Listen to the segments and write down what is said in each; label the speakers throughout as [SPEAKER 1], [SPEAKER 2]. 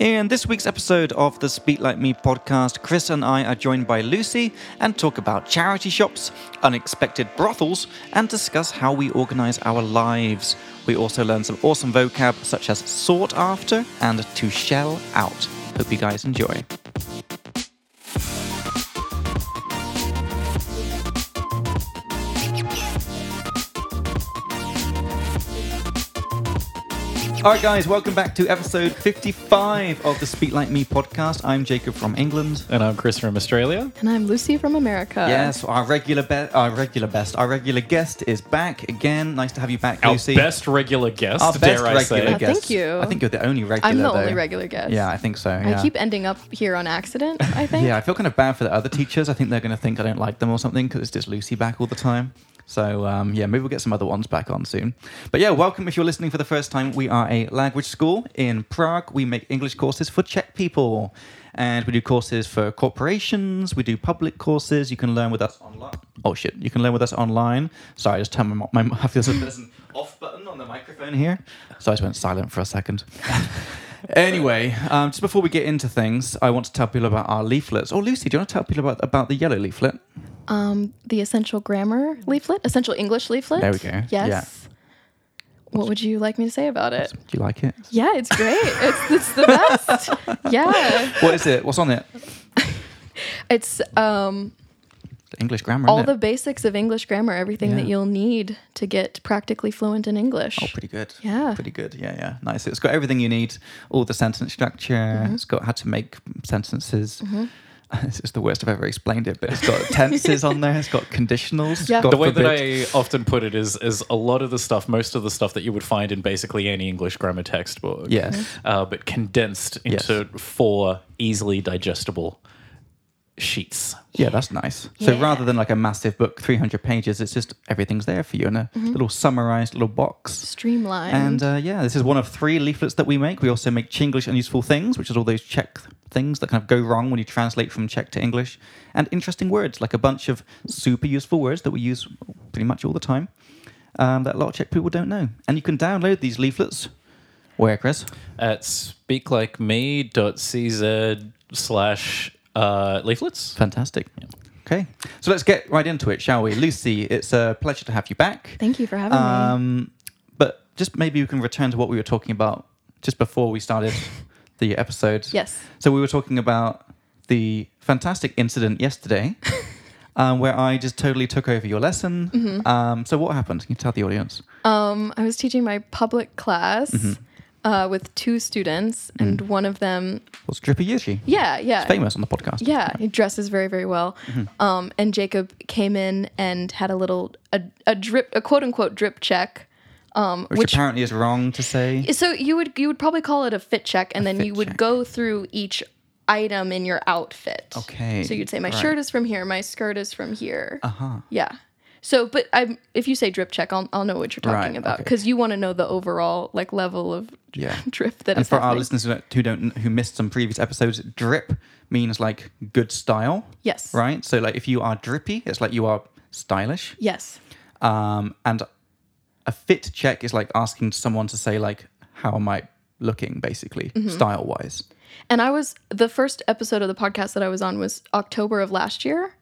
[SPEAKER 1] In this week's episode of the Speak Like Me podcast, Chris and I are joined by Lucy and talk about charity shops, unexpected brothels, and discuss how we organize our lives. We also learn some awesome vocab such as sought after and to shell out. Hope you guys enjoy. All right, guys, welcome back to episode 55 of the Speak Like Me podcast. I'm Jacob from England.
[SPEAKER 2] And I'm Chris from Australia.
[SPEAKER 3] And I'm Lucy from America.
[SPEAKER 1] Yes, our regular be- our regular best, our regular guest is back again. Nice to have you back,
[SPEAKER 2] Our
[SPEAKER 1] Lucy.
[SPEAKER 2] best regular guest,
[SPEAKER 1] Our best
[SPEAKER 2] dare I
[SPEAKER 1] regular
[SPEAKER 2] say.
[SPEAKER 3] Uh, thank
[SPEAKER 1] guest.
[SPEAKER 3] you.
[SPEAKER 1] I think you're the only regular.
[SPEAKER 3] I'm the
[SPEAKER 1] though.
[SPEAKER 3] only regular guest.
[SPEAKER 1] Yeah, I think so. Yeah.
[SPEAKER 3] I keep ending up here on accident, I think.
[SPEAKER 1] yeah, I feel kind of bad for the other teachers. I think they're going to think I don't like them or something because it's just Lucy back all the time. So um, yeah, maybe we'll get some other ones back on soon. But yeah, welcome if you're listening for the first time. We are a language school in Prague. We make English courses for Czech people, and we do courses for corporations. We do public courses. You can learn with us online. Oh shit, you can learn with us online. Sorry, I just turned my mo- my mo- there's, a, there's an off button on the microphone here, so I just went silent for a second. Anyway, um, just before we get into things, I want to tell people about our leaflets. Oh, Lucy, do you want to tell people about, about the yellow leaflet?
[SPEAKER 3] Um, the essential grammar leaflet, essential English leaflet.
[SPEAKER 1] There we go.
[SPEAKER 3] Yes. What would you like me to say about it?
[SPEAKER 1] Do you like it?
[SPEAKER 3] Yeah, it's great. it's, it's the best. Yeah.
[SPEAKER 1] What is it? What's on it?
[SPEAKER 3] It's um,
[SPEAKER 1] The English grammar.
[SPEAKER 3] all
[SPEAKER 1] isn't
[SPEAKER 3] the
[SPEAKER 1] it?
[SPEAKER 3] basics of English grammar, everything that
[SPEAKER 1] Yeah.
[SPEAKER 3] you'll need to get practically fluent in English.
[SPEAKER 1] Oh, pretty good.
[SPEAKER 3] Yeah.
[SPEAKER 1] Pretty good. Yeah, yeah. Nice. It's got everything you need all the sentence structure,
[SPEAKER 3] Mm-hmm.
[SPEAKER 1] it's got how to make sentences. This is the worst I've ever explained it, but it's got tenses on there, it's got conditionals. it's
[SPEAKER 3] Yeah.
[SPEAKER 1] got
[SPEAKER 2] The way that
[SPEAKER 1] forbid.
[SPEAKER 2] I often put it is is a lot of the stuff, most of the stuff that you would find in basically any English grammar textbook.
[SPEAKER 1] Yes.
[SPEAKER 2] Uh, but condensed
[SPEAKER 1] Yes.
[SPEAKER 2] into four easily digestible sheets.
[SPEAKER 1] Yeah, that's nice. So
[SPEAKER 3] Yeah.
[SPEAKER 1] rather than like a massive book, 300 pages, it's just everything's there for you in a little summarized little box.
[SPEAKER 3] Streamlined.
[SPEAKER 1] And uh, yeah, this is one of three leaflets that we make. We also make Chinglish and Useful Things, which is all those Czech things that kind of go wrong when you translate from Czech to English, and interesting words, like a bunch of super useful words that we use pretty much all the time um, that a lot of Czech people don't know. And you can download these leaflets. Where, Chris?
[SPEAKER 2] At speaklikeme.cz slash uh, leaflets.
[SPEAKER 1] Fantastic. Okay, so let's get right into it, shall we? Lucy, it's a pleasure to have you back.
[SPEAKER 3] Thank you for having me.
[SPEAKER 1] Um, but just maybe we can return to what we were talking about just before we started the episode.
[SPEAKER 3] Yes.
[SPEAKER 1] So we were talking about the fantastic incident yesterday, um, where I just totally took over your lesson.
[SPEAKER 3] Mm-hmm.
[SPEAKER 1] Um, so what happened? Can you tell the audience?
[SPEAKER 3] Um, I was teaching my public class uh, with two students, and one of them,
[SPEAKER 1] What's Drippy Yuji?
[SPEAKER 3] yeah, yeah,
[SPEAKER 1] It's famous on the podcast.
[SPEAKER 3] yeah, he dresses very, very well. Um, and Jacob came in and had a little a, a drip, a quote unquote drip check. Um,
[SPEAKER 1] Which,
[SPEAKER 3] which
[SPEAKER 1] apparently is wrong to say.
[SPEAKER 3] so you would you would probably call it a fit check, and then
[SPEAKER 1] fit
[SPEAKER 3] you would
[SPEAKER 1] check.
[SPEAKER 3] go through each item in your outfit.
[SPEAKER 1] Okay,
[SPEAKER 3] So you'd say my
[SPEAKER 1] right. Uh-huh.
[SPEAKER 3] shirt is from here, my skirt is from here. Uh huh. Yeah. So, but I'm if you say drip check, I'll I'll know what you're talking
[SPEAKER 1] Right,
[SPEAKER 3] about
[SPEAKER 1] okay.
[SPEAKER 3] because you want to know the overall like level of
[SPEAKER 1] Yeah.
[SPEAKER 3] drip that
[SPEAKER 1] and
[SPEAKER 3] is
[SPEAKER 1] for our
[SPEAKER 3] happening.
[SPEAKER 1] listeners who don't- who don't who missed some previous episodes, drip means like good style,
[SPEAKER 3] Yes.
[SPEAKER 1] right? So like if you are drippy, it's like you are stylish.
[SPEAKER 3] Yes.
[SPEAKER 1] Um, and a fit check is like asking someone to say like, "How am I looking?" Basically,
[SPEAKER 3] Mm-hmm.
[SPEAKER 1] style wise.
[SPEAKER 3] And I was the first episode of the podcast that I was on was October of last year.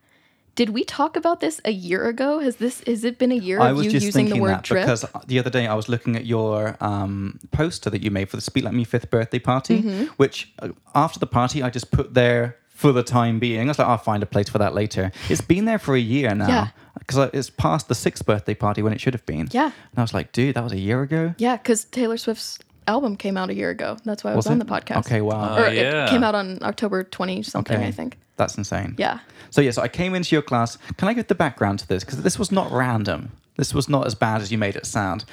[SPEAKER 3] Did we talk about this a year ago? Has this has it been a year
[SPEAKER 1] I
[SPEAKER 3] of
[SPEAKER 1] was
[SPEAKER 3] you
[SPEAKER 1] just
[SPEAKER 3] using the
[SPEAKER 1] thinking
[SPEAKER 3] word
[SPEAKER 1] that
[SPEAKER 3] drip?
[SPEAKER 1] because the other day I was looking at your um, poster that you made for the Speak Like Me fifth birthday party,
[SPEAKER 3] Mm-hmm.
[SPEAKER 1] which uh, after the party I just put there for the time being. I was like, I'll find a place for that later. It's been there for a year
[SPEAKER 3] Yeah.
[SPEAKER 1] now because it's past the sixth birthday party when it should have been.
[SPEAKER 3] Yeah.
[SPEAKER 1] And I was like, dude, that was a year ago.
[SPEAKER 3] yeah, because Taylor Swift's album came out a year ago. That's why I was,
[SPEAKER 1] Was
[SPEAKER 3] on
[SPEAKER 1] it?
[SPEAKER 3] the podcast.
[SPEAKER 1] Okay, wow.
[SPEAKER 3] Or
[SPEAKER 2] Uh,
[SPEAKER 3] it
[SPEAKER 2] yeah.
[SPEAKER 3] came out on October twenty something,
[SPEAKER 1] Okay.
[SPEAKER 3] I think.
[SPEAKER 1] That's insane.
[SPEAKER 3] Yeah.
[SPEAKER 1] So yeah, so I came into your class. Can I give the background to this? Because this was not random. This was not as bad as you made it sound.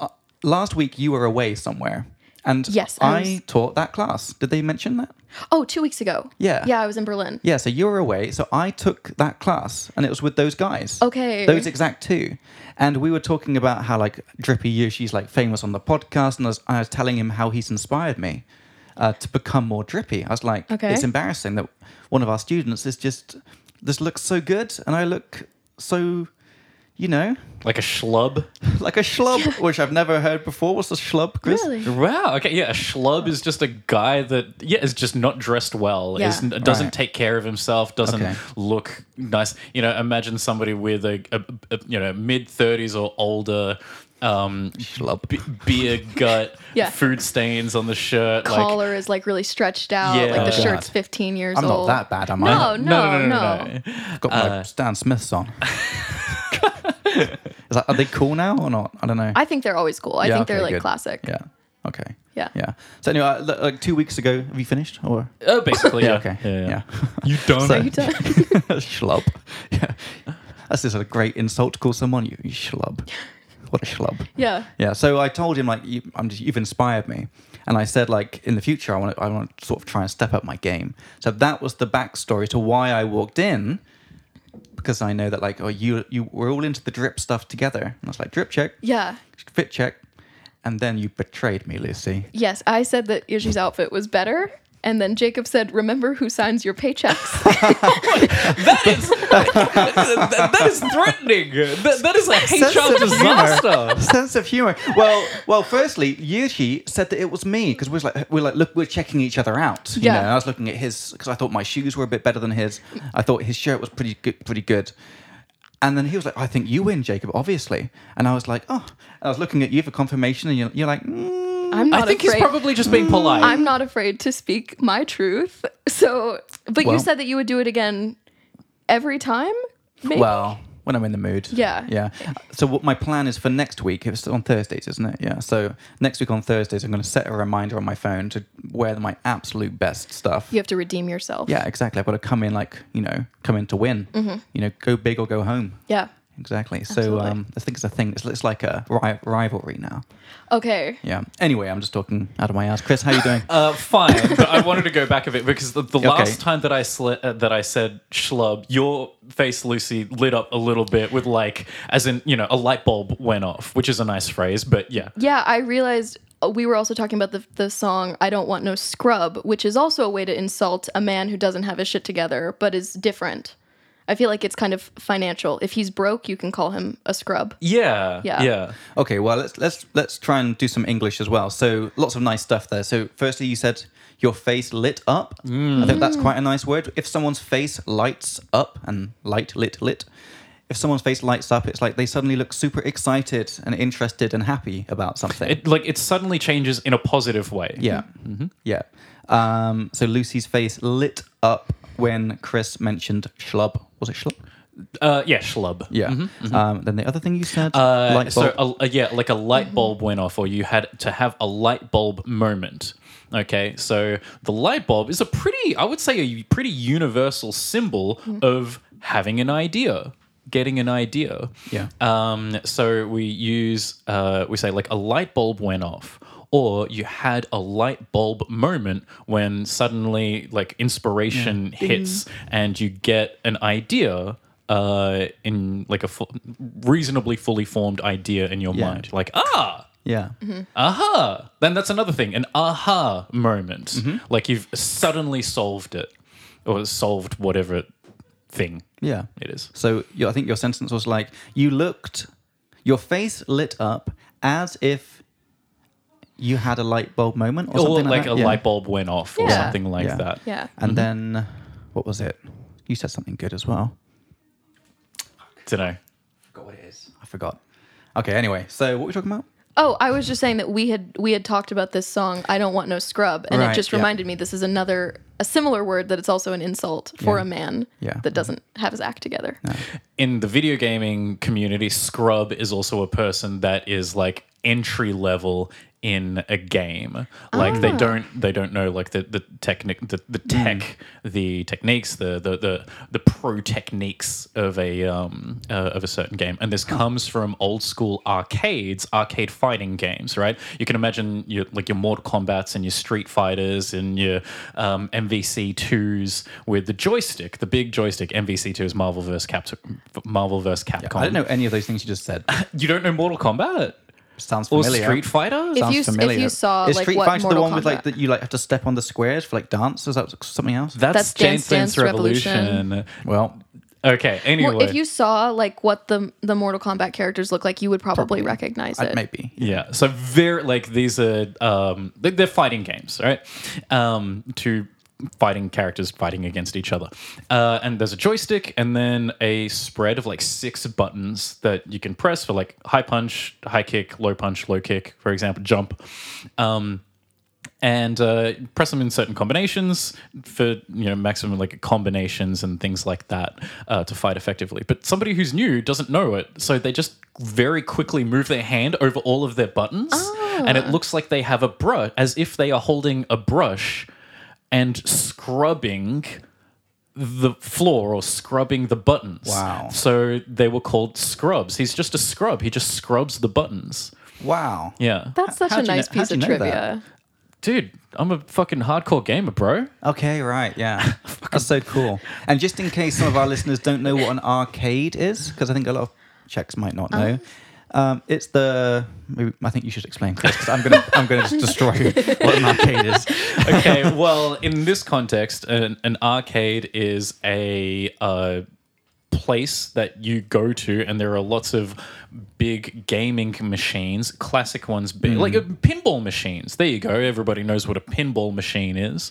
[SPEAKER 1] Uh, last week you were away somewhere, and
[SPEAKER 3] Yes,
[SPEAKER 1] I,
[SPEAKER 3] I was-
[SPEAKER 1] taught that class. Did they mention that?
[SPEAKER 3] Oh, two weeks ago.
[SPEAKER 1] Yeah.
[SPEAKER 3] Yeah, I was in Berlin.
[SPEAKER 1] Yeah. So you were away. So I took that class, and it was with those guys.
[SPEAKER 3] Okay.
[SPEAKER 1] Those exact two, and we were talking about how like Drippy Yoshi's like famous on the podcast, and I was, I was telling him how he's inspired me. Uh, to become more drippy, I was like,
[SPEAKER 3] Okay.
[SPEAKER 1] it's embarrassing that one of our students is just this looks so good and I look so you know,
[SPEAKER 2] Like a schlub.
[SPEAKER 1] like a schlub, which I've never heard before. What's a schlub, Chris?
[SPEAKER 3] Really?
[SPEAKER 2] Wow. Okay. Yeah. A schlub is just a guy that yeah is just not dressed well.
[SPEAKER 3] Yeah.
[SPEAKER 2] Is, doesn't
[SPEAKER 1] Right.
[SPEAKER 2] take care of himself. Doesn't
[SPEAKER 1] Okay.
[SPEAKER 2] look nice. You know, imagine somebody with a, a, a you know mid thirties or older. Um,
[SPEAKER 1] Schlub.
[SPEAKER 2] b- beer gut,
[SPEAKER 3] Yeah.
[SPEAKER 2] food stains on the shirt, like
[SPEAKER 3] Collar is like really stretched out.
[SPEAKER 2] Yeah.
[SPEAKER 3] Like the
[SPEAKER 1] Oh,
[SPEAKER 3] shirt's
[SPEAKER 1] God.
[SPEAKER 3] 15 years
[SPEAKER 1] I'm not
[SPEAKER 3] old.
[SPEAKER 1] that bad, am
[SPEAKER 3] No,
[SPEAKER 1] I?
[SPEAKER 3] Oh, no, no,
[SPEAKER 1] I've got my Stan Smiths on. Is that, are they cool now or not? I don't know.
[SPEAKER 3] I think they're always cool. I
[SPEAKER 1] Yeah,
[SPEAKER 3] think
[SPEAKER 1] okay,
[SPEAKER 3] they're like
[SPEAKER 1] good.
[SPEAKER 3] classic.
[SPEAKER 1] yeah. Okay.
[SPEAKER 3] Yeah.
[SPEAKER 1] Yeah. So anyway, uh, li- like two weeks ago, have you finished or?
[SPEAKER 2] Oh, basically, yeah.
[SPEAKER 1] Okay.
[SPEAKER 2] Oh, You don't.
[SPEAKER 3] Are you done?
[SPEAKER 1] schlub. Yeah. That's just a great insult to call someone. You, you schlub. What a schlub.
[SPEAKER 3] yeah.
[SPEAKER 1] Yeah. So I told him like you, I'm just, you've inspired me, and I said like in the future I want to, I want to sort of try and step up my game. So that was the backstory to why I walked in, because I know that like oh you you we're all into the drip stuff together, and I was like drip check,
[SPEAKER 3] Yeah.
[SPEAKER 1] fit check, and then you betrayed me, Lucy.
[SPEAKER 3] Yes, I said that Ishi's outfit was better. And then Jacob said, Remember who signs your paychecks.
[SPEAKER 2] that is that, that is threatening. That, that is a
[SPEAKER 1] Sense
[SPEAKER 2] HR
[SPEAKER 1] of humor.
[SPEAKER 2] disaster.
[SPEAKER 1] Sense of humor. Well, well. Firstly, Yuji said that it was me because we was like we are like look we're checking each other out. You
[SPEAKER 3] Yeah.
[SPEAKER 1] know, and I was looking at his because I thought my shoes were a bit better than his. I thought his shirt was pretty good, pretty good. And then he was like, "I think you win, Jacob, obviously." And I was like, "Oh." And I was looking at you for confirmation, and you're, you're like, mm.
[SPEAKER 3] I'm not
[SPEAKER 2] I think
[SPEAKER 3] afraid.
[SPEAKER 2] he's probably just being polite.
[SPEAKER 3] I'm not afraid to speak my truth. So, but
[SPEAKER 1] Well-
[SPEAKER 3] you said that you would do it again every time? Maybe?
[SPEAKER 1] "Well." When I'm in the mood.
[SPEAKER 3] Yeah.
[SPEAKER 1] Yeah. So what my plan is for next week, it's on Thursdays, isn't it? Yeah. So next week on Thursdays, I'm going to set a reminder on my phone to wear my absolute best stuff.
[SPEAKER 3] you have to redeem yourself.
[SPEAKER 1] Yeah, exactly. I've got to come in like you know, come in to win. You know, go big or go home.
[SPEAKER 3] Yeah.
[SPEAKER 1] Exactly. So
[SPEAKER 3] Absolutely.
[SPEAKER 1] um, I think it's a thing. It's, it's like a ri- rivalry now.
[SPEAKER 3] Okay.
[SPEAKER 1] Yeah. Anyway, I'm just talking out of my ass. Chris, how you doing?
[SPEAKER 2] Uh, fine, but I wanted to go back a bit because the, the last time that I sli- uh, that I said schlub, your face, Lucy, lit up a little bit with like, as in you know, a light bulb went off, which is a nice phrase, but yeah,
[SPEAKER 3] Yeah, I realized uh, we were also talking about the, the song I Don't Want No Scrub, which is also a way to insult a man who doesn't have his shit together but is different. I feel like it's kind of financial. If he's broke, you can call him a scrub.
[SPEAKER 2] yeah,
[SPEAKER 3] Yeah.
[SPEAKER 2] yeah.
[SPEAKER 1] okay. Well, let's let's let's try and do some English as well. So lots of nice stuff there. So firstly, you said your face lit up. I think that's quite a nice word. If someone's face lights up and light lit lit. If someone's face lights up, it's like they suddenly look super excited and interested and happy about something.
[SPEAKER 2] It like it suddenly changes in a positive way.
[SPEAKER 1] Yeah.
[SPEAKER 2] Mm-hmm.
[SPEAKER 1] Yeah. Um, so Lucy's face lit up when Chris mentioned schlub. Was it schlub?
[SPEAKER 2] uh, yeah, schlub.
[SPEAKER 1] Yeah. Um, then the other thing you said,
[SPEAKER 2] Mm-hmm. Uh,
[SPEAKER 1] light
[SPEAKER 2] so
[SPEAKER 1] bulb.
[SPEAKER 2] a, a- yeah, like a light bulb went off, or you had to have a light bulb moment. Okay, so the light bulb is a pretty, I would say, a pretty universal symbol of having an idea, getting an idea.
[SPEAKER 1] Yeah.
[SPEAKER 2] Um, so we use, uh, we say like a light bulb went off, or you had a light bulb moment when suddenly like inspiration hits and you get an idea uh, in like a fu- reasonably fully formed idea in your
[SPEAKER 1] Yeah.
[SPEAKER 2] mind. Like, ah,
[SPEAKER 1] yeah.
[SPEAKER 2] aha. Then that's another thing, an aha moment.
[SPEAKER 1] Mm-hmm.
[SPEAKER 2] Like you've suddenly solved it or solved whatever thing
[SPEAKER 1] Yeah.
[SPEAKER 2] it is.
[SPEAKER 1] So your, I think your sentence was like, you looked, your face lit up as if you had a light bulb moment or,
[SPEAKER 2] Or
[SPEAKER 1] something
[SPEAKER 2] Oh, like,
[SPEAKER 1] like,
[SPEAKER 2] a
[SPEAKER 1] that. Yeah.
[SPEAKER 2] light bulb Mm-hmm. went off or
[SPEAKER 3] Yeah.
[SPEAKER 2] something like
[SPEAKER 1] Yeah.
[SPEAKER 2] that.
[SPEAKER 3] Yeah.
[SPEAKER 1] And then, what was it? You said something good as well.
[SPEAKER 2] Don't know.
[SPEAKER 1] forgot what it is. I forgot. Okay. Anyway, so what were we talking about?
[SPEAKER 3] Oh, I was just saying that we had we had talked about this song I Don't Want No Scrub and
[SPEAKER 1] Right,
[SPEAKER 3] it just
[SPEAKER 1] yeah.
[SPEAKER 3] reminded me this is another a similar word that it's also an insult for
[SPEAKER 1] Yeah.
[SPEAKER 3] a man
[SPEAKER 1] Yeah.
[SPEAKER 3] that doesn't have his act together.
[SPEAKER 2] in the video gaming community, scrub is also a person that is like entry level in a game. Like they don't they don't know like the the technic the, the tech the techniques the the the the pro techniques of a um uh, of a certain game. And this comes from old school arcades, arcade fighting games, right? You can imagine your like your Mortal Kombat's and your Street Fighters and your um, MVC twos with the joystick, the big joystick. MVC two is Marvel vs. Cap- Marvel vs. Capcom.
[SPEAKER 1] I don't know any of those things you just said.
[SPEAKER 2] You don't know Mortal Kombat
[SPEAKER 1] Sounds
[SPEAKER 2] or
[SPEAKER 1] familiar.
[SPEAKER 2] Street Fighter?
[SPEAKER 3] If
[SPEAKER 1] Sounds
[SPEAKER 3] you- if
[SPEAKER 1] familiar.
[SPEAKER 3] you saw,
[SPEAKER 1] is
[SPEAKER 3] like,
[SPEAKER 1] Street
[SPEAKER 3] what
[SPEAKER 1] Fighter the
[SPEAKER 3] Mortal
[SPEAKER 1] one with like
[SPEAKER 3] Kombat-
[SPEAKER 1] that you like have to step on the squares for like dance? Is that something else?
[SPEAKER 2] that's,
[SPEAKER 3] That's Dance Dance Revolution.
[SPEAKER 2] Revolution.
[SPEAKER 1] well,
[SPEAKER 2] Okay. Anyway.
[SPEAKER 3] Well, if you saw like what the the Mortal Kombat characters look like, you would probably, recognize it.
[SPEAKER 1] Maybe.
[SPEAKER 2] Yeah. So very like these are um they- they're fighting games, right? Um two fighting characters fighting against each other. Uh and there's a joystick and then a spread of like six buttons that you can press for like high punch, high kick, low punch, low kick, for example, jump. Um and uh, press them in certain combinations for you know maximum like combinations and things like that uh, to fight effectively. But somebody who's new doesn't know it, so they just very quickly move their hand over all of their buttons, and it looks like they have a brush, as if they are holding a brush and scrubbing the floor or scrubbing the buttons.
[SPEAKER 1] Wow.
[SPEAKER 2] So they were called scrubs. He's just a scrub. He just scrubs the buttons.
[SPEAKER 1] Wow.
[SPEAKER 2] Yeah.
[SPEAKER 3] That's such
[SPEAKER 1] How'd
[SPEAKER 3] a
[SPEAKER 1] you kn-
[SPEAKER 3] nice piece
[SPEAKER 1] how'd
[SPEAKER 3] of
[SPEAKER 1] you know that?
[SPEAKER 3] trivia.
[SPEAKER 2] Dude, I'm a fucking hardcore gamer, bro.
[SPEAKER 1] Okay, right, yeah. That's so cool. And just in case some of our listeners don't know what an arcade is, because I think a lot of Czechs might not know, um, it's the. Maybe, I think you should explain, Chris, because I'm going to I'm gonna just destroy what an arcade is.
[SPEAKER 2] okay, well, in this context, an, an arcade is a uh, place that you go to, and there are lots of big gaming machines, classic ones, big, like uh, pinball machines. There you go. Everybody knows what a pinball machine is.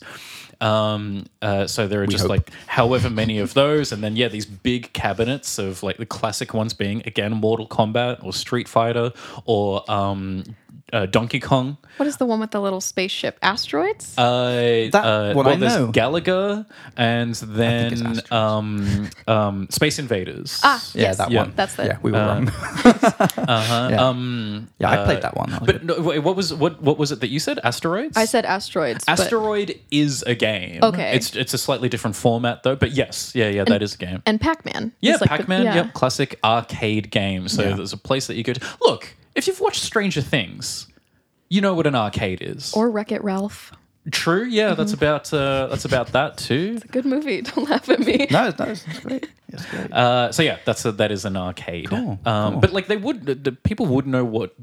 [SPEAKER 2] Um, uh, so there are just
[SPEAKER 1] hope.
[SPEAKER 2] like however many of those, and then yeah, these big cabinets of like the classic ones being again Mortal Kombat or Street Fighter or um, uh, Donkey Kong.
[SPEAKER 3] What is the one with the little spaceship asteroids?
[SPEAKER 2] Uh,
[SPEAKER 1] That
[SPEAKER 2] uh,
[SPEAKER 1] one
[SPEAKER 2] well,
[SPEAKER 1] I
[SPEAKER 2] there's
[SPEAKER 1] know.
[SPEAKER 2] Galaga, and
[SPEAKER 1] it's
[SPEAKER 2] then
[SPEAKER 1] Asteroids.
[SPEAKER 2] um, um, Space Invaders.
[SPEAKER 3] ah,
[SPEAKER 1] Yeah,
[SPEAKER 3] yes,
[SPEAKER 1] that
[SPEAKER 2] yeah.
[SPEAKER 1] one.
[SPEAKER 3] That's Uh, Uh-huh. the
[SPEAKER 1] Yeah, we were wrong. yeah.
[SPEAKER 3] Um,
[SPEAKER 1] yeah, I played that one. I was
[SPEAKER 2] Um, uh, But no, wait, what was what what was it that you said? Asteroids.
[SPEAKER 3] I said asteroids. but-
[SPEAKER 2] asteroid is a game.
[SPEAKER 3] Okay.
[SPEAKER 2] It's it's a slightly different format though. But yes, yeah, yeah, that is a game.
[SPEAKER 3] and Pac-Man.
[SPEAKER 2] Yeah,
[SPEAKER 3] It's like the-
[SPEAKER 2] Pac Man.
[SPEAKER 3] yeah.
[SPEAKER 2] Yep, classic arcade game. So there's a place that you go to. Look, if you've watched Stranger Things, you know what an arcade is.
[SPEAKER 3] Or Mm-hmm. Wreck-It Ralph.
[SPEAKER 2] True. Yeah, that's about uh, that's about that too.
[SPEAKER 3] Good movie. Don't laugh at me.
[SPEAKER 1] no, no, it's it's great. It's great.
[SPEAKER 2] Uh, so yeah, that's a, that is an arcade.
[SPEAKER 1] Cool,
[SPEAKER 2] Um,
[SPEAKER 1] cool.
[SPEAKER 2] But like they would, the, the people would know what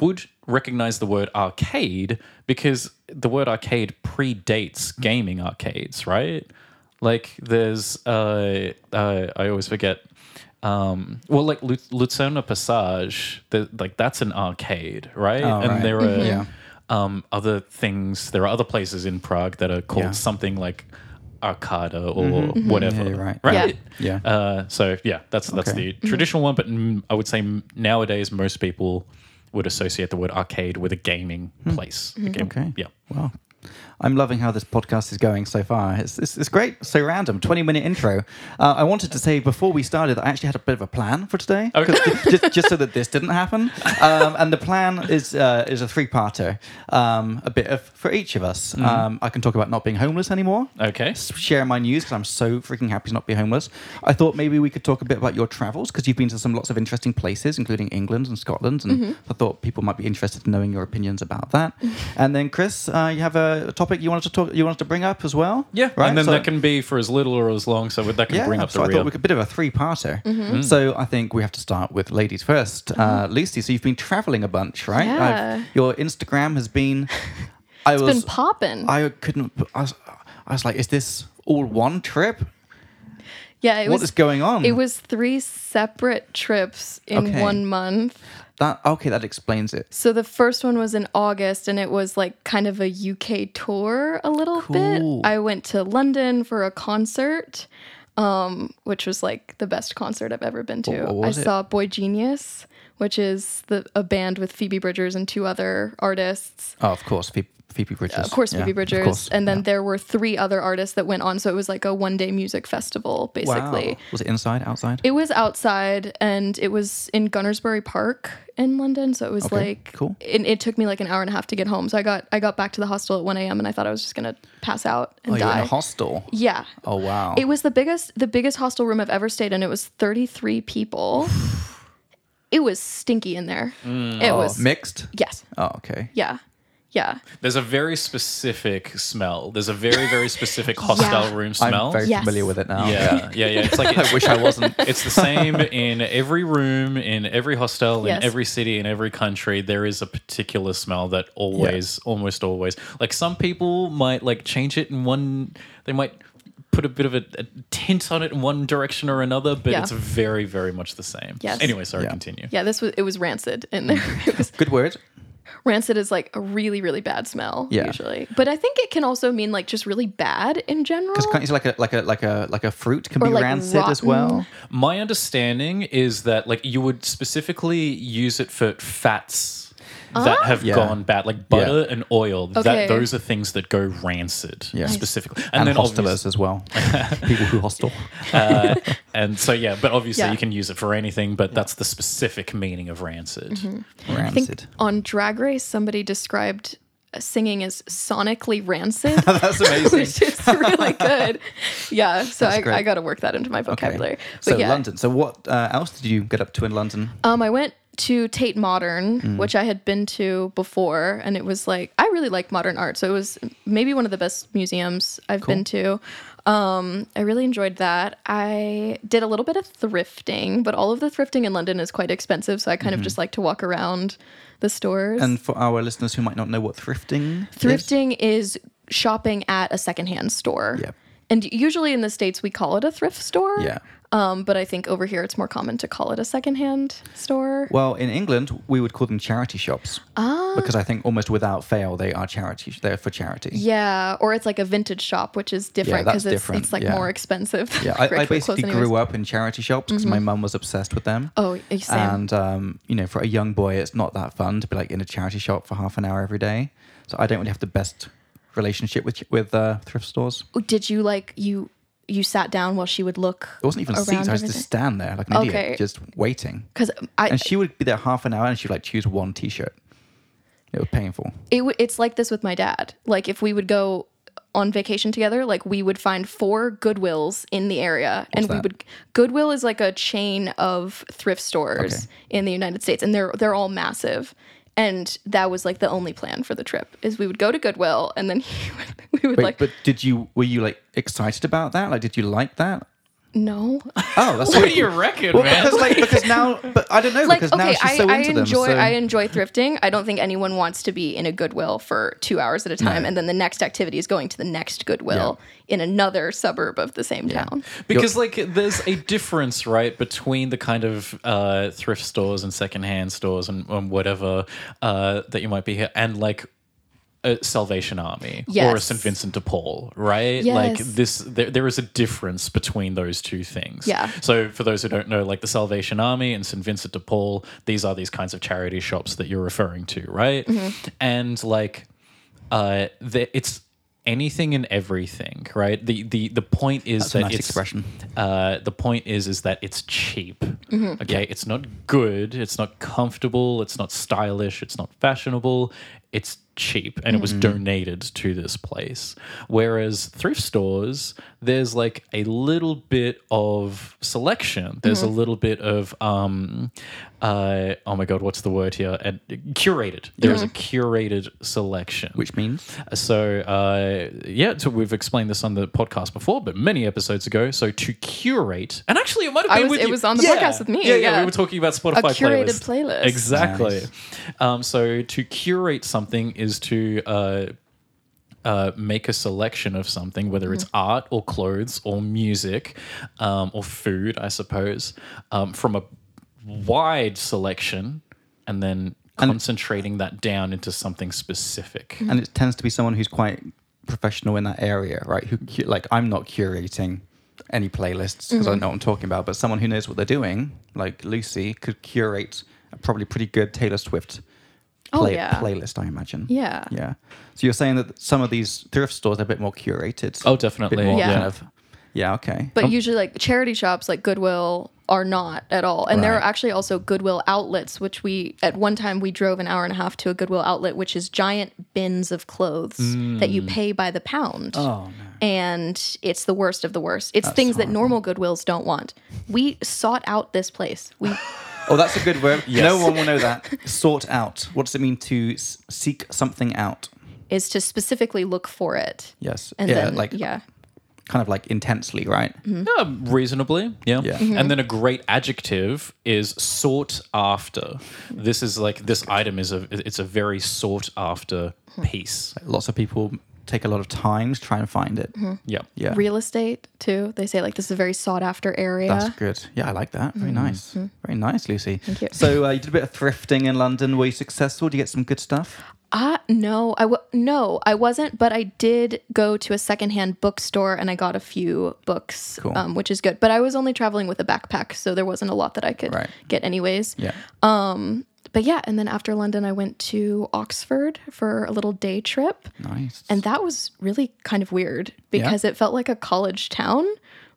[SPEAKER 2] would recognize the word arcade because the word arcade predates gaming arcades, right? Like there's, uh, uh, I always forget. Um, well, like Lu- Lucerna Passage, the, like that's an arcade, right? and
[SPEAKER 1] right.
[SPEAKER 2] there are
[SPEAKER 1] Mhm. Yeah.
[SPEAKER 2] um, other things. There are other places in Prague that are called
[SPEAKER 1] Yeah. Mm-hmm.
[SPEAKER 2] something like Arcada or whatever,
[SPEAKER 1] Yeah, right.
[SPEAKER 2] right?
[SPEAKER 3] Yeah.
[SPEAKER 1] Yeah.
[SPEAKER 2] Uh, so yeah, that's that's
[SPEAKER 1] Okay. Mm-hmm.
[SPEAKER 2] the traditional one. But mm, I would say m- nowadays most people would associate the word arcade with a gaming place. A game-
[SPEAKER 1] Hmm. Okay.
[SPEAKER 2] Yeah.
[SPEAKER 1] Wow. I'm loving how this podcast is going so far. It's, it's, it's great. So random. 20 minute intro. Uh, I wanted to say before we started that I actually had a bit of a plan for today. 'cause ju- just, just so that this didn't happen. Um, and the plan is uh, is a three parter, um, a bit of for each of us. Um, I can talk about not being homeless anymore.
[SPEAKER 2] Okay.
[SPEAKER 1] S- Share my news because I'm so freaking happy to not be homeless. I thought maybe we could talk a bit about your travels because you've been to some lots of interesting places, including England and Scotland, and
[SPEAKER 3] Mm-hmm.
[SPEAKER 1] I thought people might be interested in knowing your opinions about that.
[SPEAKER 3] Mm-hmm.
[SPEAKER 1] and then Chris, uh, you have a, a topic you wanted to talk, you wanted to bring up as well.
[SPEAKER 2] Yeah.
[SPEAKER 1] right.
[SPEAKER 2] And then
[SPEAKER 1] So-
[SPEAKER 2] that can be for as little or as long. So that can
[SPEAKER 1] yeah,
[SPEAKER 2] bring up
[SPEAKER 1] so
[SPEAKER 2] the
[SPEAKER 1] I
[SPEAKER 2] real.
[SPEAKER 1] thought we could a bit of a three-parter.
[SPEAKER 3] Mm-hmm.
[SPEAKER 1] So I think we have to start with ladies 1st Uh, Lucy, so you've been traveling a bunch, right?
[SPEAKER 3] Yeah.
[SPEAKER 1] your Instagram has been. I was
[SPEAKER 3] It's been popping.
[SPEAKER 1] I couldn't. I was, I was like, is this all one trip?
[SPEAKER 3] yeah, it
[SPEAKER 1] what
[SPEAKER 3] was.
[SPEAKER 1] is going on?
[SPEAKER 3] It was three separate trips in
[SPEAKER 1] Hmm. Okay.
[SPEAKER 3] one month.
[SPEAKER 1] that okay. That explains it.
[SPEAKER 3] So the first one was in August and it was like kind of a UK tour a little
[SPEAKER 1] Cool.
[SPEAKER 3] bit. I went to London for a concert, um, which was like the best concert I've ever been to.
[SPEAKER 1] What- what was
[SPEAKER 3] I
[SPEAKER 1] it?
[SPEAKER 3] saw Boy Genius, which is the a band with Phoebe Bridgers and two other artists.
[SPEAKER 1] Oh, of course, Phoebe, Phoebe Bridgers.
[SPEAKER 3] Of course,
[SPEAKER 1] Yeah,
[SPEAKER 3] Phoebe Bridgers.
[SPEAKER 1] course.
[SPEAKER 3] And then there were three other artists that went on. So it was like a one day music festival, basically.
[SPEAKER 1] Wow. Was it inside, outside?
[SPEAKER 3] It was outside and it was in Gunnersbury Park in London. So it was like
[SPEAKER 1] cool.
[SPEAKER 3] It, it took me like an hour and a half to get home. So I got I got back to the hostel at one AM and I thought I was just gonna pass out and
[SPEAKER 1] oh, you were in
[SPEAKER 3] die.
[SPEAKER 1] a hostel.
[SPEAKER 3] yeah.
[SPEAKER 1] Oh wow.
[SPEAKER 3] It was the biggest the biggest hostel room I've ever stayed in. It was thirty three people. it was stinky in there. It
[SPEAKER 1] oh,
[SPEAKER 3] was
[SPEAKER 1] mixed.
[SPEAKER 3] Yes.
[SPEAKER 1] Oh, okay.
[SPEAKER 3] Yeah. Yeah.
[SPEAKER 2] There's a very specific smell. There's a very very specific hostile room smell.
[SPEAKER 1] I'm very
[SPEAKER 3] Yes.
[SPEAKER 1] familiar with it now.
[SPEAKER 2] yeah, yeah, yeah. It's like
[SPEAKER 1] I wish I wasn't.
[SPEAKER 2] It's the same in every room, in every hostel,
[SPEAKER 3] Yes.
[SPEAKER 2] in every city, in every country. There is a particular smell that always, almost always, like some people might like change it in one. They might put a bit of a, a tint on it in one direction or another, but
[SPEAKER 3] Yeah.
[SPEAKER 2] it's very, very much the same.
[SPEAKER 3] Yes.
[SPEAKER 2] Anyway, sorry,
[SPEAKER 1] Yeah.
[SPEAKER 2] continue.
[SPEAKER 3] Yeah, this was it was rancid in there. It was
[SPEAKER 1] Good word.
[SPEAKER 3] rancid is like a really really bad smell
[SPEAKER 1] Yeah.
[SPEAKER 3] usually, but I think it can also mean like just really bad in general.
[SPEAKER 1] Because can't you say like a like a like a like a fruit can
[SPEAKER 3] Oh. Or
[SPEAKER 1] be
[SPEAKER 3] like
[SPEAKER 1] rancid as
[SPEAKER 3] rotten.
[SPEAKER 1] well?
[SPEAKER 2] My understanding is that like you would specifically use it for fats that have
[SPEAKER 1] Yeah.
[SPEAKER 2] gone bad, like butter and oil.
[SPEAKER 3] Ah. Okay.
[SPEAKER 2] That those are things that go rancid
[SPEAKER 1] Yeah. Nice.
[SPEAKER 2] specifically,
[SPEAKER 1] And,
[SPEAKER 2] obvious-
[SPEAKER 1] hostelers as well. People who hostel.
[SPEAKER 2] And so yeah, but obviously
[SPEAKER 3] Yeah.
[SPEAKER 2] you can use it for anything, but that's the specific meaning of rancid.
[SPEAKER 3] Mm-hmm. I think
[SPEAKER 1] Rancid.
[SPEAKER 3] on Drag Race somebody described uh, singing as sonically rancid.
[SPEAKER 1] That's amazing.
[SPEAKER 3] which is really good. Yeah, so I,
[SPEAKER 1] great.
[SPEAKER 3] I got to work that into my vocabulary.
[SPEAKER 1] Okay.
[SPEAKER 3] But
[SPEAKER 1] So
[SPEAKER 3] yeah,
[SPEAKER 1] London. So what uh, else did you get up to in London?
[SPEAKER 3] Um, I went to Tate Modern,
[SPEAKER 1] Mm.
[SPEAKER 3] which I had been to before, and it was like I really like modern art, so it was maybe one of the best museums I've been to. Um, I really enjoyed that. I did a little bit of thrifting, but all of the thrifting in London is quite expensive, so I
[SPEAKER 1] Mm-hmm.
[SPEAKER 3] kind of just like to walk around the stores.
[SPEAKER 1] And for our listeners who might not know what thrifting is,
[SPEAKER 3] Thrifting is shopping at a secondhand store.
[SPEAKER 1] Yep.
[SPEAKER 3] And usually in the States, we call it a thrift store.
[SPEAKER 1] Yeah.
[SPEAKER 3] Um, but I think over here, it's more common to call it a secondhand store.
[SPEAKER 1] well, in England we would call them charity shops ah. because I think almost without fail they are charity. They're for charity.
[SPEAKER 3] Yeah. Or it's like a vintage shop, which is different
[SPEAKER 1] that's
[SPEAKER 3] because it's,
[SPEAKER 1] different,
[SPEAKER 3] it's like
[SPEAKER 1] yeah.
[SPEAKER 3] more expensive.
[SPEAKER 1] Yeah, I, I basically grew up in charity shops because my mum was obsessed with them.
[SPEAKER 3] Mm-hmm. Oh, eh, same.
[SPEAKER 1] And um, you know, for a young boy, it's not that fun to be like in a charity shop for half an hour every day. So I don't really have the best relationship with with uh, thrift stores.
[SPEAKER 3] Did you like you you sat down while she would look?
[SPEAKER 1] It wasn't even
[SPEAKER 3] around
[SPEAKER 1] seats; I was
[SPEAKER 3] everything?
[SPEAKER 1] just stand there like an
[SPEAKER 3] Okay.
[SPEAKER 1] idiot, just waiting.
[SPEAKER 3] Because I
[SPEAKER 1] And she would be there half an hour, and she'd like choose one T-shirt. It was painful.
[SPEAKER 3] it w- it's like this with my dad. Like if we would go on vacation together, like we would find four Goodwills in the area, and we
[SPEAKER 1] that?
[SPEAKER 3] would Goodwill is like a chain of thrift stores
[SPEAKER 1] Okay.
[SPEAKER 3] in the United States, and they're they're all massive. And that was like the only plan for the trip is we would go to Goodwill, and then he would, we would
[SPEAKER 1] Wait,
[SPEAKER 3] like
[SPEAKER 1] but did you were you like excited about that? Like, did you like that?
[SPEAKER 3] no.
[SPEAKER 1] Oh, that's
[SPEAKER 2] What do you reckon,
[SPEAKER 1] Well,
[SPEAKER 2] man?
[SPEAKER 1] because like because now, but I don't know
[SPEAKER 3] Like
[SPEAKER 1] because now
[SPEAKER 3] okay,
[SPEAKER 1] she's
[SPEAKER 3] I,
[SPEAKER 1] so
[SPEAKER 3] I
[SPEAKER 1] into
[SPEAKER 3] enjoy
[SPEAKER 1] them. So.
[SPEAKER 3] I enjoy thrifting. I don't think anyone wants to be in a Goodwill for two hours at a time, and then the next activity is going to the next Goodwill in another suburb of the same town.
[SPEAKER 2] Because like there's a difference, right, between the kind of uh, thrift stores and secondhand stores and, and whatever uh, that you might be here, and like a Salvation Army or a
[SPEAKER 3] Yes.
[SPEAKER 2] St. Vincent de Paul, right?
[SPEAKER 3] Yes.
[SPEAKER 2] Like this, there, there is a difference between those two things.
[SPEAKER 3] Yeah.
[SPEAKER 2] So for those who don't know, like the Salvation Army and St. Vincent de Paul, these are these kinds of charity shops that you're referring to, right?
[SPEAKER 3] Mm-hmm.
[SPEAKER 2] And like uh, the, it's anything and everything, right? The the the point is
[SPEAKER 1] a
[SPEAKER 2] that
[SPEAKER 1] nice
[SPEAKER 2] it's
[SPEAKER 1] expression.
[SPEAKER 2] Uh, the point is is that it's cheap. Okay, it's not good. It's not comfortable. It's not stylish. It's not fashionable. It's cheap, and
[SPEAKER 1] Mm-hmm.
[SPEAKER 2] it was donated to this place. Whereas thrift stores, there's like a little bit of selection. There's a little bit of um, uh, oh my god, what's the word here? And curated. There is a curated selection,
[SPEAKER 1] Which means
[SPEAKER 2] so uh, yeah, so we've explained this on the podcast before, but many episodes ago. So to curate, and actually, it might have
[SPEAKER 3] I
[SPEAKER 2] been
[SPEAKER 3] was-
[SPEAKER 2] with
[SPEAKER 3] it
[SPEAKER 2] you-
[SPEAKER 3] was on the podcast with me,
[SPEAKER 2] Yeah, yeah,
[SPEAKER 3] yeah.
[SPEAKER 2] we were talking about Spotify
[SPEAKER 3] curated
[SPEAKER 2] playlists.
[SPEAKER 3] playlist.
[SPEAKER 2] Exactly. Um, so to curate something is to uh, uh, make a selection of something, whether it's
[SPEAKER 3] Mm-hmm.
[SPEAKER 2] art or clothes or music um, or food, I suppose, um, from a wide selection, and then. Concentrating that down into something specific.
[SPEAKER 3] Mm-hmm.
[SPEAKER 1] and it tends to be someone who's quite professional in that area, right? Who cu- like I'm not curating any playlists because I
[SPEAKER 3] Mm-hmm.
[SPEAKER 1] don't know what I'm talking about, but someone who knows what they're doing, like Lucy, could curate a probably pretty good Taylor Swift
[SPEAKER 3] Oh,
[SPEAKER 1] play-
[SPEAKER 3] yeah.
[SPEAKER 1] playlist, I imagine.
[SPEAKER 3] Yeah.
[SPEAKER 1] yeah. So you're saying that some of these thrift stores are a bit more curated.
[SPEAKER 2] Oh,
[SPEAKER 1] a bit
[SPEAKER 2] definitely.
[SPEAKER 1] more
[SPEAKER 3] Yeah.
[SPEAKER 1] kind of. Yeah. Okay. Oh,
[SPEAKER 3] But usually, like charity shops like Goodwill are not at all. And there are
[SPEAKER 1] Right.
[SPEAKER 3] actually also Goodwill outlets, which we, at one time, we drove an hour and a half to a Goodwill outlet, which is giant bins of clothes that you pay by the pound.
[SPEAKER 1] Mm. oh no.
[SPEAKER 3] And it's the worst of the worst. It's things that normal Goodwills don't want. We sought out this place. We
[SPEAKER 1] Oh, that's a good word.
[SPEAKER 2] Yes.
[SPEAKER 1] No one will know that. Sort out. What does it mean to s- seek something out?
[SPEAKER 3] is to specifically look for it.
[SPEAKER 1] Yes.
[SPEAKER 3] And
[SPEAKER 1] yeah.
[SPEAKER 3] then,
[SPEAKER 1] like
[SPEAKER 3] yeah. Mm-hmm.
[SPEAKER 1] kind of like intensely, right?
[SPEAKER 2] Yeah, reasonably. Yeah.
[SPEAKER 1] Yeah.
[SPEAKER 2] And then a great adjective is sought after.
[SPEAKER 3] Hmm.
[SPEAKER 2] This is like this item is a it's a very sought after piece.
[SPEAKER 1] Lots of people take a lot of time to try and find it.
[SPEAKER 3] Mm-hmm.
[SPEAKER 2] Yeah.
[SPEAKER 1] Yeah,
[SPEAKER 3] Real estate too. They say like this is a very sought after area.
[SPEAKER 1] that's good. Yeah, I like that. Very nice. Very nice, Lucy. Thank
[SPEAKER 3] Mm-hmm. you.
[SPEAKER 1] So uh, you did a bit of thrifting in London. Were you successful? Did you get some good stuff?
[SPEAKER 3] Ah, no, I w- no, I wasn't, but I did go to a secondhand bookstore and I got a few books,
[SPEAKER 1] Cool.
[SPEAKER 3] um, which is good. But I was only traveling with a backpack, so there wasn't a lot that I could
[SPEAKER 1] Right.
[SPEAKER 3] get anyways.
[SPEAKER 1] Yeah.
[SPEAKER 3] But yeah, and then after London, I went to Oxford for a little day trip,
[SPEAKER 1] Nice.
[SPEAKER 3] and that was really kind of weird because it felt like a college town,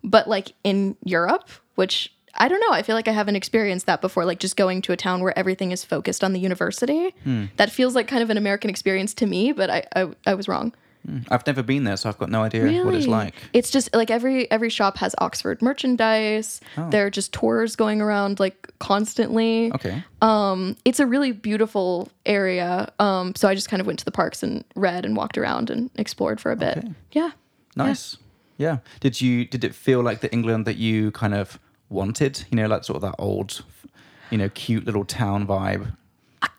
[SPEAKER 3] but like in Europe, which I don't know. I feel like I haven't experienced that before, like just going to a town where everything is focused on the university.
[SPEAKER 1] Hmm.
[SPEAKER 3] That feels like kind of an American experience to me, but I, I, I was wrong.
[SPEAKER 1] Hmm. I've never been there, so I've got no idea what it's like.
[SPEAKER 3] It's just like every every shop has Oxford merchandise. There are just tours going around like constantly.
[SPEAKER 1] Oh. Okay.
[SPEAKER 3] It's a really beautiful area. Um, so I just kind of went to the parks and read and walked around and explored for a bit.
[SPEAKER 1] Okay.
[SPEAKER 3] Yeah.
[SPEAKER 1] Nice. Yeah. Did you did it feel like the England that you kind of wanted? You know, like sort of that old, you know, cute little town vibe.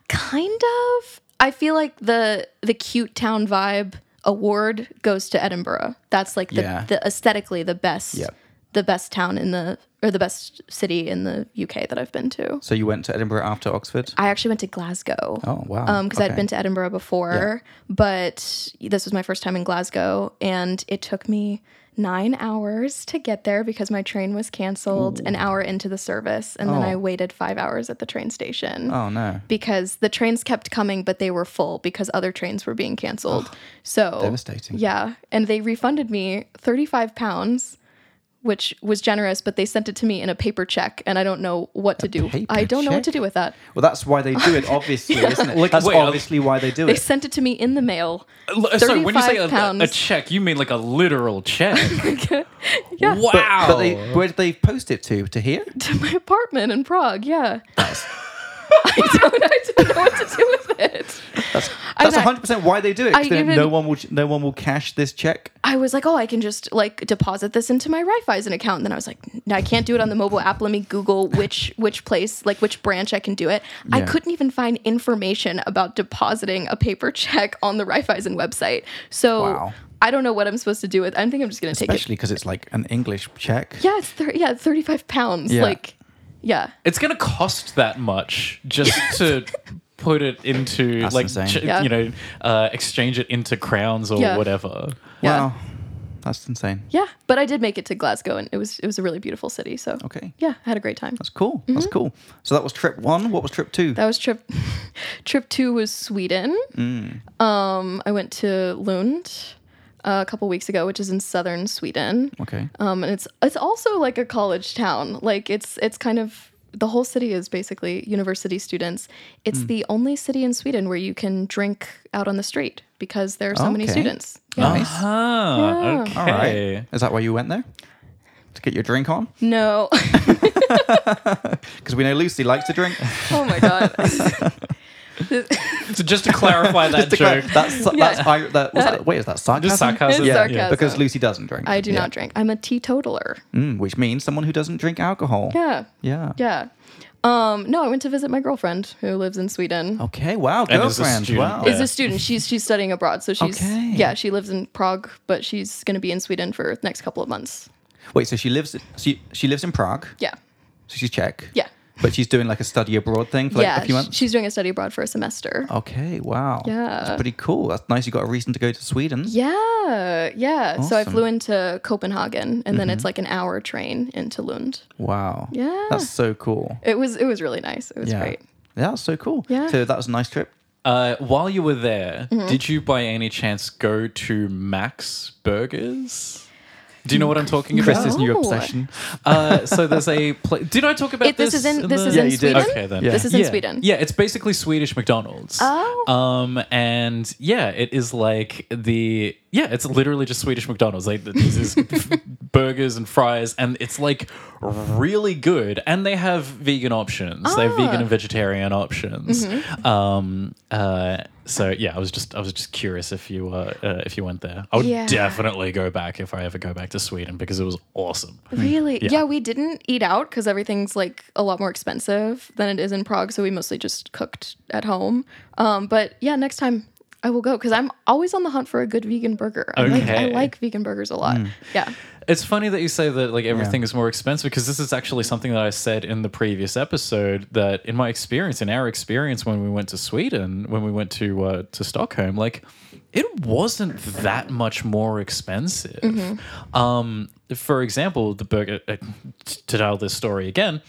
[SPEAKER 3] Kind of. I feel like the the cute town vibe award goes to Edinburgh. That's like the,
[SPEAKER 1] Yeah.
[SPEAKER 3] the aesthetically the best
[SPEAKER 1] Yep.
[SPEAKER 3] the best town in the or the best city in the UK that I've been to.
[SPEAKER 1] So you went to Edinburgh after Oxford.
[SPEAKER 3] I actually went to Glasgow.
[SPEAKER 1] Oh wow.
[SPEAKER 3] because I'd been to Edinburgh before, but this was my first time in Glasgow, and it took me nine hours to get there because my train was canceled an hour into the service, and then
[SPEAKER 1] Oh.
[SPEAKER 3] I waited five hours at the train station
[SPEAKER 1] Oh no.
[SPEAKER 3] because the trains kept coming, but they were full because other trains were being canceled. so
[SPEAKER 1] Devastating.
[SPEAKER 3] Yeah, and they refunded me thirty-five pounds. Which was generous, but they sent it to me in a paper check, and I don't know what to do.
[SPEAKER 1] paper
[SPEAKER 3] I don't know what
[SPEAKER 1] check?
[SPEAKER 3] to do with that.
[SPEAKER 1] Well, that's why they do it, obviously, isn't it?
[SPEAKER 2] Like,
[SPEAKER 1] that's
[SPEAKER 2] wait,
[SPEAKER 1] obviously why they do
[SPEAKER 3] They
[SPEAKER 1] it.
[SPEAKER 3] sent it to me in the mail.
[SPEAKER 2] L- Uh, Sorry, when you say a,
[SPEAKER 3] 35
[SPEAKER 2] a- a
[SPEAKER 3] pounds. Oh
[SPEAKER 2] check, you mean like a literal check.
[SPEAKER 3] Yeah.
[SPEAKER 2] Wow.
[SPEAKER 1] But they, where did they post it to? To here?
[SPEAKER 3] to my apartment in Prague. Yeah. I don't. I don't know what to do with it.
[SPEAKER 1] That's
[SPEAKER 3] I'm
[SPEAKER 1] that's
[SPEAKER 3] not-
[SPEAKER 1] hundred percent why they do it. 'cause
[SPEAKER 3] I
[SPEAKER 1] then
[SPEAKER 3] even-
[SPEAKER 1] no one will no one will cash this check.
[SPEAKER 3] I was like, oh, I can just like deposit this into my Raiffeisen account. And then I was like, no, I can't do it on the mobile app. Let me Google which which place, like which branch I can do it. I
[SPEAKER 1] Yeah.
[SPEAKER 3] couldn't even find information about depositing a paper check on the Raiffeisen website. So
[SPEAKER 1] Wow.
[SPEAKER 3] I don't know what I'm supposed to do with. I think I'm just gonna take it.
[SPEAKER 1] Especially because it's like an English check.
[SPEAKER 3] Yeah, it's thir- yeah, thirty five pounds.
[SPEAKER 1] Yeah.
[SPEAKER 3] Like, yeah.
[SPEAKER 2] it's going to cost that much just to put it into
[SPEAKER 1] That's
[SPEAKER 2] like
[SPEAKER 1] insane.
[SPEAKER 2] ch-
[SPEAKER 3] Yeah.
[SPEAKER 2] you know uh, exchange it into crowns or
[SPEAKER 3] Yeah.
[SPEAKER 2] whatever.
[SPEAKER 3] Yeah.
[SPEAKER 1] Wow. That's insane.
[SPEAKER 3] Yeah, but I did make it to Glasgow, and it was it was a really beautiful city. So
[SPEAKER 1] Okay.
[SPEAKER 3] yeah, I had a great time.
[SPEAKER 1] That's cool. That's cool. So that was trip one. What was trip two?
[SPEAKER 3] Mm-hmm. That was trip. trip two was Sweden.
[SPEAKER 1] Mm,
[SPEAKER 3] Um, I went to Lund uh, a couple weeks ago, which is in southern Sweden.
[SPEAKER 1] okay.
[SPEAKER 3] Um, and it's it's also like a college town. Like it's it's kind of the whole city is basically university students. It's
[SPEAKER 1] Hmm.
[SPEAKER 3] the only city in Sweden where you can drink out on the street because there are so many
[SPEAKER 1] Okay.
[SPEAKER 3] students.
[SPEAKER 1] Nice.
[SPEAKER 2] Ah,
[SPEAKER 3] Yeah.
[SPEAKER 1] All right.
[SPEAKER 2] okay.
[SPEAKER 1] Is that why you went there? To get your drink on?
[SPEAKER 3] No.
[SPEAKER 1] Because we know Lucy likes to drink.
[SPEAKER 3] oh my god.
[SPEAKER 2] So just to clarify that
[SPEAKER 1] Just to clar-
[SPEAKER 2] joke,
[SPEAKER 1] that's that's
[SPEAKER 3] Yeah.
[SPEAKER 1] I, that, was that, wait, is that sarcasm?
[SPEAKER 2] just sarcasm.
[SPEAKER 3] It's
[SPEAKER 1] Yeah,
[SPEAKER 3] sarcasm.
[SPEAKER 1] because Lucy doesn't drink.
[SPEAKER 3] I do
[SPEAKER 1] Yeah.
[SPEAKER 3] not drink. I'm a teetotaler.
[SPEAKER 1] Mm, which means someone who doesn't drink alcohol.
[SPEAKER 3] Yeah.
[SPEAKER 1] Yeah.
[SPEAKER 3] Yeah. Um, no, I went to visit my girlfriend who lives in Sweden.
[SPEAKER 1] Okay. Wow.
[SPEAKER 2] And is a
[SPEAKER 1] Girlfriend.
[SPEAKER 2] student.
[SPEAKER 1] Wow.
[SPEAKER 3] Is a student. She's she's studying abroad, so she's
[SPEAKER 1] Okay.
[SPEAKER 3] yeah, she lives in Prague, but she's going to be in Sweden for the next couple of months.
[SPEAKER 1] Wait. So she lives. She she lives in Prague.
[SPEAKER 3] Yeah.
[SPEAKER 1] So she's Czech.
[SPEAKER 3] Yeah.
[SPEAKER 1] But she's doing like a study abroad thing for like
[SPEAKER 3] yeah.
[SPEAKER 1] a few
[SPEAKER 3] sh-
[SPEAKER 1] months. Oh.
[SPEAKER 3] She's doing a study abroad for a semester.
[SPEAKER 1] okay. Wow.
[SPEAKER 3] Yeah.
[SPEAKER 1] That's pretty cool. That's nice. You got a reason to go to Sweden.
[SPEAKER 3] Yeah. Yeah. So I
[SPEAKER 1] Awesome. Mm-hmm.
[SPEAKER 3] flew into Copenhagen and then it's like an hour train into Lund.
[SPEAKER 1] Wow.
[SPEAKER 3] Yeah.
[SPEAKER 1] That's so cool.
[SPEAKER 3] It was it was really nice. It was
[SPEAKER 1] yeah.
[SPEAKER 3] great.
[SPEAKER 1] Yeah. That's so cool.
[SPEAKER 3] Yeah.
[SPEAKER 1] So that was a nice trip.
[SPEAKER 2] Uh, while you were there, did you by any chance go to Max Burgers? Do you know what I'm talking about?
[SPEAKER 1] Chris's new
[SPEAKER 3] No.
[SPEAKER 1] obsession.
[SPEAKER 2] Uh, so there's a place. Did I talk about
[SPEAKER 3] It- this is in- this
[SPEAKER 2] the-
[SPEAKER 3] is
[SPEAKER 1] Yeah, in you did.
[SPEAKER 3] Sweden?
[SPEAKER 2] Okay, then.
[SPEAKER 1] Yeah.
[SPEAKER 3] This is in
[SPEAKER 2] yeah.
[SPEAKER 3] Sweden.
[SPEAKER 2] Yeah, it's basically Swedish McDonald's.
[SPEAKER 3] Oh.
[SPEAKER 2] Um, and yeah, it is like the yeah, it's literally just Swedish McDonald's. Like this is burgers and fries, and it's like really good. And they have vegan options. They have
[SPEAKER 3] Ah.
[SPEAKER 2] vegan and vegetarian options.
[SPEAKER 3] Mm-hmm.
[SPEAKER 2] Um. Uh. So yeah, I was just I was just curious if you uh, uh if you went there. I would
[SPEAKER 3] Yeah.
[SPEAKER 2] definitely go back if I ever go back to Sweden because it was awesome.
[SPEAKER 3] Really? Yeah. we didn't eat out because everything's like a lot more expensive than it is in Prague. So we mostly just cooked at home. Um, but yeah, next time I will go because I'm always on the hunt for a good vegan burger. I Like, I
[SPEAKER 2] Okay. Hmm.
[SPEAKER 3] like vegan burgers a lot. Yeah.
[SPEAKER 2] It's funny that you say that like everything is more expensive because this is actually something that I said in the previous episode that in my experience, in our experience when we went to Sweden, when we went to uh, to Stockholm, like it wasn't that much more expensive. Um, for example, the burger. Uh, t- to tell this story again,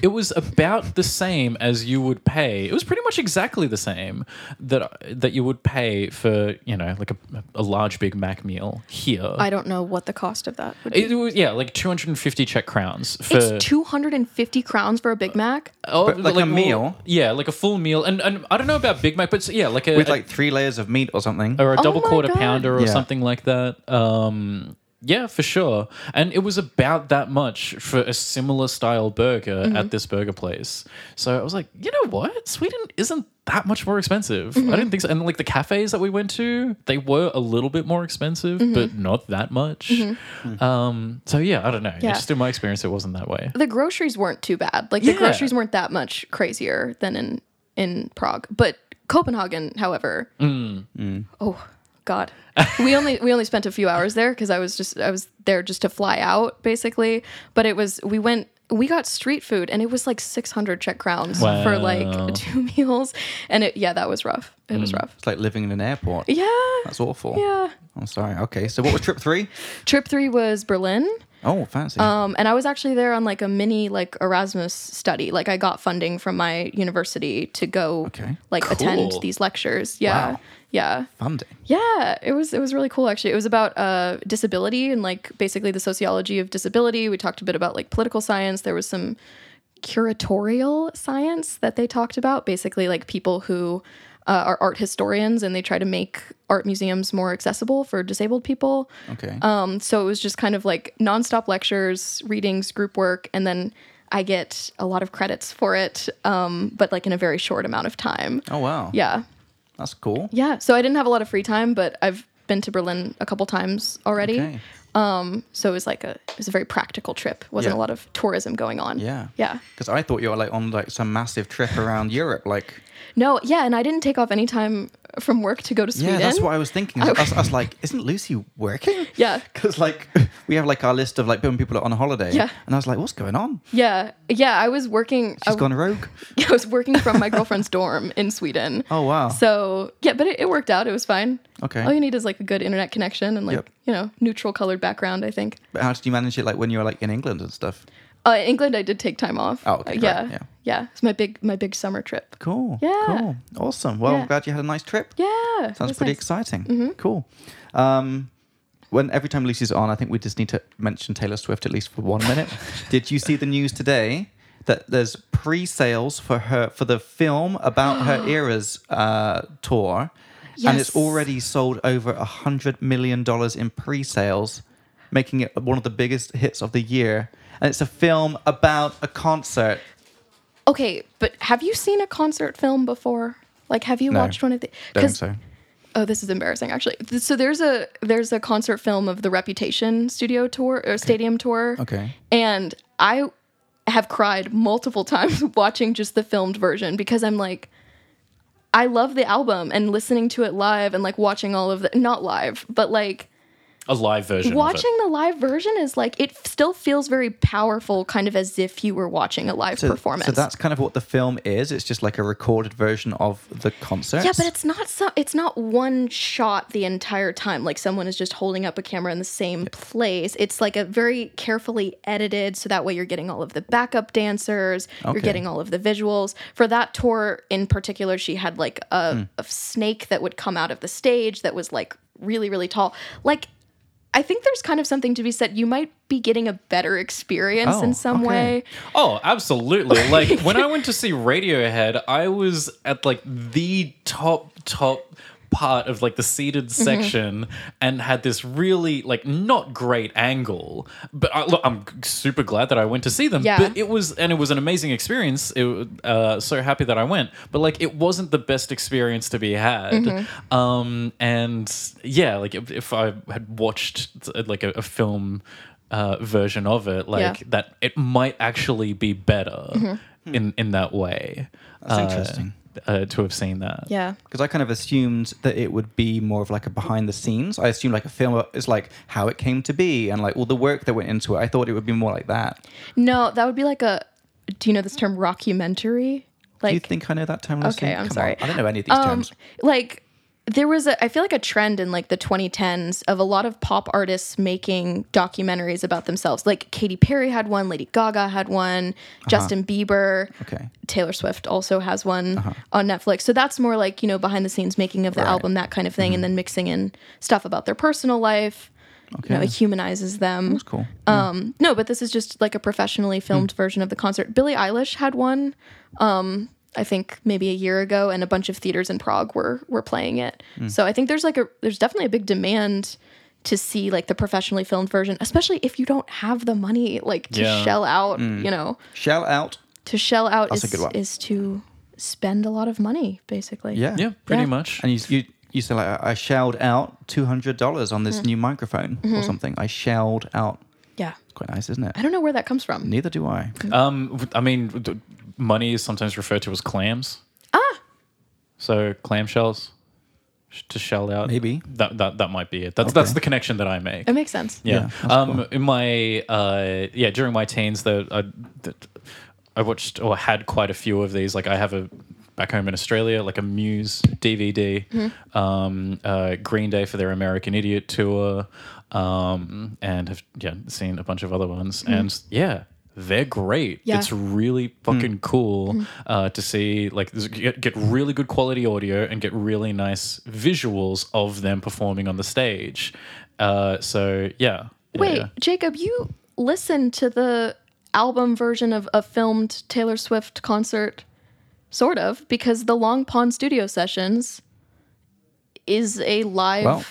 [SPEAKER 2] it was about the same as you would pay. It was pretty much exactly the same that that you would pay for you know like a, a large Big Mac meal here.
[SPEAKER 3] I don't know what the cost of that would be.
[SPEAKER 2] It was yeah, like 250 Czech crowns for
[SPEAKER 3] it's 250 crowns for a Big Mac.
[SPEAKER 2] oh,
[SPEAKER 1] But like a
[SPEAKER 2] well,
[SPEAKER 1] meal?
[SPEAKER 2] yeah, like a full meal, and and I don't know about Big Mac, but s- yeah, like a,
[SPEAKER 1] with
[SPEAKER 2] a-
[SPEAKER 1] like three layers of meat or something.
[SPEAKER 2] or a
[SPEAKER 3] Oh
[SPEAKER 2] double
[SPEAKER 3] my
[SPEAKER 2] quarter
[SPEAKER 3] God.
[SPEAKER 2] pounder or
[SPEAKER 1] Yeah.
[SPEAKER 2] something like that. Um, yeah, for sure, and it was about that much for a similar style burger
[SPEAKER 3] Mm-hmm.
[SPEAKER 2] at this burger place. So I was like, you know what, Sweden isn't that much more expensive.
[SPEAKER 3] Mm-hmm.
[SPEAKER 2] I didn't think so, and like the cafes that we went to, they were a little bit more expensive,
[SPEAKER 3] Mm-hmm.
[SPEAKER 2] but not that much. Um, so yeah, I don't know.
[SPEAKER 3] Yeah.
[SPEAKER 2] Just in my experience, it wasn't that way.
[SPEAKER 3] The groceries weren't too bad. Like
[SPEAKER 2] Yeah.
[SPEAKER 3] the groceries weren't that much crazier than in in Prague, but Copenhagen, however,
[SPEAKER 2] Mm.
[SPEAKER 3] oh god, we only we only spent a few hours there because I was just I was there just to fly out basically. But it was we went. We got street food and it was like 600 Czech crowns for
[SPEAKER 2] Wow. Mm.
[SPEAKER 3] like two meals. And it, yeah, that was rough. It was rough.
[SPEAKER 1] It's like living in an airport.
[SPEAKER 3] Yeah.
[SPEAKER 1] That's awful.
[SPEAKER 3] Yeah.
[SPEAKER 1] I'm sorry. Okay, so what was trip three?
[SPEAKER 3] Trip three was Berlin.
[SPEAKER 1] Oh, fancy.
[SPEAKER 3] Um, and I was actually there on like a mini like Erasmus study. Like I got funding from my university to go
[SPEAKER 1] Okay.
[SPEAKER 3] like attend
[SPEAKER 2] Cool.
[SPEAKER 3] these lectures. Yeah.
[SPEAKER 1] Wow.
[SPEAKER 3] Yeah.
[SPEAKER 1] Funding.
[SPEAKER 3] Yeah. It was it was really cool actually. It was about uh disability and like basically the sociology of disability. We talked a bit about like political science. There was some curatorial science that they talked about, basically like people who uh, are art historians and they try to make art museums more accessible for disabled people.
[SPEAKER 1] Okay.
[SPEAKER 3] Um, so it was just kind of like nonstop lectures, readings, group work, and then I get a lot of credits for it, um, but like in a very short amount of time.
[SPEAKER 1] oh wow.
[SPEAKER 3] Yeah.
[SPEAKER 1] That's cool.
[SPEAKER 3] Yeah. So I didn't have a lot of free time, but I've been to Berlin a couple times already.
[SPEAKER 1] Okay.
[SPEAKER 3] So it was like a it was a very practical trip. Wasn't
[SPEAKER 1] Yeah.
[SPEAKER 3] a lot of tourism going on.
[SPEAKER 1] Yeah.
[SPEAKER 3] Yeah.
[SPEAKER 1] Because I thought you were like on like some massive trip around Europe. Like
[SPEAKER 3] No, yeah, and I didn't take off any time from work to go to Sweden.
[SPEAKER 1] yeah, that's what I was thinking. I was, I was like, isn't Lucy working?
[SPEAKER 3] Yeah.
[SPEAKER 1] Because like we have like our list of like people that are on holiday.
[SPEAKER 3] Yeah.
[SPEAKER 1] And I was like, what's going on?
[SPEAKER 3] yeah. Yeah, I was working
[SPEAKER 1] She's
[SPEAKER 3] I-
[SPEAKER 1] gone rogue.
[SPEAKER 3] I was working from my girlfriend's dorm in Sweden.
[SPEAKER 1] Oh, wow.
[SPEAKER 3] So yeah, but it, it worked out. It was fine.
[SPEAKER 1] Okay.
[SPEAKER 3] All you need is like a good internet connection and like
[SPEAKER 1] Yep.
[SPEAKER 3] you know neutral colored background. I think.
[SPEAKER 1] But how did you manage it? Like when you were like in England and stuff.
[SPEAKER 3] Uh, in England, I did take time off. Uh,
[SPEAKER 1] Oh, okay, great.
[SPEAKER 3] yeah,
[SPEAKER 1] Yeah.
[SPEAKER 3] yeah, It's my big my big summer trip.
[SPEAKER 1] Cool.
[SPEAKER 3] Yeah.
[SPEAKER 1] Cool. Awesome. Well,
[SPEAKER 3] Yeah.
[SPEAKER 1] glad you had a nice trip.
[SPEAKER 3] Yeah. Mm-hmm.
[SPEAKER 1] Sounds
[SPEAKER 3] that's
[SPEAKER 1] pretty
[SPEAKER 3] nice.
[SPEAKER 1] exciting. Cool. Um, when every time Lucy's on, I think we just need to mention Taylor Swift at least for one minute. Did you see the news today that there's pre-sales for her for the film about her era's uh, tour, and it's
[SPEAKER 3] Yes.
[SPEAKER 1] already sold over a hundred million dollars in pre-sales, making it one of the biggest hits of the year. And it's a film about a concert.
[SPEAKER 3] Okay, but have you seen a concert film before? Like, have you
[SPEAKER 1] No.
[SPEAKER 3] watched one of the?
[SPEAKER 1] Don't
[SPEAKER 3] 'cause-
[SPEAKER 1] so.
[SPEAKER 3] Oh, this is embarrassing, actually. Th- So there's a there's a concert film of the Reputation studio tour or stadium tour.
[SPEAKER 1] Okay.
[SPEAKER 3] And I have cried multiple times watching just the filmed version because I'm like, I love the album and listening to it live and like watching all of the not live, but like
[SPEAKER 2] A live version.
[SPEAKER 3] watching
[SPEAKER 2] Of it.
[SPEAKER 3] the live version is like it f- still feels very powerful, kind of as if you were watching a live
[SPEAKER 1] So,
[SPEAKER 3] performance.
[SPEAKER 1] so that's kind of what the film is. It's just like a recorded version of the concert.
[SPEAKER 3] Yeah, but it's not so it's not one shot the entire time. Like someone is just holding up a camera in the same place. It's like a very carefully edited so that way you're getting all of the backup dancers,
[SPEAKER 1] Okay.
[SPEAKER 3] you're getting all of the visuals. For that tour in particular, she had like a,
[SPEAKER 1] Hmm.
[SPEAKER 3] a snake that would come out of the stage that was like really really tall. Like I think there's kind of something to be said. You might be getting a better experience
[SPEAKER 1] Oh,
[SPEAKER 3] in some
[SPEAKER 1] okay.
[SPEAKER 3] way.
[SPEAKER 2] Oh, absolutely. Like when I went to see Radiohead, I was at like the top top part of like the seated
[SPEAKER 3] Mm-hmm.
[SPEAKER 2] section and had this really like not great angle. But I, look, I'm super glad that I went to see them.
[SPEAKER 3] Yeah.
[SPEAKER 2] But it was and it was an amazing experience. It, uh, so happy that I went. But like it wasn't the best experience to be had.
[SPEAKER 3] Mm-hmm.
[SPEAKER 2] Um, and yeah, like if, if I had watched uh, like a, a film. Uh, version of it, like
[SPEAKER 3] Yeah. Mm-hmm.
[SPEAKER 2] that it might actually be better in in that way.
[SPEAKER 1] That's interesting.
[SPEAKER 2] uh, to have seen that.
[SPEAKER 3] Yeah.
[SPEAKER 1] Because I kind of assumed that it would be more of like a behind the scenes. I assumed like a film is like how it came to be and like all the work that went into it. I thought it would be more like that.
[SPEAKER 3] No, that would be like a. Do you know this term, rockumentary? Like,
[SPEAKER 1] Do you think I know that term? Lucy?
[SPEAKER 3] Okay, I'm
[SPEAKER 1] Come
[SPEAKER 3] sorry.
[SPEAKER 1] on, I don't know any of these
[SPEAKER 3] um,
[SPEAKER 1] terms.
[SPEAKER 3] like there was a i feel like a trend in like the 2010s of a lot of pop artists making documentaries about themselves like katy perry had one lady gaga had one
[SPEAKER 1] Uh-huh.
[SPEAKER 3] justin bieber
[SPEAKER 1] Okay.
[SPEAKER 3] taylor swift also has one
[SPEAKER 1] Uh-huh.
[SPEAKER 3] on netflix so that's more like you know behind the scenes making of the album that kind of thing
[SPEAKER 1] Mm-hmm.
[SPEAKER 3] and then mixing in stuff about their personal life
[SPEAKER 1] Okay.
[SPEAKER 3] you know it humanizes them
[SPEAKER 1] That's cool.
[SPEAKER 3] um, no, but this is just like a professionally
[SPEAKER 1] Hmm.
[SPEAKER 3] filmed version of the concert. Billie Eilish had one, um, I think maybe a year ago, and a bunch of theaters in Prague were were playing it.
[SPEAKER 1] Hmm.
[SPEAKER 3] So I think there's like a there's definitely a big demand to see like the professionally filmed version, especially if you don't have the money like to
[SPEAKER 2] Yeah.
[SPEAKER 3] shell out. You know,
[SPEAKER 1] Shout out.
[SPEAKER 3] to shell out
[SPEAKER 1] Hmm. That's a
[SPEAKER 3] is
[SPEAKER 1] good one.
[SPEAKER 3] is to spend a lot of money, basically.
[SPEAKER 1] Yeah.
[SPEAKER 2] Yeah, pretty
[SPEAKER 3] Yeah.
[SPEAKER 2] much.
[SPEAKER 1] And you, you, you said like I shelled out two hundred dollars on
[SPEAKER 3] Mm-hmm.
[SPEAKER 1] this new microphone or something. I shelled out.
[SPEAKER 3] yeah.
[SPEAKER 1] Quite nice, isn't it?
[SPEAKER 3] I don't know where that comes from.
[SPEAKER 1] Neither do I.
[SPEAKER 2] Um, w- I mean, d- money is sometimes referred to as clams. Ah. So clamshells sh- to shell out.
[SPEAKER 1] Maybe.
[SPEAKER 2] that that, that might be it. That's that's the connection that I make.
[SPEAKER 3] It makes sense.
[SPEAKER 2] yeah.
[SPEAKER 1] Yeah, that's
[SPEAKER 2] um,
[SPEAKER 1] cool.
[SPEAKER 2] in my uh, yeah, during my teens, the I, that I watched or had quite a few of these. Like I have a back home in Australia, like a Muse DVD, um, uh, Green Day for their American Idiot tour, um, and have yeah seen a bunch of other ones. And yeah. They're great.
[SPEAKER 3] Yeah.
[SPEAKER 2] It's really fucking cool uh, to see like this- get, get really good quality audio and get really nice visuals of them performing on the stage. Uh, so yeah, Yeah,
[SPEAKER 3] Wait,
[SPEAKER 2] yeah.
[SPEAKER 3] Jacob, you listened to the album version of a filmed Taylor Swift concert, sort of, because the Long Pond Studio Sessions is a live
[SPEAKER 1] Well,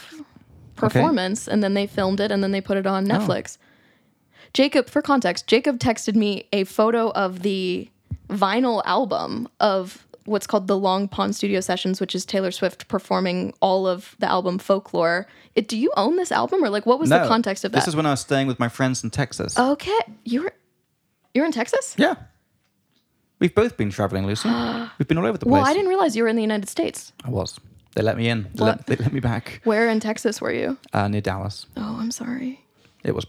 [SPEAKER 3] performance, and then they filmed it and then they put it
[SPEAKER 1] Oh.
[SPEAKER 3] on Netflix. Jacob, for context, Jacob texted me a photo of the vinyl album of what's called the Long Pond Studio Sessions, which is Taylor Swift performing all of the album Folklore. It, do you own this album, or like what was the context of that? Oh.
[SPEAKER 1] This is when I was staying with my friends in Texas.
[SPEAKER 3] Okay, you're you're in Texas.
[SPEAKER 1] Yeah. We've both been traveling, Lucy. We've been all over the place.
[SPEAKER 3] Well, I didn't realize you were in the United States.
[SPEAKER 1] I was. They let me in. They, let,
[SPEAKER 3] What?
[SPEAKER 1] they let me back
[SPEAKER 3] Where in Texas were you?
[SPEAKER 1] uh, near Dallas.
[SPEAKER 3] Oh, I'm sorry.
[SPEAKER 1] It was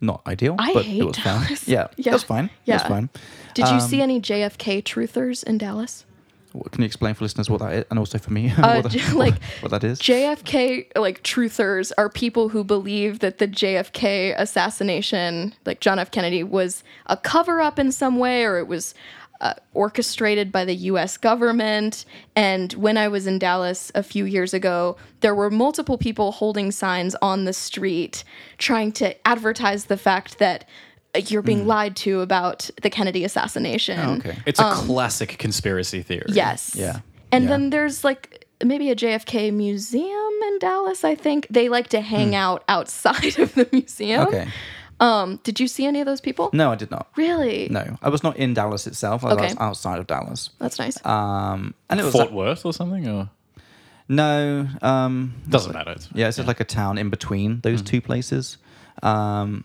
[SPEAKER 1] not ideal,
[SPEAKER 3] I
[SPEAKER 1] but
[SPEAKER 3] hate
[SPEAKER 1] it was fine.
[SPEAKER 3] Dallas.
[SPEAKER 1] Yeah,
[SPEAKER 3] Yeah.
[SPEAKER 1] it was fine. It was
[SPEAKER 3] Yeah.
[SPEAKER 1] fine.
[SPEAKER 3] Did you
[SPEAKER 1] Um,
[SPEAKER 3] see any JFK truthers in Dallas?
[SPEAKER 1] What- Can you explain for listeners what that is, and also for me, what,
[SPEAKER 3] Uh, j-
[SPEAKER 1] that,
[SPEAKER 3] like,
[SPEAKER 1] what that is?
[SPEAKER 3] JFK like truthers are people who believe that the JFK assassination, like John F. Kennedy, was a cover up in some way, or it was uh, orchestrated by the U.S. government. And when I was in Dallas a few years ago, there were multiple people holding signs on the street trying to advertise the fact that uh, you're being lied to about the Kennedy assassination.
[SPEAKER 1] Hmm. Oh, okay.
[SPEAKER 2] it's
[SPEAKER 3] um,
[SPEAKER 2] a classic conspiracy theory.
[SPEAKER 3] Yes.
[SPEAKER 1] Yeah.
[SPEAKER 3] And
[SPEAKER 1] Yeah.
[SPEAKER 3] then there's like maybe a JFK museum in Dallas, I think. They like to hang out outside of the museum.
[SPEAKER 1] Hmm. okay.
[SPEAKER 3] Um, did you see any of those people?
[SPEAKER 1] No, I did not.
[SPEAKER 3] Really?
[SPEAKER 1] No, I was not in Dallas itself. I
[SPEAKER 3] Okay.
[SPEAKER 1] was outside of Dallas.
[SPEAKER 3] That's nice.
[SPEAKER 1] Um, and it was
[SPEAKER 2] Fort
[SPEAKER 1] like-
[SPEAKER 2] Worth or something, or
[SPEAKER 1] no. Um,
[SPEAKER 2] doesn't matter. It's-
[SPEAKER 1] Yeah, it's just like a town in between those two places. Um,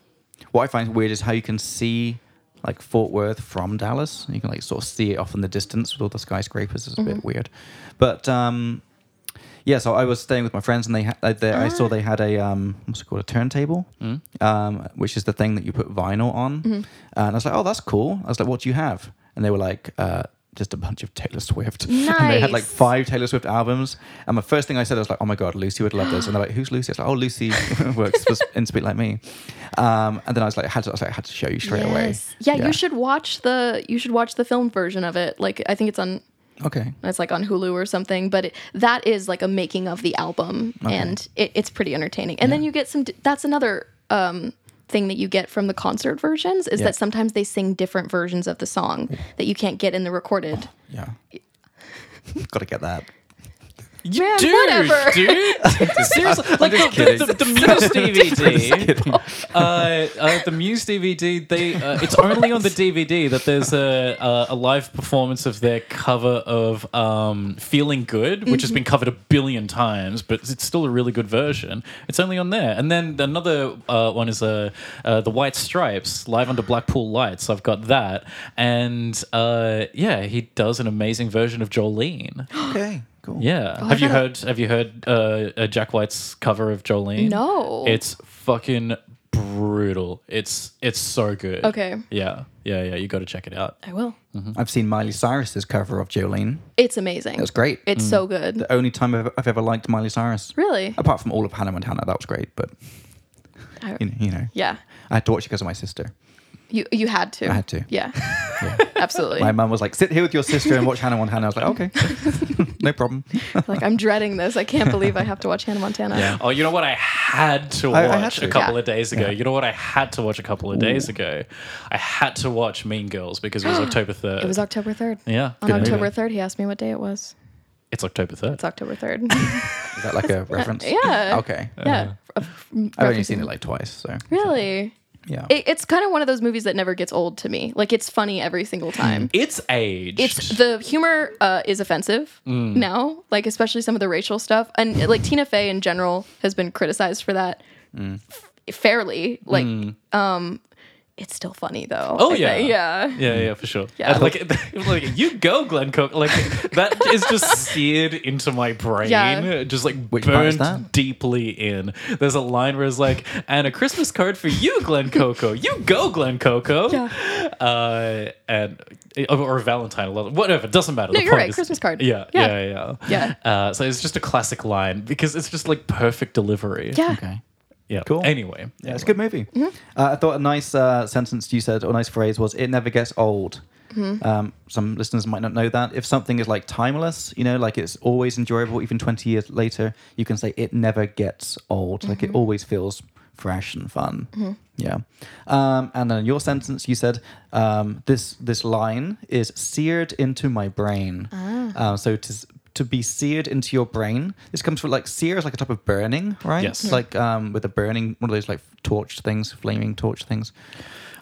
[SPEAKER 1] what I find weird is how you can see like Fort Worth from Dallas. You can like sort of see it off in the distance with all the skyscrapers. It's a bit weird, but um, yeah. So I was staying with my friends, and they, ha- uh, they I
[SPEAKER 3] Ah.
[SPEAKER 1] saw they had a um, what's it called, a turntable,
[SPEAKER 3] Mm.
[SPEAKER 1] um, which is the thing that you put vinyl on.
[SPEAKER 3] Mm-hmm.
[SPEAKER 1] And I was like, oh, that's cool. I was like, what do you have? And they were like. Uh, just a bunch of Taylor Swift. And they had like
[SPEAKER 3] Nice.
[SPEAKER 1] five Taylor Swift albums. And my first thing I said, I was like, oh my God, Lucy would love this. And they're like, who's Lucy? I was like, oh, Lucy works for, in Speak Like Me. Um, and then I was like, I had to, I was like, I had to show you straight away.
[SPEAKER 3] Yes. Yeah, you should watch the you should watch the film version of it. Like I think it's on
[SPEAKER 1] Okay.
[SPEAKER 3] it's like on Hulu or something, but it, that is like a making of the album, and it, it's pretty entertaining. And then you get some. d- That's another um, thing that you get from the concert versions is
[SPEAKER 1] Yeah.
[SPEAKER 3] that sometimes they sing different versions of the song that you can't get in the recorded.
[SPEAKER 1] Yeah. Got to get that.
[SPEAKER 2] You
[SPEAKER 3] Man,
[SPEAKER 2] do,
[SPEAKER 3] whatever.
[SPEAKER 2] dude. Seriously, like
[SPEAKER 1] just
[SPEAKER 2] the, the, the, the Muse
[SPEAKER 1] kidding.
[SPEAKER 2] DVD, uh, uh, the Muse DVD. They uh, it's only on the DVD that there's a uh, a live performance of their cover of um, "Feeling Good," which has been covered a billion times, but it's still a really good version. It's only on there. And then another uh, one is uh, uh, the White Stripes live under Blackpool Lights. I've got that, and uh, yeah, he does an amazing version of Jolene.
[SPEAKER 1] Okay, cool.
[SPEAKER 2] Yeah.
[SPEAKER 3] Oh, I
[SPEAKER 2] have you
[SPEAKER 3] gotta-
[SPEAKER 2] heard? Have you heard uh, uh, Jack White's cover of Jolene?
[SPEAKER 3] No.
[SPEAKER 2] It's fucking brutal. It's it's so good.
[SPEAKER 3] Okay.
[SPEAKER 2] Yeah. Yeah. Yeah. You got to check it out.
[SPEAKER 3] I will.
[SPEAKER 1] I've seen Miley Cyrus's cover of Jolene.
[SPEAKER 3] It's amazing.
[SPEAKER 1] It was great. Mm.
[SPEAKER 3] It's so good.
[SPEAKER 1] the uh, only time I've, I've ever liked Miley Cyrus.
[SPEAKER 3] Really?
[SPEAKER 1] Apart from all of Hannah Montana, that was great. But
[SPEAKER 3] I-
[SPEAKER 1] you know, you know
[SPEAKER 3] yeah.
[SPEAKER 1] I had to watch it because of my sister.
[SPEAKER 3] You you had to.
[SPEAKER 1] I had to.
[SPEAKER 3] Yeah. Absolutely.
[SPEAKER 1] My mum was like, "Sit here with your sister and watch Hannah Montana." I was like, "Okay, no problem."
[SPEAKER 3] like I'm dreading this. I can't believe I have to watch Hannah Montana.
[SPEAKER 2] Oh, you know what I had to watch
[SPEAKER 1] I- I had to.
[SPEAKER 2] a couple
[SPEAKER 3] Yeah.
[SPEAKER 2] of days ago. You know what I had to watch a couple of days ago. I had to watch Mean Girls because it was October third.
[SPEAKER 3] It was October 3rd.
[SPEAKER 2] yeah.
[SPEAKER 3] On
[SPEAKER 2] Good
[SPEAKER 3] October
[SPEAKER 2] movie.
[SPEAKER 3] 3rd, he asked me what day it was.
[SPEAKER 2] It's October third.
[SPEAKER 3] It's October 3rd.
[SPEAKER 1] Is that like a reference?
[SPEAKER 3] yeah.
[SPEAKER 1] Okay.
[SPEAKER 3] yeah.
[SPEAKER 1] Uh-huh. I've only seen it like Oh. twice, so
[SPEAKER 3] Really?
[SPEAKER 1] yeah.
[SPEAKER 3] It, it's kind of one of those movies that never gets old to me. Like it's funny every single
[SPEAKER 1] Mm.
[SPEAKER 3] time.
[SPEAKER 2] It's aged.
[SPEAKER 3] It's the humor uh, is offensive
[SPEAKER 1] Mm.
[SPEAKER 3] now, like especially some of the racial stuff, and like Tina Fey in general has been criticized for that
[SPEAKER 1] Mm.
[SPEAKER 3] f- fairly. Like, um, it's still funny though.
[SPEAKER 2] Oh,
[SPEAKER 3] I think.
[SPEAKER 2] yeah.
[SPEAKER 3] yeah.
[SPEAKER 2] Yeah, yeah, for sure.
[SPEAKER 3] Yeah.
[SPEAKER 2] And, like, like you go, Glenn Cook. Like that is just seared into my brain.
[SPEAKER 3] Yeah.
[SPEAKER 2] Just like
[SPEAKER 1] Which part is
[SPEAKER 2] burned
[SPEAKER 1] that?
[SPEAKER 2] deeply in. There's a line where it's like, and a Christmas card for you, Glenn Coco. You go, Glenn Coco.
[SPEAKER 3] Yeah.
[SPEAKER 2] Uh, and or, or a Valentine, or whatever. Doesn't matter.
[SPEAKER 3] No,
[SPEAKER 2] the
[SPEAKER 3] you're
[SPEAKER 2] point
[SPEAKER 3] right,
[SPEAKER 2] is-
[SPEAKER 3] Christmas card.
[SPEAKER 2] Yeah,
[SPEAKER 3] Yeah.
[SPEAKER 2] yeah, yeah.
[SPEAKER 3] Yeah.
[SPEAKER 2] Uh, so it's just a classic line because it's just like perfect delivery.
[SPEAKER 3] Yeah.
[SPEAKER 1] okay.
[SPEAKER 2] Yeah.
[SPEAKER 1] Cool.
[SPEAKER 2] Anyway.
[SPEAKER 1] Yeah, it's a good movie. Uh, I thought a nice uh, sentence you said, or nice phrase was, "It never gets old." Um, some listeners might not know that. If something is like timeless, you know, like it's always enjoyable, even twenty years later, you can say it never gets old. Like it always feels fresh and fun. Yeah. Um, and then your sentence, you said, um, "This this line is seared into my brain." Uh, so to s- to be seared into your brain. This comes from like sear is like a type of burning, right?
[SPEAKER 2] Yes.
[SPEAKER 1] It's like um, with a burning, one of those like torch things, flaming torch things.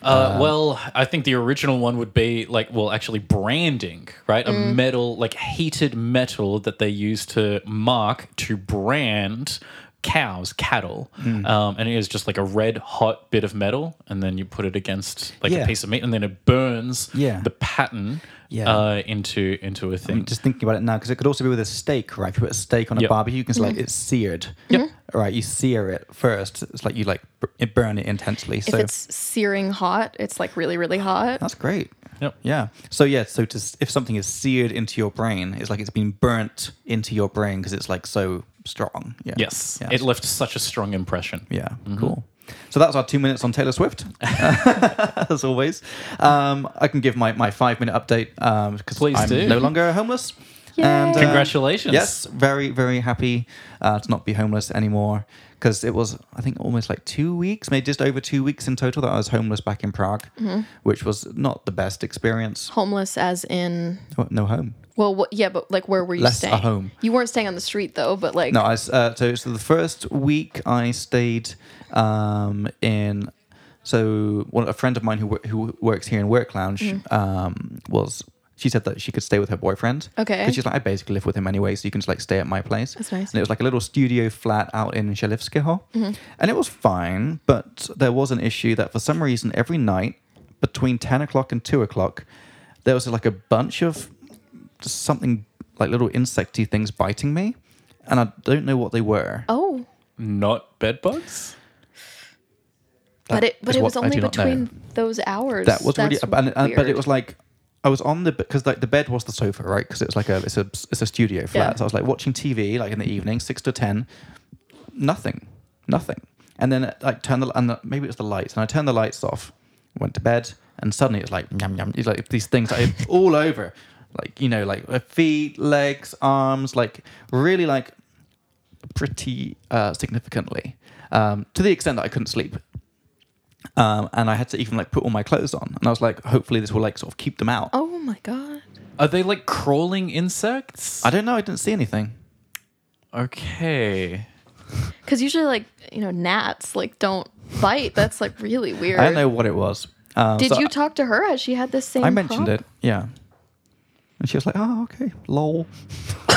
[SPEAKER 2] Uh, well, I think the original one would be like, well, actually, branding, right?
[SPEAKER 1] Mm.
[SPEAKER 2] A metal, like heated metal that they use to mark to brand cows, cattle.
[SPEAKER 1] Mm.
[SPEAKER 2] Um, and it is just like a red hot bit of metal. And then you put it against like
[SPEAKER 1] Yeah.
[SPEAKER 2] a piece of meat and then it burns
[SPEAKER 1] Yeah.
[SPEAKER 2] the pattern
[SPEAKER 1] Yeah.
[SPEAKER 2] uh, into into a thing.
[SPEAKER 1] Just thinking about it now, because it could also be with a steak, right? If you put a steak on a
[SPEAKER 2] Mm. Yep.
[SPEAKER 1] barbecue, you can say
[SPEAKER 3] Mm-hmm.
[SPEAKER 1] like it's seared.
[SPEAKER 2] Yep.
[SPEAKER 1] Right, you sear it first. It's like you like br- it burn it intensely.
[SPEAKER 3] If
[SPEAKER 1] so
[SPEAKER 3] it's searing hot, it's like really, really hot.
[SPEAKER 1] that's great.
[SPEAKER 2] Yep.
[SPEAKER 1] Yeah. So yeah. So to, s- if something is seared into your brain, it's like it's been burnt into your brain because it's like so strong. Yeah.
[SPEAKER 2] Yes.
[SPEAKER 1] Yeah.
[SPEAKER 2] It left such a strong impression.
[SPEAKER 1] Yeah, cool. So that's our two minutes on Taylor Swift, as always. Um, I can give my, my five minute update because
[SPEAKER 2] Please
[SPEAKER 1] I'm
[SPEAKER 2] do.
[SPEAKER 1] no longer homeless.
[SPEAKER 3] Yay.
[SPEAKER 1] uh,
[SPEAKER 2] Congratulations.
[SPEAKER 1] yes, very, very happy uh, to not be homeless anymore because it was, I think, almost like two weeks, maybe just over two weeks in total that I was homeless back in Prague, which was not the best experience.
[SPEAKER 3] Homeless, as in
[SPEAKER 1] Oh, No home.
[SPEAKER 3] well, what, yeah, but like where were you
[SPEAKER 1] Less a
[SPEAKER 3] staying?
[SPEAKER 1] home.
[SPEAKER 3] You weren't staying on the street though, but like
[SPEAKER 1] No, I s- uh, so so the first week I stayed um, in. So one a friend of mine who wo- who works here in Work Lounge
[SPEAKER 3] Mm.
[SPEAKER 1] um, was. She said that she could stay with her boyfriend.
[SPEAKER 3] Okay.
[SPEAKER 1] Because she's like, I basically live with him anyway, so you can just like stay at my place.
[SPEAKER 3] That's nice. Mm-hmm.
[SPEAKER 1] And it was like a little studio flat out in Shalivskeho. And it was fine, but there was an issue that for some reason every night between 10 o'clock and 2 o'clock, there was like a bunch of just something like little insecty things biting me, and I don't know what they were.
[SPEAKER 3] oh,
[SPEAKER 2] Not bed bugs?
[SPEAKER 1] That
[SPEAKER 3] but it
[SPEAKER 1] is
[SPEAKER 3] but it
[SPEAKER 1] what
[SPEAKER 3] was
[SPEAKER 1] I
[SPEAKER 3] only
[SPEAKER 1] do not know.
[SPEAKER 3] between those hours.
[SPEAKER 1] That was really,
[SPEAKER 3] That's
[SPEAKER 1] and, and, but it
[SPEAKER 3] weird.
[SPEAKER 1] was like I was on the because like the bed was the sofa, right? Because it was like a it's a it's a studio flat.
[SPEAKER 3] Yeah.
[SPEAKER 1] So I was like watching TV like in the evening, six to ten, nothing, nothing, and then like turn the and the, maybe it was the lights, and I turned the lights off, went to bed, and suddenly it's like yum yum, it's like these things like, all over, like you know like uh, feet, legs, arms, like really like pretty uh, significantly um, to the extent that I couldn't sleep. Um, and I had to even like put all my clothes on, and I was like, hopefully this will like sort of keep them out.
[SPEAKER 3] oh my god.
[SPEAKER 2] Are they like crawling insects?
[SPEAKER 1] I don't know. I didn't see anything.
[SPEAKER 2] Okay.
[SPEAKER 3] Because usually, like you know, gnats like don't bite. That's like really weird.
[SPEAKER 1] I don't know what it was. Um,
[SPEAKER 3] Did
[SPEAKER 1] so
[SPEAKER 3] you talk to her as she had this same?
[SPEAKER 1] I mentioned
[SPEAKER 3] prop?
[SPEAKER 1] it. Yeah. And she was like, oh, okay, lol.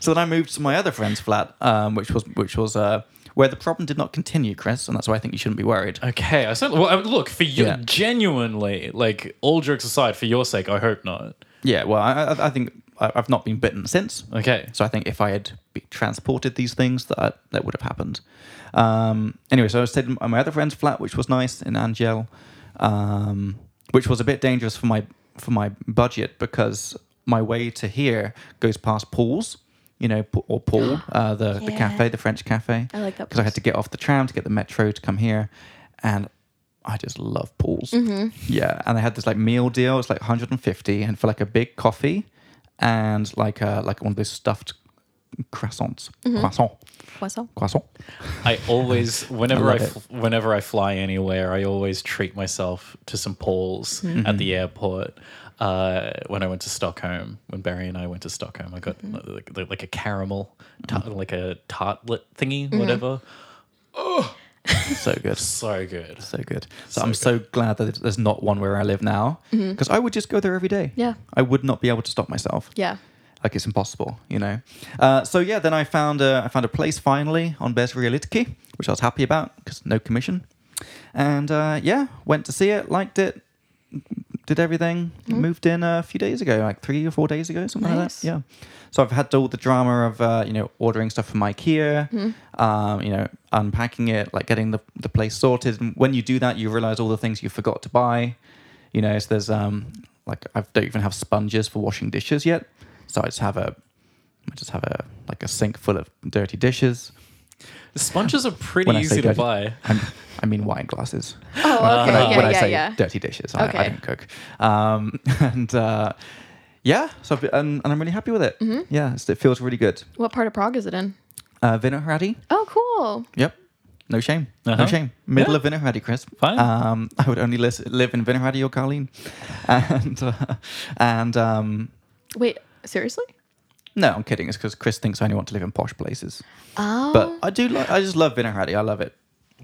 [SPEAKER 1] so then I moved to my other friend's flat, um, which was which was uh, where the problem did not continue, Chris, and that's why I think you shouldn't be worried.
[SPEAKER 2] Okay. I said, well, I- look, for you,
[SPEAKER 1] Yeah.
[SPEAKER 2] genuinely, like, all jokes aside, for your sake, I hope not.
[SPEAKER 1] Yeah, well, I, I- I think I- I've not been bitten since.
[SPEAKER 2] Okay.
[SPEAKER 1] So I think if I had be transported these things, that that would have happened. Um, anyway, so I stayed at my other friend's flat, which was nice in Angel, um, which was a bit dangerous for my for my budget because my way to here goes past Paul's, you know, P- or Paul, uh, the the
[SPEAKER 3] Yeah.
[SPEAKER 1] cafe, the French cafe.
[SPEAKER 3] I like that
[SPEAKER 1] because I
[SPEAKER 3] place.
[SPEAKER 1] had to get off the tram to get the metro to come here, and. I just love Paul's.
[SPEAKER 3] Mm-hmm.
[SPEAKER 1] Yeah. And they had this like meal deal. It's like 150 and for like a big coffee and like a, like one of those stuffed croissants.
[SPEAKER 3] Mm-hmm.
[SPEAKER 1] Croissant.
[SPEAKER 3] What's up?
[SPEAKER 1] Croissant.
[SPEAKER 2] I always, whenever I,
[SPEAKER 1] love
[SPEAKER 2] fl- whenever I fly anywhere, I always treat myself to some polls at
[SPEAKER 1] Mm-hmm.
[SPEAKER 2] the airport. Uh, when I went to Stockholm, when Barry and I went to Stockholm, I got like, like, like a caramel,
[SPEAKER 1] Mm-hmm.
[SPEAKER 2] ta- like a tartlet thingy, whatever.
[SPEAKER 1] So good.
[SPEAKER 2] So good.
[SPEAKER 1] So good. So, I'm so glad that there's not one where I live now because I would just go there every day.
[SPEAKER 3] Mm-hmm. Yeah.
[SPEAKER 1] I would not be able to stop myself.
[SPEAKER 3] Yeah.
[SPEAKER 1] Like it's impossible, you know. Uh, so yeah, then I found a, I found a place finally on Bezrealitki, which I was happy about because no commission. And uh, yeah, went to see it, liked it, did everything, moved in a few days ago, like three or four days ago, something
[SPEAKER 3] Nice.
[SPEAKER 1] like that. Yeah. So I've had all the drama of uh, you know ordering stuff from IKEA, um, you know unpacking it, like getting the the place sorted. And when you do that, you realize all the things you forgot to buy. You know, so there's um like I don't even have sponges for washing dishes yet, so I just have a I just have a like a sink full of dirty dishes.
[SPEAKER 2] Sponges are pretty
[SPEAKER 1] When I say
[SPEAKER 2] easy to
[SPEAKER 1] dirty-
[SPEAKER 2] buy.
[SPEAKER 1] I'm, I mean wine glasses
[SPEAKER 3] Oh, okay.
[SPEAKER 1] Uh, when I,
[SPEAKER 3] yeah,
[SPEAKER 1] when I
[SPEAKER 3] yeah,
[SPEAKER 1] say
[SPEAKER 3] yeah.
[SPEAKER 1] dirty dishes, I,
[SPEAKER 3] Okay.
[SPEAKER 1] I don't cook. Um, and uh, yeah, so I've been, and, and I'm really happy with it.
[SPEAKER 3] Mm-hmm.
[SPEAKER 1] Yeah, it's- it feels really good.
[SPEAKER 3] What part of Prague is it in?
[SPEAKER 1] Uh, Vinohrady.
[SPEAKER 3] Oh, cool.
[SPEAKER 1] Yep. No shame.
[SPEAKER 2] Uh-huh.
[SPEAKER 1] No shame. Middle
[SPEAKER 2] Yeah.
[SPEAKER 1] of Vinohrady, Chris.
[SPEAKER 2] Fine.
[SPEAKER 1] Um, I would only lis- live in Vinohrady or Carlene. And uh, and um,
[SPEAKER 3] Wait, seriously?
[SPEAKER 1] no, I'm kidding. It's because Chris thinks I only want to live in posh places.
[SPEAKER 3] Oh,
[SPEAKER 1] But I do like. I just love Vinohrady. I love it.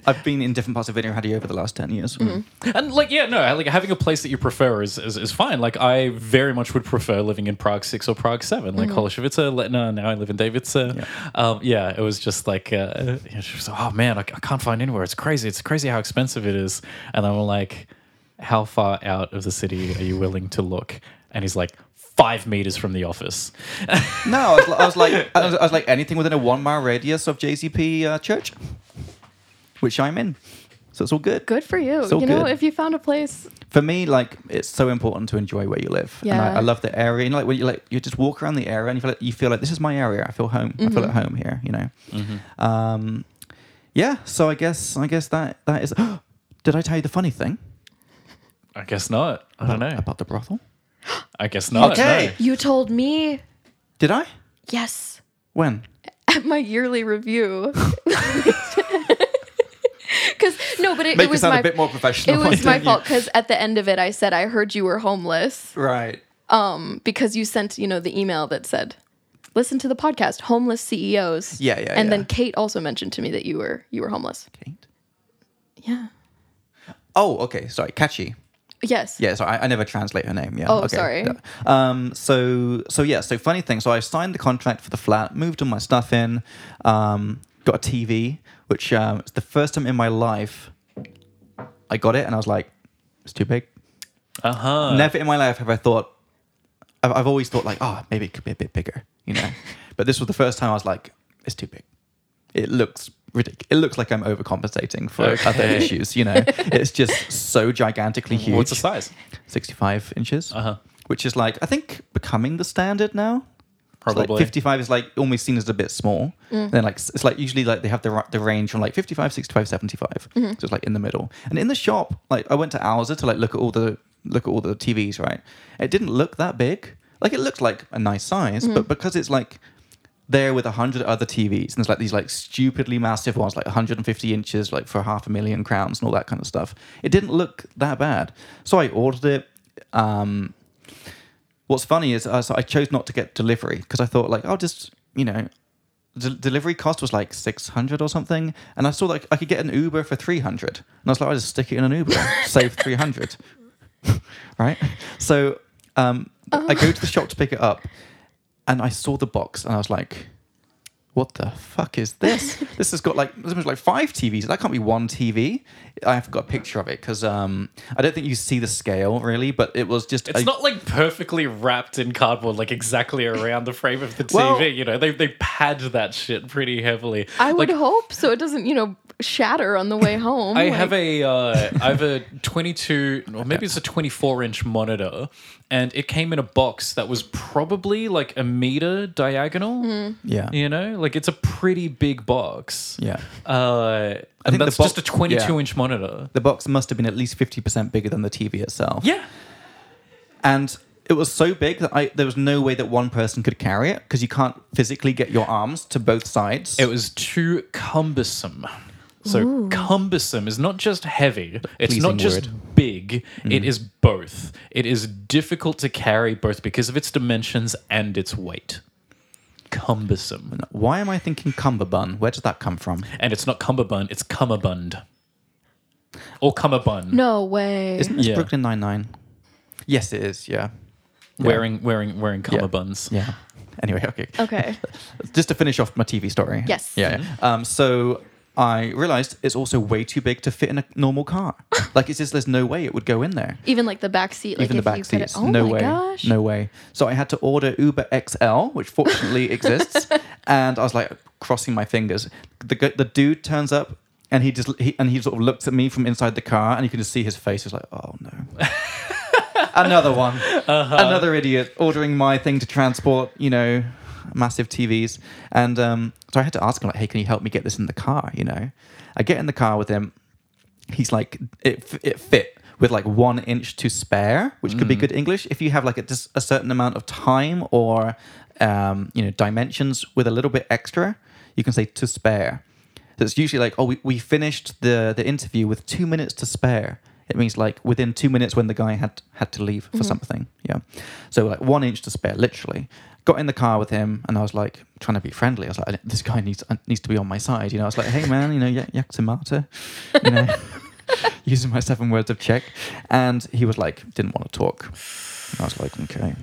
[SPEAKER 1] I've been in different parts of Vinohrady over the last ten years.
[SPEAKER 3] Mm-hmm.
[SPEAKER 2] And like, yeah, no, like having a place that you prefer is, is, is fine. Like, I very much would prefer living in Prague six or Prague seven, like Holoshevice, Letna. Now I live in Davice. Yeah, um, yeah it was just like, uh, you know, she was like, oh man, I, I can't find anywhere. It's crazy. It's crazy how expensive it is. And I'm like, how far out of the city are you willing to look? And he's like, five meters from the office.
[SPEAKER 1] No, I was, li- I was like, I was, I was like anything within a one mile radius of JCP uh, Church, which I'm in, so it's all good.
[SPEAKER 3] good for you.
[SPEAKER 1] So
[SPEAKER 3] you know,
[SPEAKER 1] good.
[SPEAKER 3] if you found a place,
[SPEAKER 1] For me, like it's so important to enjoy where you live, and I,
[SPEAKER 3] Yeah.
[SPEAKER 1] I love the area. You know, like when you like you just walk around the area and you feel like you feel like this is my area. I feel home. I feel at
[SPEAKER 3] Mm-hmm.
[SPEAKER 1] home here. You know, um, yeah. So I guess I guess that that is. Did I tell you the funny thing
[SPEAKER 2] I guess not. I don't know.
[SPEAKER 1] about the brothel?
[SPEAKER 2] I guess not.
[SPEAKER 1] Okay.
[SPEAKER 3] you told me
[SPEAKER 1] Did I?
[SPEAKER 3] yes
[SPEAKER 1] When?
[SPEAKER 3] at my yearly review. Because no, but it,
[SPEAKER 1] Make
[SPEAKER 3] it
[SPEAKER 1] it
[SPEAKER 3] was
[SPEAKER 1] sound
[SPEAKER 3] my
[SPEAKER 1] a bit more
[SPEAKER 3] it
[SPEAKER 1] professional.
[SPEAKER 3] was my
[SPEAKER 1] didn't you?
[SPEAKER 3] fault because at the end of it, I said I heard you were homeless
[SPEAKER 1] Right.
[SPEAKER 3] because you sent you know the email that said listen to the podcast homeless CEOs.
[SPEAKER 1] Yeah, yeah,
[SPEAKER 3] And
[SPEAKER 1] yeah.
[SPEAKER 3] then Kate also mentioned to me that you were you were homeless.
[SPEAKER 1] Kate.
[SPEAKER 3] Yeah.
[SPEAKER 1] Oh, okay. Sorry, catchy.
[SPEAKER 3] Yes.
[SPEAKER 1] Yeah, sorry, I, I never translate her name. Yeah.
[SPEAKER 3] Oh, sorry.
[SPEAKER 1] yeah. Um, so, so yeah, so funny thing. So I signed the contract for the flat, moved all my stuff in, um, got a TV, which um, it's the first time in my life I got it, and I was like, it's too big.
[SPEAKER 2] Uh huh.
[SPEAKER 1] Never in my life have I thought. I've, I've always thought like, oh, maybe it could be a bit bigger, you know. but this was the first time I was like, it's too big. It looks ridiculous. It looks like I'm overcompensating for other
[SPEAKER 2] Okay.
[SPEAKER 1] issues, you know. it's just so gigantically huge.
[SPEAKER 2] What's the size?
[SPEAKER 1] 65 inches,
[SPEAKER 2] Uh-huh.
[SPEAKER 1] which is like I think becoming the standard now. So, like,
[SPEAKER 2] Probably.
[SPEAKER 1] 55 is like almost seen as a bit small. Then like s- it's like usually like they have the ra- the range from like 55, 65, 75. So it's like in the middle. And in the shop, like I went to Alza to like look at all the look at all the TVs, right? It didn't look that big. Like it looked like a nice size, but because it's like there with a hundred other TVs, and there's like these like stupidly massive ones, like 150 inches, like for half a million crowns and all that kind of stuff. It didn't look that bad, so I ordered it. Um, what's funny is uh, so I chose not to get delivery because I thought like I'll just you know d- delivery cost was like 600 or something. And I saw like I could get an Uber for 300. And I was like, I'll just stick it in an Uber, save 300. right? So um, I go to the shop to pick it up. And I saw the box and I was like, what the fuck is this? this has got like this has like five TVs. That can't be one TV. I have got a picture of it because um, I don't think you see the scale really, but it was just
[SPEAKER 2] It's
[SPEAKER 1] a-
[SPEAKER 2] not like perfectly wrapped in cardboard, like exactly around the frame of the TV.
[SPEAKER 1] Well-
[SPEAKER 2] you know, they they pad that shit pretty heavily.
[SPEAKER 3] I would
[SPEAKER 2] Like,
[SPEAKER 3] hope so. It doesn't, you know, shatter on the way home.
[SPEAKER 2] I
[SPEAKER 3] Like,
[SPEAKER 2] have a uh, I have a 22 or maybe it's a 24 inch monitor, and it came in a box that was probably like a meter diagonal.
[SPEAKER 1] yeah.
[SPEAKER 2] You know, like it's a pretty big box.
[SPEAKER 1] Mm-hmm. Yeah.
[SPEAKER 2] Uh,
[SPEAKER 1] think
[SPEAKER 2] and
[SPEAKER 1] the
[SPEAKER 2] that's
[SPEAKER 1] box-
[SPEAKER 2] just a 22
[SPEAKER 1] yeah.
[SPEAKER 2] inch monitor.
[SPEAKER 1] The box must have been at least 50% bigger than the TV itself.
[SPEAKER 2] Yeah.
[SPEAKER 1] And it was so big that I, there was no way that one person could carry it because you can't physically get your arms to both sides.
[SPEAKER 2] It was too cumbersome. So cumbersome is not just heavy. It's
[SPEAKER 1] pleasing Mm-hmm.
[SPEAKER 2] not just big. It is both. It is difficult to carry both because of its dimensions and its weight. Cumbersome.
[SPEAKER 1] Why am I thinking cummerbund? Where does that come from?
[SPEAKER 2] And it's not cummerbund, it's cummerbund. Or cummerbund.
[SPEAKER 3] no way.
[SPEAKER 1] Isn't this
[SPEAKER 2] Yeah.
[SPEAKER 1] Brooklyn Nine-Nine? Yes, it is. Yeah.
[SPEAKER 2] Wearing wearing wearing cummerbunds.
[SPEAKER 1] Yeah. Anyway, okay.
[SPEAKER 3] okay.
[SPEAKER 1] Just to finish off my TV story.
[SPEAKER 3] Yes.
[SPEAKER 1] Yeah. yeah.
[SPEAKER 2] Mm-hmm.
[SPEAKER 1] Um, so I realized it's also way too big to fit in a normal car. like, it's just, there's no way it would go in there.
[SPEAKER 3] Even like the back seat. Like
[SPEAKER 1] even the
[SPEAKER 3] if you
[SPEAKER 1] back
[SPEAKER 3] put it-
[SPEAKER 1] seats.
[SPEAKER 3] oh
[SPEAKER 1] no
[SPEAKER 3] my
[SPEAKER 1] way.
[SPEAKER 3] Gosh.
[SPEAKER 1] No way. So I had to order Uber XL, which fortunately exists. And I was like crossing my fingers. The gu- the dude turns up and he just he, and he sort of looks at me from inside the car and you can just see his face is like, "Oh no." Another one.
[SPEAKER 3] Uh-huh.
[SPEAKER 1] Another idiot ordering my thing to transport, you know, massive TVs. And um, so I had to ask him like, "Hey, can you help me get this in the car, you know?" I get in the car with him he's like it f- it fit with like one inch to spare, which could be good English if you have like a, just a certain amount of time or um, you know dimensions with a little bit extra, you can say to spare. So it's usually like oh we, we finished the the interview with two minutes to spare. It means like within two minutes when the guy had had to leave for something. Yeah, so like one inch to spare, literally. Got in the car with him and I was like trying to be friendly. I was like, this guy needs uh, needs to be on my side. You know, I was like, hey man, you know, yak, yak tomato. You know. using my seven words of Czech. And he was like, didn't want to talk. And I was like, okay.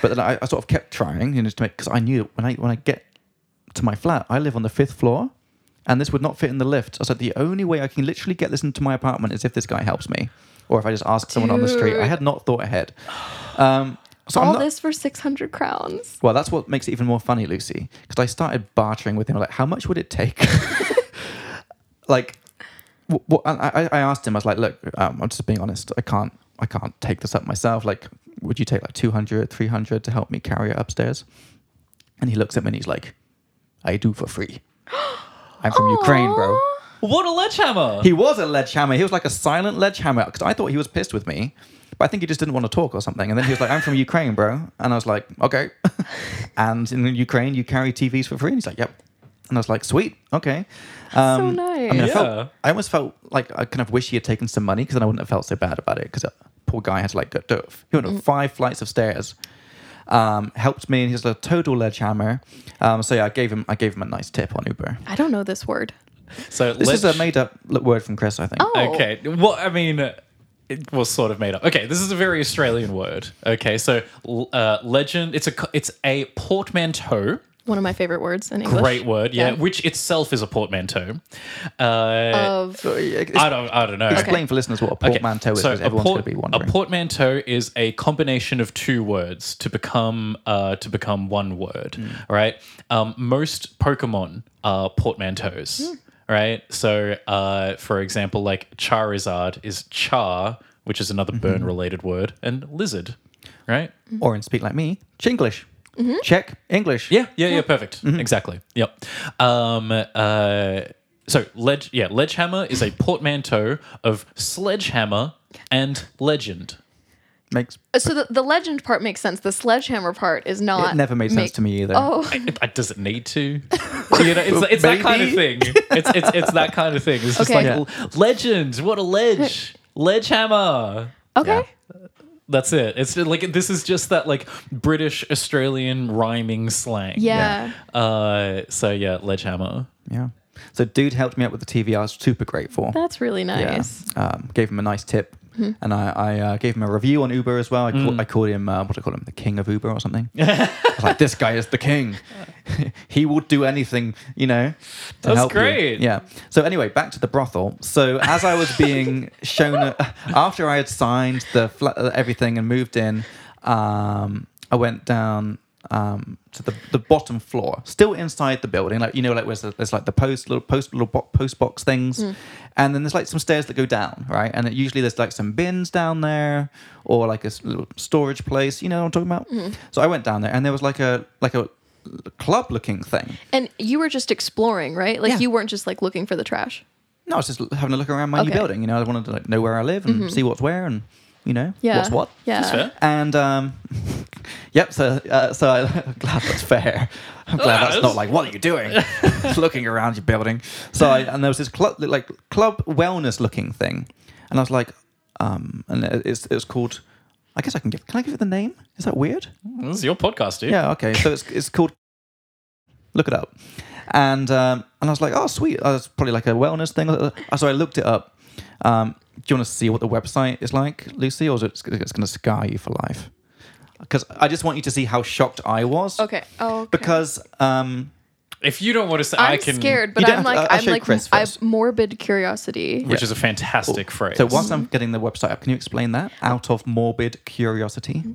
[SPEAKER 1] But then I, I sort of kept trying, you know, to make, because I knew when I, when I get to my flat, I live on the fifth floor and this would not fit in the lift. I was like, the only way I can literally get this into my apartment is if this guy helps me or if I just ask someone on the street. I
[SPEAKER 3] Dude.
[SPEAKER 1] had not thought ahead. Um, so I'm
[SPEAKER 3] All
[SPEAKER 1] not,
[SPEAKER 3] this for 600 crowns.
[SPEAKER 1] well, that's what makes it even more funny, Lucy, because I started bartering with him. Like, how much would it take? like, wh- wh- and I, I I asked him. I was like, look, um, I'm just being honest. I can't, I can't take this up myself. Like, would you take like 200, 300 to help me carry it upstairs? And he looks at me and he's like, I do for free. I'm from Ukraine, bro.
[SPEAKER 3] Aw.
[SPEAKER 2] What a ledgehammer!
[SPEAKER 1] He was a ledgehammer. He was like a silent ledgehammer because I thought he was pissed with me, but I think he just didn't want to talk or something. And then he was like, "I'm from Ukraine, bro," and I was like, "Okay." and in Ukraine, you carry TVs for free, and he's like, "Yep." And I was like, "Sweet, okay." Um,
[SPEAKER 3] so nice.
[SPEAKER 1] I mean, I,
[SPEAKER 2] Yeah.
[SPEAKER 1] felt, I almost felt like I kind of wish he had taken some money because then I wouldn't have felt so bad about it. Because poor guy had to like go, do, he
[SPEAKER 3] Mm.
[SPEAKER 1] went up five flights of stairs, um, helped me, and he's a total ledgehammer. Um, so yeah, I gave him I gave him a nice tip on Uber.
[SPEAKER 3] I don't know this word.
[SPEAKER 2] so
[SPEAKER 1] This is a
[SPEAKER 2] ledge-
[SPEAKER 1] made up word from Chris, I think.
[SPEAKER 3] Oh.
[SPEAKER 2] Okay. Well, I mean, it was sort of made up. Okay, this is a very Australian word. Okay, so l- uh, legend. It's a co- it's a portmanteau.
[SPEAKER 3] One of my favorite words in English.
[SPEAKER 2] Great word, yeah.
[SPEAKER 3] Yeah.
[SPEAKER 2] Which itself is a portmanteau. Uh,
[SPEAKER 3] Of
[SPEAKER 1] So, yeah, it's-
[SPEAKER 2] I don't. I don't know.
[SPEAKER 1] Explain for listeners what a
[SPEAKER 2] Okay,
[SPEAKER 1] portmanteau is,
[SPEAKER 2] so
[SPEAKER 1] because
[SPEAKER 2] a
[SPEAKER 1] everyone's
[SPEAKER 2] port-
[SPEAKER 1] going to be wondering.
[SPEAKER 2] A portmanteau is a combination of two words to become uh, to become one word.
[SPEAKER 1] Hmm.
[SPEAKER 2] Right. Um, most Pokemon are portmanteaus.
[SPEAKER 1] Hmm.
[SPEAKER 2] Right. So, uh, for example, like Charizard is Char, which is another
[SPEAKER 1] Mm-hmm.
[SPEAKER 2] burn-related word, and lizard. Right.
[SPEAKER 1] or in speak like me, Chinglish.
[SPEAKER 3] Mm-hmm.
[SPEAKER 1] Czech, English.
[SPEAKER 2] Yeah, yeah, yeah, perfect.
[SPEAKER 1] Mm-hmm.
[SPEAKER 2] Exactly. Yep. Um, uh, so ledge, yeah, ledgehammer is a portmanteau of sledgehammer and legend.
[SPEAKER 1] Makes,
[SPEAKER 3] so the, the legend part makes sense. The sledgehammer part is not.
[SPEAKER 1] it never made sense
[SPEAKER 3] make-
[SPEAKER 1] to me either.
[SPEAKER 3] Oh,
[SPEAKER 2] It- it- does it need to? You know, it's, it's that kind of thing. It's, it's it's that kind of thing. It's just
[SPEAKER 3] Okay.
[SPEAKER 2] like legend. What a ledge, ledgehammer.
[SPEAKER 3] okay.
[SPEAKER 2] That's it. It's like this is just that like British Australian rhyming slang.
[SPEAKER 3] Yeah.
[SPEAKER 2] Uh, so yeah, Ledgehammer.
[SPEAKER 1] Yeah. So dude helped me out with the TV. I was super grateful.
[SPEAKER 3] That's really
[SPEAKER 1] Yeah.
[SPEAKER 3] Oh, nice. Mm-hmm.
[SPEAKER 1] Um, gave him a nice tip. And I, I uh, gave him a review on Uber as well. I,
[SPEAKER 2] Mm.
[SPEAKER 1] call, I called him, uh, what do I call him? The king of Uber or something. I was like, this guy is the king. he will do anything, you know. To
[SPEAKER 2] That's
[SPEAKER 1] help you."
[SPEAKER 2] great.
[SPEAKER 1] Yeah. So, anyway, back to the brothel. So, as I was being shown, a, after I had signed the fla- uh, everything and moved in, um, I went down. Um, to the, the bottom floor, still inside the building, like you know, like where's the, there's like the post little post little bo- post box things, and then there's like some stairs that go down, right? And it, usually there's like some bins down there, or like a s- little storage place, you know what I'm talking about? So I went down there, and there was like a like a club looking thing.
[SPEAKER 3] And you were just exploring, right? Like
[SPEAKER 1] Yeah.
[SPEAKER 3] you weren't just like looking for the trash.
[SPEAKER 1] No, I was just having a look around my new
[SPEAKER 3] Okay. Mm-hmm.
[SPEAKER 1] building. You know, I wanted to like, know where I live and see what's where and, you know,
[SPEAKER 3] Yeah.
[SPEAKER 1] what's what.
[SPEAKER 3] Yeah.
[SPEAKER 2] That's fair.
[SPEAKER 1] And, um, yep, so, uh, so I, I'm glad that's fair. I'm glad that's not like, what are you doing? looking around your building. So I, and there was this club, like club wellness looking thing. And I was like, um, and it- it's, it's called, I guess I can give, can I give it the name? Is that weird?
[SPEAKER 2] This is your podcast, dude.
[SPEAKER 1] Yeah, okay. So it's it's called. Look it up, and um, and I was like, oh sweet, uh, it's probably like a wellness thing. Uh, So I looked it up. Um, do you want to see what the website is like, Lucy, or is it it's going to scar you for life? Because I just want you to see how shocked I was.
[SPEAKER 3] Okay. Oh. okay.
[SPEAKER 1] Because um,
[SPEAKER 2] If you don't want to say,
[SPEAKER 3] I'm
[SPEAKER 2] I can.
[SPEAKER 3] scared,
[SPEAKER 1] You
[SPEAKER 3] but
[SPEAKER 1] don't
[SPEAKER 3] I'm
[SPEAKER 1] have to-
[SPEAKER 3] like
[SPEAKER 1] I'll- I'll
[SPEAKER 3] I'm
[SPEAKER 1] show you
[SPEAKER 3] like
[SPEAKER 1] Chris
[SPEAKER 3] I
[SPEAKER 1] first.
[SPEAKER 3] have morbid curiosity.
[SPEAKER 2] Which is a fantastic phrase.
[SPEAKER 1] so whilst I'm getting the website up, can you explain that out of morbid curiosity?
[SPEAKER 3] Mm-hmm.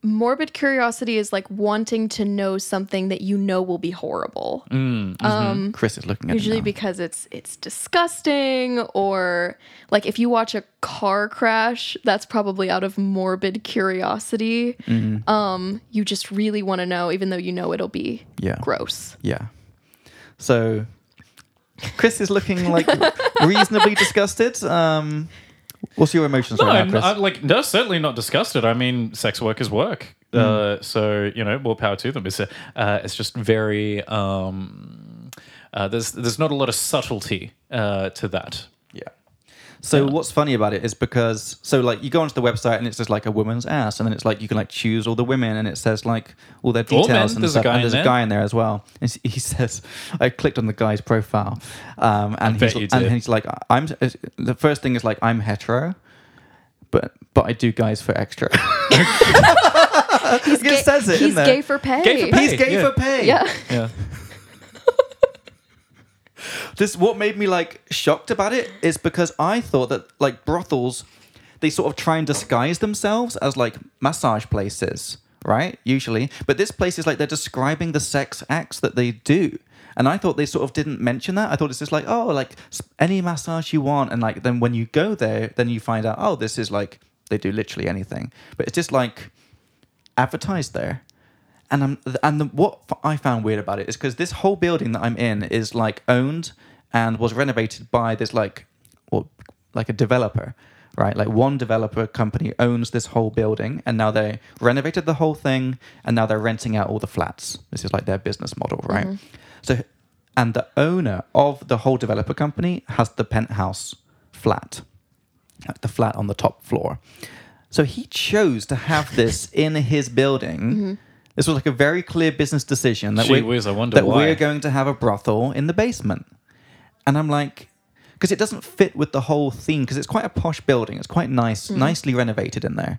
[SPEAKER 3] Morbid curiosity is like wanting to know something that you know will be horrible.
[SPEAKER 2] Mm, mm-hmm.
[SPEAKER 3] Um,
[SPEAKER 1] Chris is looking at it
[SPEAKER 3] Usually
[SPEAKER 1] now.
[SPEAKER 3] because it's it's disgusting or like if you watch a car crash, that's probably out of morbid curiosity. Um, you just really want to know, even though you know it'll be
[SPEAKER 1] Yeah.
[SPEAKER 3] gross.
[SPEAKER 1] Yeah. So Chris is looking like reasonably disgusted. Um, what's your emotions
[SPEAKER 2] No,
[SPEAKER 1] right now,
[SPEAKER 2] I'm,
[SPEAKER 1] Chris?
[SPEAKER 2] I'm like no, certainly not disgusted. I mean, sex workers work, uh, so you know, more power to them. It's a, uh, it's just very um, uh, there's there's not a lot of subtlety uh, to that.
[SPEAKER 1] yeah. So what's funny about it is because so like you go onto the website and it's just like a woman's ass, and then it's like you can like choose all the women, and it says like all their
[SPEAKER 2] All
[SPEAKER 1] details
[SPEAKER 2] men,
[SPEAKER 1] and
[SPEAKER 2] there's a
[SPEAKER 1] stuff.
[SPEAKER 2] guy
[SPEAKER 1] and
[SPEAKER 2] in
[SPEAKER 1] there's a
[SPEAKER 2] there.
[SPEAKER 1] guy in there as well. And he he says, I clicked on the guy's profile, um, and
[SPEAKER 2] bet you
[SPEAKER 1] he's
[SPEAKER 2] did.
[SPEAKER 1] and he's like, I'm the first thing is like I'm hetero, but but I do guys for extra.
[SPEAKER 3] He's
[SPEAKER 1] It says it in
[SPEAKER 3] He's
[SPEAKER 1] there.
[SPEAKER 3] gay for pay.
[SPEAKER 2] Gay for pay.
[SPEAKER 1] He's gay
[SPEAKER 2] yeah.
[SPEAKER 1] for pay.
[SPEAKER 3] Yeah.
[SPEAKER 2] Yeah,
[SPEAKER 1] this what made me like shocked about it is because I thought that like brothels, they sort of try and disguise themselves as like massage places, right? Usually, but this place is like they're describing the sex acts that they do. And I thought they sort of didn't mention that. I thought it's just like, oh, like s- any massage you want. And like, then when you go there, then you find out, oh, this is like, they do literally anything. But it's just like advertised there. And I'm and the, what f- I found weird about it is because this whole building that I'm in is like owned and was renovated by this like or like a developer, right? Like one developer company owns this whole building, and now they renovated the whole thing, and now they're renting out all the flats. This is like their business model, right? So, and the owner of the whole developer company has the penthouse flat like the flat on the top floor. So he chose to have this in his building.
[SPEAKER 3] Mm-hmm.
[SPEAKER 1] This was like a very clear business decision that
[SPEAKER 2] Gee
[SPEAKER 1] we
[SPEAKER 2] whiz, I wonder
[SPEAKER 1] that
[SPEAKER 2] why.
[SPEAKER 1] we're going to have a brothel in the basement. And I'm like, because it doesn't fit with the whole theme because it's quite a posh building. It's quite nice,
[SPEAKER 3] Mm-hmm.
[SPEAKER 1] nicely renovated in there,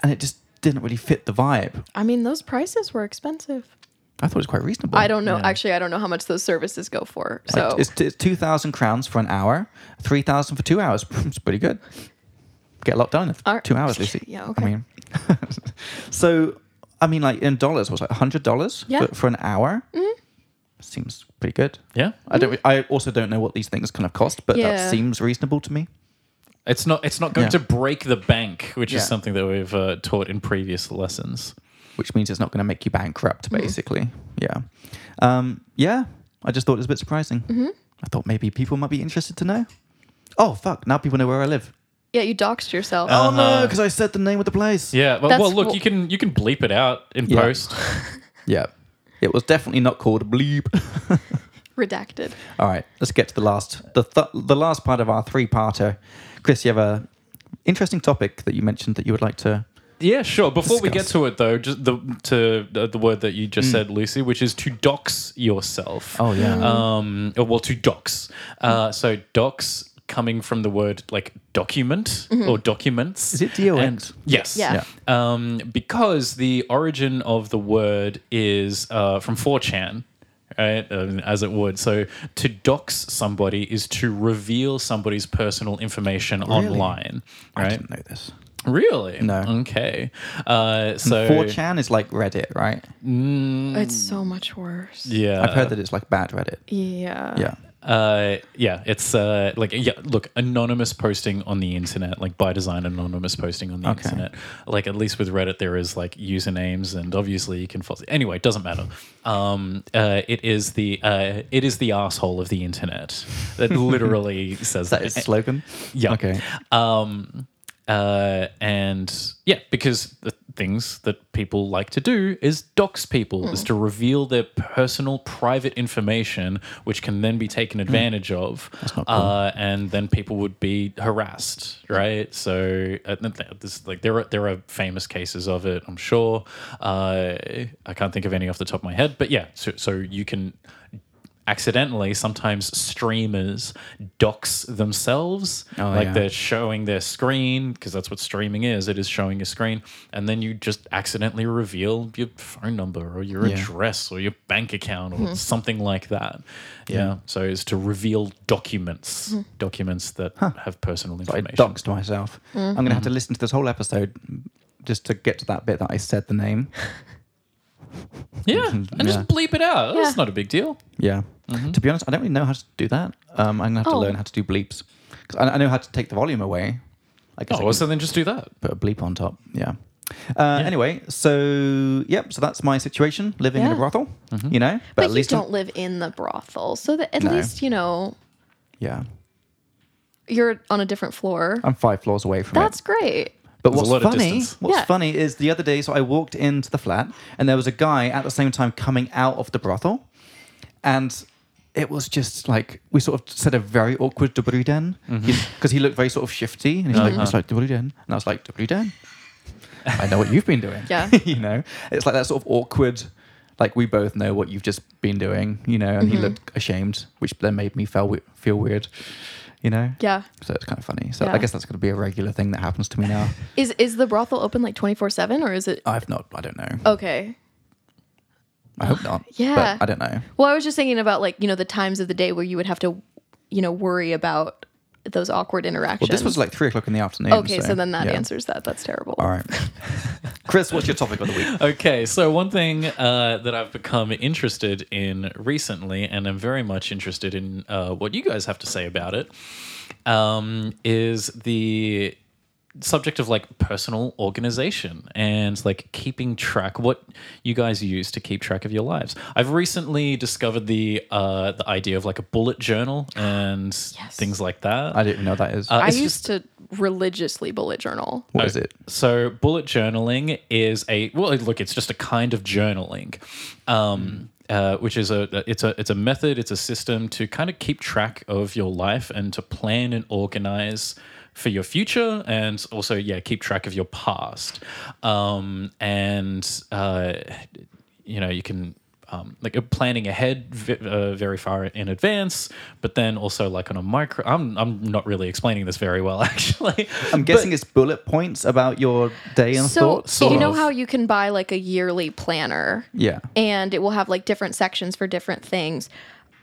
[SPEAKER 1] and it just didn't really fit the vibe.
[SPEAKER 3] I mean, those prices were expensive.
[SPEAKER 1] I thought it was quite reasonable.
[SPEAKER 3] I don't know. Actually, I don't know how much those services go for. So
[SPEAKER 1] Like, it's, t- it's 2,000 crowns for an hour, 3,000 for two hours. it's pretty good. Get a lot done in
[SPEAKER 3] Ar-
[SPEAKER 1] two hours, Lucy.
[SPEAKER 3] Yeah,
[SPEAKER 1] I
[SPEAKER 3] okay.
[SPEAKER 1] mean, so, I mean, like in dollars, was it $100
[SPEAKER 3] Yeah. Mm-hmm.
[SPEAKER 1] for, for an hour? Seems pretty good.
[SPEAKER 2] yeah.
[SPEAKER 1] I don't. I also don't know what these things kind of cost, but that
[SPEAKER 3] Yeah.
[SPEAKER 1] seems reasonable to me.
[SPEAKER 2] It's not it's not going
[SPEAKER 1] Yeah.
[SPEAKER 2] to break the bank, which
[SPEAKER 1] Yeah.
[SPEAKER 2] is something that we've uh, taught in previous lessons.
[SPEAKER 1] Which means it's not going to make you bankrupt,
[SPEAKER 3] Mm-hmm.
[SPEAKER 1] basically. Yeah. Um, yeah. I just thought it was a bit surprising.
[SPEAKER 3] Mm-hmm.
[SPEAKER 1] I thought maybe people might be interested to know. Oh fuck! Now people know where I live.
[SPEAKER 3] yeah, you doxed yourself.
[SPEAKER 1] Oh no, because I said the name of the place.
[SPEAKER 2] Yeah, well,
[SPEAKER 3] That's
[SPEAKER 2] well look,
[SPEAKER 3] wh-
[SPEAKER 2] you can you can bleep it out in
[SPEAKER 1] Yeah.
[SPEAKER 2] post.
[SPEAKER 1] Yeah. It was definitely not called bleep.
[SPEAKER 3] Redacted.
[SPEAKER 1] All right, let's get to the last the th- the last part of our three-parter. Chris, you have a interesting topic that you mentioned that you would like to.
[SPEAKER 2] Yeah, sure. Before we get
[SPEAKER 1] Discuss.
[SPEAKER 2] to it, though, just the to uh, the word that you just said, Lucy, which is to dox yourself.
[SPEAKER 1] Oh, yeah.
[SPEAKER 2] Um, uh, well, to dox. Uh, so dox coming from the word like document or documents.
[SPEAKER 1] Is it D-O-X?
[SPEAKER 2] And- Yes.
[SPEAKER 3] Yeah.
[SPEAKER 2] Um, because the origin of the word is uh, from 4chan. Right, um, as it would. So to dox somebody is to reveal somebody's personal information online.
[SPEAKER 1] I
[SPEAKER 2] Right?
[SPEAKER 1] didn't know this.
[SPEAKER 2] Really?
[SPEAKER 1] No.
[SPEAKER 2] Okay. Uh, so
[SPEAKER 1] 4chan is like Reddit, right?
[SPEAKER 3] It's so much worse.
[SPEAKER 2] Yeah.
[SPEAKER 1] I've heard that it's like bad Reddit.
[SPEAKER 3] Yeah.
[SPEAKER 1] Yeah.
[SPEAKER 2] Uh, yeah, it's uh, like yeah. Look, anonymous posting on the internet, like by design, anonymous posting on the
[SPEAKER 1] Okay.
[SPEAKER 2] internet. Like at least with Reddit, there is like usernames, and obviously you can follow. Anyway, it doesn't matter. Um, uh, it is the uh, it is the asshole of the internet. That literally says
[SPEAKER 1] That is the slogan.
[SPEAKER 2] Yeah.
[SPEAKER 1] Okay.
[SPEAKER 2] Um, uh, and yeah, because the things that people like to do is dox people, is to reveal their personal, private information, which can then be taken advantage of.
[SPEAKER 1] Hmm. not cool.
[SPEAKER 2] uh, and then people would be harassed, right? So uh, th- th- this, like there are there are famous cases of it, I'm sure. Uh, I can't think of any off the top of my head, but yeah. So so you can accidentally sometimes streamers dox themselves
[SPEAKER 1] Oh,
[SPEAKER 2] like
[SPEAKER 1] yeah.
[SPEAKER 2] they're showing their screen because that's what streaming is it is showing your screen and then you just accidentally reveal your phone number or your
[SPEAKER 1] Yeah.
[SPEAKER 2] address or your bank account or something like that yeah. so it's to reveal documents documents that have personal
[SPEAKER 1] I
[SPEAKER 2] information
[SPEAKER 1] doxed myself. I'm going to have to listen to this whole episode just to get to that bit that I said the name.
[SPEAKER 2] yeah and
[SPEAKER 1] Yeah.
[SPEAKER 2] just bleep it out
[SPEAKER 3] Yeah.
[SPEAKER 2] That's not a big deal
[SPEAKER 1] Yeah.
[SPEAKER 2] Mm-hmm.
[SPEAKER 1] To be honest, I don't really know how to do that. Um, I'm going to have to
[SPEAKER 3] Oh.
[SPEAKER 1] learn how to do bleeps. 'Cause I, I know how to take the volume away. I guess I
[SPEAKER 2] oh
[SPEAKER 1] can
[SPEAKER 2] so then just do that
[SPEAKER 1] put a bleep on top. Yeah. Uh, Anyway, so yep, so that's my situation, living in a
[SPEAKER 3] Yeah. Mm-hmm.
[SPEAKER 1] brothel. You know, but,
[SPEAKER 3] But,
[SPEAKER 1] at least
[SPEAKER 3] you
[SPEAKER 1] I'm-
[SPEAKER 3] don't live in the brothel, so that at
[SPEAKER 1] No.
[SPEAKER 3] least you know
[SPEAKER 1] yeah,
[SPEAKER 3] you're on a different floor.
[SPEAKER 1] I'm five floors away from it.
[SPEAKER 3] That's great.
[SPEAKER 1] But
[SPEAKER 2] There's a
[SPEAKER 1] what's
[SPEAKER 2] lot of
[SPEAKER 1] funny,
[SPEAKER 2] distance.
[SPEAKER 1] what's
[SPEAKER 3] Yeah.
[SPEAKER 1] funny is the other day, so I walked into the flat and there was a guy at the same time coming out of the brothel. And it was just like, we sort of said a very awkward Dobry den
[SPEAKER 2] Mm-hmm.
[SPEAKER 1] because he looked very sort of shifty and he's
[SPEAKER 2] Uh-huh.
[SPEAKER 1] like, it's like Dobry den. And I was like, Dobry den. I know what you've been doing.
[SPEAKER 3] Yeah.
[SPEAKER 1] you know, it's like that sort of awkward, like we both know what you've just been doing, you know, and
[SPEAKER 3] Mm-hmm.
[SPEAKER 1] he looked ashamed, which then made me feel, we- feel weird, you know?
[SPEAKER 3] Yeah.
[SPEAKER 1] So it's kind of funny. So I
[SPEAKER 3] Yeah.
[SPEAKER 1] guess that's going to be a regular thing that happens to me now.
[SPEAKER 3] Is is the brothel open like twenty four seven or is it
[SPEAKER 1] I've not. I don't know.
[SPEAKER 3] okay?
[SPEAKER 1] I hope not.
[SPEAKER 3] yeah.
[SPEAKER 1] But I don't know.
[SPEAKER 3] Well, I was just thinking about like you know the times of the day where you would have to, you know, worry about those awkward
[SPEAKER 1] Well,
[SPEAKER 3] interactions.
[SPEAKER 1] this was like three o'clock in the afternoon.
[SPEAKER 3] okay, so, then that
[SPEAKER 1] yeah.
[SPEAKER 3] answers that. That's terrible.
[SPEAKER 1] All right. Chris, what's your topic of the week?
[SPEAKER 2] Okay, so one thing uh, that I've become interested in recently, and I'm very much interested in uh, what you guys have to say about it, um, is the subject of like personal organization and like keeping track what you guys use to keep track of your lives. I've recently discovered the uh, the idea of like a bullet journal and things like that. Uh,
[SPEAKER 1] I don't even know what that is.
[SPEAKER 3] I
[SPEAKER 2] it's
[SPEAKER 3] used to religiously bullet journal.
[SPEAKER 1] what is it?
[SPEAKER 2] Oh, So bullet journaling is a well, look, it's just a kind of journaling, um, uh, which is a it's a it's a method, it's a system to kind of keep track of your life and to plan and organize for your future, and also yeah, keep track of your past, um, and uh, you know you can. Um, like uh, planning ahead v- uh, very far in advance, but then also like on a micro. I'm I'm not really explaining this very well actually.
[SPEAKER 1] I'm guessing it's bullet points about your day and
[SPEAKER 3] So
[SPEAKER 1] thoughts.
[SPEAKER 2] sort
[SPEAKER 3] you know
[SPEAKER 2] of.
[SPEAKER 3] how you can buy like a yearly planner
[SPEAKER 1] Yeah.
[SPEAKER 3] and it will have like different sections for different things.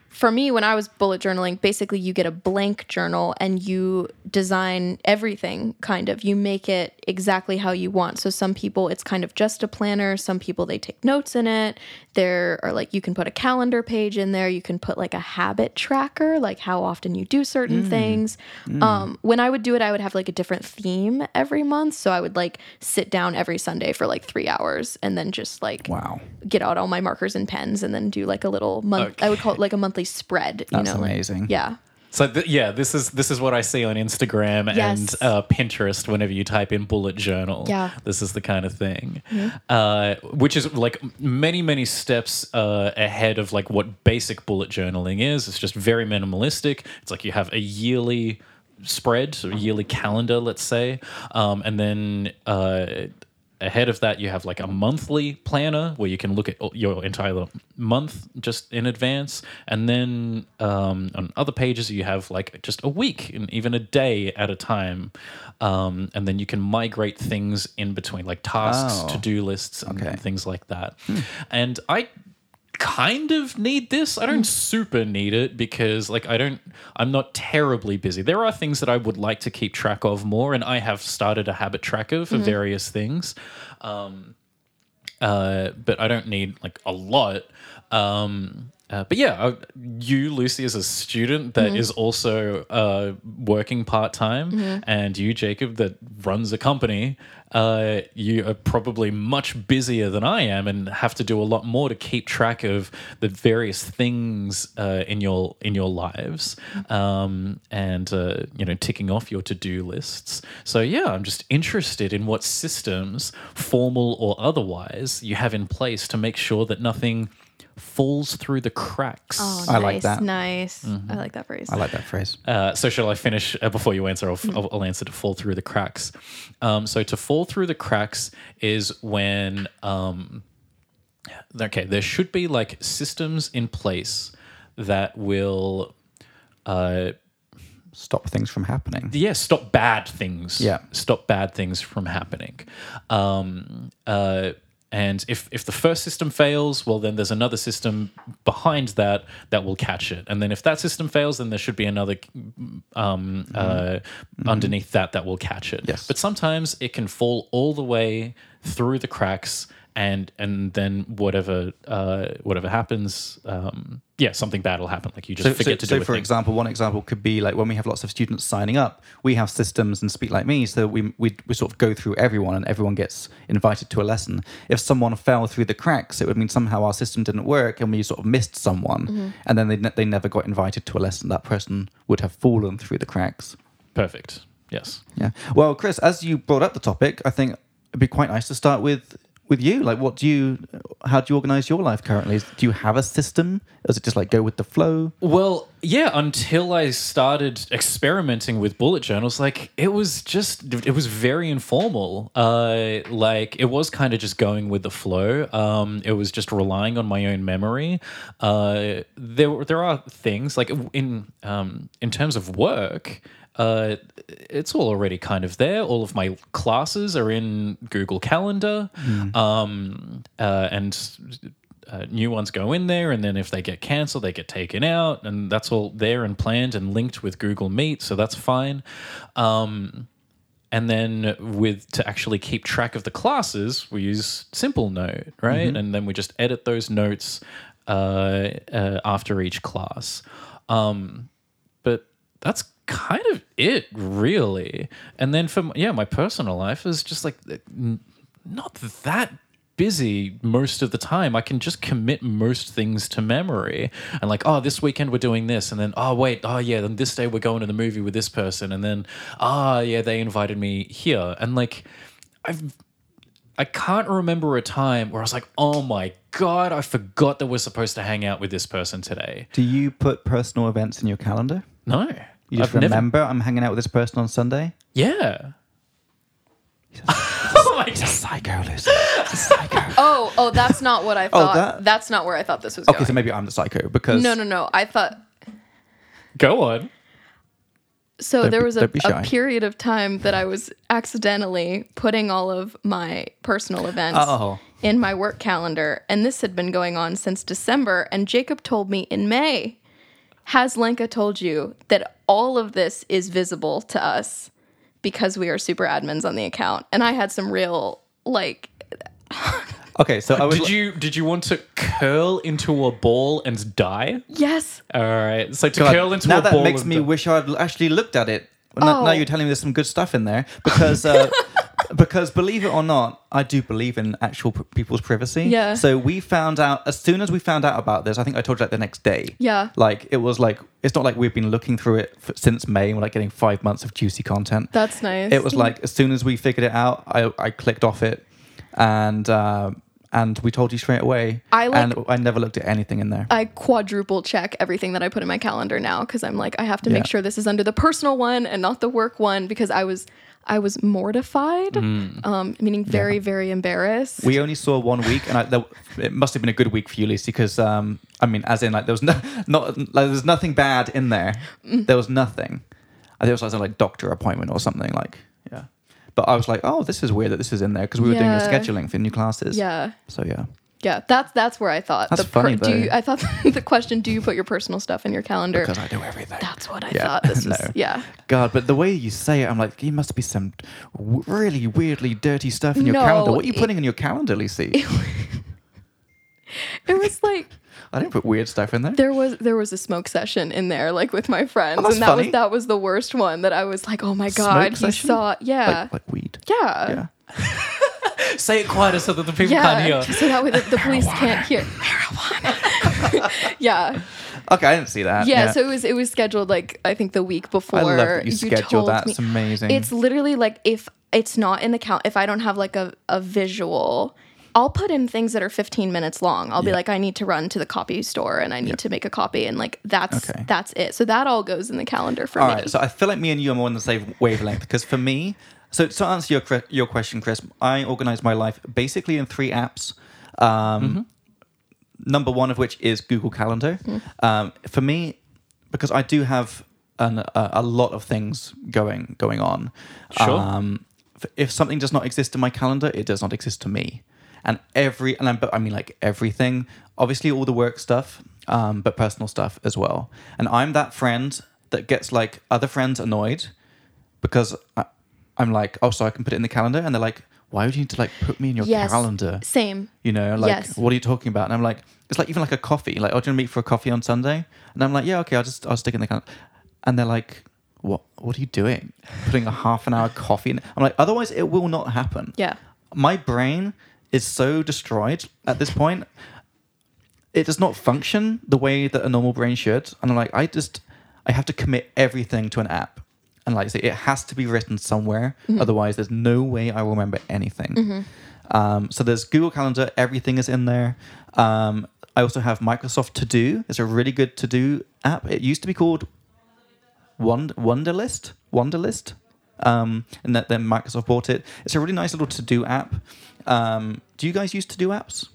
[SPEAKER 3] For me, when I was bullet journaling, basically you get a blank journal and you design everything kind of. You make it exactly how you want. So some people it's kind of just a planner, some people they take notes in it. There are like you can put a calendar page in there, you can put like a habit tracker, like how often you do certain things. Um when I would do it, I would have like a different theme every month, so I would like sit down every Sunday for like 3 hours and then just like
[SPEAKER 1] Wow.
[SPEAKER 3] get out all my markers and pens and then do like a little month I would call it like a monthly spread, you
[SPEAKER 1] That's
[SPEAKER 3] know. like-
[SPEAKER 1] amazing.
[SPEAKER 3] yeah.
[SPEAKER 2] So th- yeah, this is this is what I see on Instagram
[SPEAKER 3] Yes.
[SPEAKER 2] and uh, Pinterest. Whenever you type in bullet journal,
[SPEAKER 3] Yeah.
[SPEAKER 2] this is the kind of thing, uh, which is like many many steps uh, ahead of like what basic bullet journaling is. It's just very minimalistic. It's like you have a yearly spread, so yearly calendar, let's say, um, and then. Uh, Ahead of that, you have like a monthly planner where you can look at all- your entire month just in advance. And then um, on other pages, you have like just a week and even a day at a time. Um, and then you can migrate things in between, like tasks,
[SPEAKER 1] Oh.
[SPEAKER 2] to do lists, and
[SPEAKER 1] Okay. Hmm.
[SPEAKER 2] things like that. And I kind of need this. I don't super need it because like I don't I'm not terribly busy. There are things that I would like to keep track of more and I have started a habit tracker for various things. Um uh but I don't need like a lot. Um uh, but yeah, I, you, Lucy, is a student that is also uh, working part time, and you, Jacob, that runs a company. Uh, you are probably much busier than I am, and have to do a lot more to keep track of the various things uh, in your in your lives, um, and uh, you know, ticking off your to do lists. So yeah, I'm just interested in what systems, formal or otherwise, you have in place to make sure that nothing falls through the cracks.
[SPEAKER 3] Oh,
[SPEAKER 1] I like
[SPEAKER 3] nice,
[SPEAKER 1] that. Mm-hmm.
[SPEAKER 3] Nice. I like that phrase.
[SPEAKER 1] I like that phrase.
[SPEAKER 2] Uh, so shall I finish uh, before you answer? I'll, I'll, I'll answer to fall through the cracks. Um, so to fall through the cracks is when um, okay, there should be like systems in place that will uh,
[SPEAKER 1] Stop things from happening.
[SPEAKER 2] yeah, stop bad things.
[SPEAKER 1] Yeah.
[SPEAKER 2] stop bad things from happening. Um, uh, and if if the first system fails, well, then there's another system behind that that will catch it. And then if that system fails, then there should be another um, uh, underneath that that will catch it.
[SPEAKER 1] Mm-hmm. Yes.
[SPEAKER 2] But sometimes it can fall all the way through the cracks. And, and then whatever uh, whatever happens, um, yeah, something bad will happen. Like you just
[SPEAKER 1] So,
[SPEAKER 2] forget
[SPEAKER 1] so,
[SPEAKER 2] to do
[SPEAKER 1] so
[SPEAKER 2] a
[SPEAKER 1] for
[SPEAKER 2] thing.
[SPEAKER 1] example, one example could be like when we have lots of students signing up, we have systems and Speak Like Me, so we, we, we sort of go through everyone and everyone gets invited to a lesson. If someone fell through the cracks, it would mean somehow our system didn't work and we sort of missed someone,
[SPEAKER 2] Mm-hmm.
[SPEAKER 1] and then they, ne- they never got invited to a lesson. That person would have fallen through the cracks.
[SPEAKER 2] Perfect. Yes.
[SPEAKER 1] Yeah. Well, Chris, as you brought up the topic, I think it'd be quite nice to start with with you. Like, what do you? How do you organize your life currently? Is- Do you have a system? Or is it just like go with the flow?
[SPEAKER 2] Well, yeah, until I started experimenting with bullet journals, like it was just, it was very informal. Uh, like it was kind of just going with the flow. Um, it was just relying on my own memory. Uh, there, were- there are things like in, um, in terms of work, uh, it's all already kind of there. All of my classes are in Google Calendar, um, uh, and uh, new ones go in there, and then if they get cancelled, they get taken out, and that's all there and planned and linked with Google Meet, so that's fine. Um, and then with to actually keep track of the classes, we use Simple Note, right? And then we just edit those notes uh, uh, after each class. Um, but that's kind of it really and then for m- yeah my personal life is just like n- not that busy most of the time i can just commit most things to memory and like oh this weekend we're doing this and then oh wait oh yeah then this day we're going to the movie with this person and then ah yeah they invited me here and like i've I can't remember a time where I was like, "Oh my god, I forgot that we're supposed to hang out with this person today."
[SPEAKER 1] Do you put personal events in your calendar?
[SPEAKER 2] No,
[SPEAKER 1] You just
[SPEAKER 2] I've never-
[SPEAKER 1] remember I'm hanging out with this person on Sunday.
[SPEAKER 2] Yeah. oh my god.
[SPEAKER 1] Psycho, Lucy. psycho.
[SPEAKER 3] Oh, oh, that's not what I thought.
[SPEAKER 1] that-
[SPEAKER 3] That's not where I thought this was
[SPEAKER 1] Okay,
[SPEAKER 3] going.
[SPEAKER 1] so maybe I'm the psycho because
[SPEAKER 3] no, no, no. I thought
[SPEAKER 2] Go on.
[SPEAKER 3] so.
[SPEAKER 1] Don't
[SPEAKER 3] there
[SPEAKER 1] be-
[SPEAKER 3] was a,
[SPEAKER 1] don't be shy.
[SPEAKER 3] a period of time that I was accidentally putting all of my personal events
[SPEAKER 1] Oh.
[SPEAKER 3] in my work calendar, and this had been going on since December. And Jacob told me in May, "Has Lenka told you that all of this is visible to us because we are super admins on the account?" And I had some real like
[SPEAKER 1] Okay, so I was.
[SPEAKER 2] Did you did you want to curl into a ball and die?
[SPEAKER 3] yes.
[SPEAKER 2] All right. So to
[SPEAKER 1] God,
[SPEAKER 2] curl into
[SPEAKER 1] now
[SPEAKER 2] a
[SPEAKER 1] that
[SPEAKER 2] ball
[SPEAKER 1] makes
[SPEAKER 2] and
[SPEAKER 1] me
[SPEAKER 2] die-
[SPEAKER 1] wish I'd actually looked at it. Well, now-
[SPEAKER 3] Oh.
[SPEAKER 1] Now you're telling me there's some good stuff in there because uh, because believe it or not, I do believe in actual p- people's privacy.
[SPEAKER 3] Yeah.
[SPEAKER 1] So we found out as soon as we found out about this. I think I told you like the next day.
[SPEAKER 3] Yeah.
[SPEAKER 1] Like it was like it's not like we've been looking through it f- since May. and We're like getting five months of juicy content.
[SPEAKER 3] That's nice.
[SPEAKER 1] It was like as soon as we figured it out, I, I clicked off it, and uh, and we told you straight away.
[SPEAKER 3] I, like- uh,
[SPEAKER 1] and I never looked at anything in there.
[SPEAKER 3] I quadruple check everything that I put in my calendar now because I'm like, I have to
[SPEAKER 1] Yeah.
[SPEAKER 3] make sure this is under the personal one and not the work one because I was I was mortified, um, meaning very very embarrassed.
[SPEAKER 1] Mm. we only saw one week, and I, there, it must have been a good week for you, Lucy, because um, I mean, as in, like there was no, not like, there was nothing bad in there.
[SPEAKER 3] Mm.
[SPEAKER 1] There was nothing. I think it was like some like doctor appointment or something like yeah. But I was like, oh, this is weird that this is in there because we were
[SPEAKER 3] Yeah.
[SPEAKER 1] doing the scheduling for new classes.
[SPEAKER 3] yeah,
[SPEAKER 1] So yeah.
[SPEAKER 3] yeah. That's that's where I thought
[SPEAKER 1] That's
[SPEAKER 3] the per-
[SPEAKER 1] funny,
[SPEAKER 3] do you,
[SPEAKER 1] though.
[SPEAKER 3] I thought the question, do you put your personal stuff in your calendar?
[SPEAKER 1] because I do everything.
[SPEAKER 3] that's what I
[SPEAKER 1] Yeah.
[SPEAKER 3] thought. This was
[SPEAKER 1] No.
[SPEAKER 3] yeah.
[SPEAKER 1] God, but the way you say it, I'm like, you must be some w- really weirdly dirty stuff in your
[SPEAKER 3] No,
[SPEAKER 1] calendar. What are you
[SPEAKER 3] it-
[SPEAKER 1] putting in your calendar, Lucy?
[SPEAKER 3] It was like
[SPEAKER 1] I didn't put weird stuff in there.
[SPEAKER 3] there was there was a smoke session in there like with my friends
[SPEAKER 1] Oh, that's
[SPEAKER 3] and that
[SPEAKER 1] funny.
[SPEAKER 3] was that was the worst one that I was like, "Oh my
[SPEAKER 1] Smoke
[SPEAKER 3] god, he
[SPEAKER 1] session?
[SPEAKER 3] saw yeah.
[SPEAKER 1] Like, like weed.
[SPEAKER 3] yeah.
[SPEAKER 1] Yeah.
[SPEAKER 2] Say it quieter so that the people
[SPEAKER 3] Yeah,
[SPEAKER 2] can't hear.
[SPEAKER 3] so that way the, the police can't hear marijuana.
[SPEAKER 1] Uh,
[SPEAKER 3] yeah.
[SPEAKER 1] Okay, I didn't see that.
[SPEAKER 3] yeah, So it was it was scheduled like I think the week before.
[SPEAKER 1] I love that you, scheduled
[SPEAKER 3] told
[SPEAKER 1] that.
[SPEAKER 3] me-
[SPEAKER 1] It's amazing.
[SPEAKER 3] It's literally like if it's not in the count, if I don't have like a, a visual, I'll put in things that are 15 minutes long. I'll be
[SPEAKER 1] Yeah.
[SPEAKER 3] like, I need to run to the copy store and I need to make a copy, and like that's
[SPEAKER 1] Okay.
[SPEAKER 3] that's it. So that all goes in the calendar for
[SPEAKER 1] All
[SPEAKER 3] me.
[SPEAKER 1] right, so I feel like me and you are more on the same wavelength because for me, so to answer your cre- your question, Chris, I organize my life basically in three apps.
[SPEAKER 3] Mm-hmm.
[SPEAKER 1] Um, Number one of which is Google Calendar. Um, for me, because I do have an, a, a lot of things going going on.
[SPEAKER 2] Sure.
[SPEAKER 1] Um, f- if something does not exist in my calendar, it does not exist to me. And every and I, but I mean like everything, obviously all the work stuff, um, but personal stuff as well. And I'm that friend that gets like other friends annoyed because I, I'm like, oh, so I can put it in the calendar, and they're like, why would you need to like put me in your
[SPEAKER 3] Yes.
[SPEAKER 1] calendar?
[SPEAKER 3] Same.
[SPEAKER 1] You know, like
[SPEAKER 3] Yes.
[SPEAKER 1] what are you talking about? And I'm like, it's like even like a coffee. Like, oh, do you want to meet for a coffee on Sunday? And I'm like, yeah, okay, I'll just I'll stick it in the calendar. And they're like, what? What are you doing? Putting a half an hour coffee? in I'm like, otherwise it will not happen.
[SPEAKER 3] Yeah.
[SPEAKER 1] My brain is so destroyed at this point. It does not function the way that a normal brain should. And I'm like, I just I have to commit everything to an app. And like I say, it has to be written somewhere. Otherwise, there's no way I will remember anything. Um, so there's Google Calendar, everything is in there. Um, I also have Microsoft To Do. It's a really good to do app. It used to be called Wonder Wonderlist. Wonderlist. Um, and that then Microsoft bought it. It's a really nice little to do app. Um, do you guys use to do apps?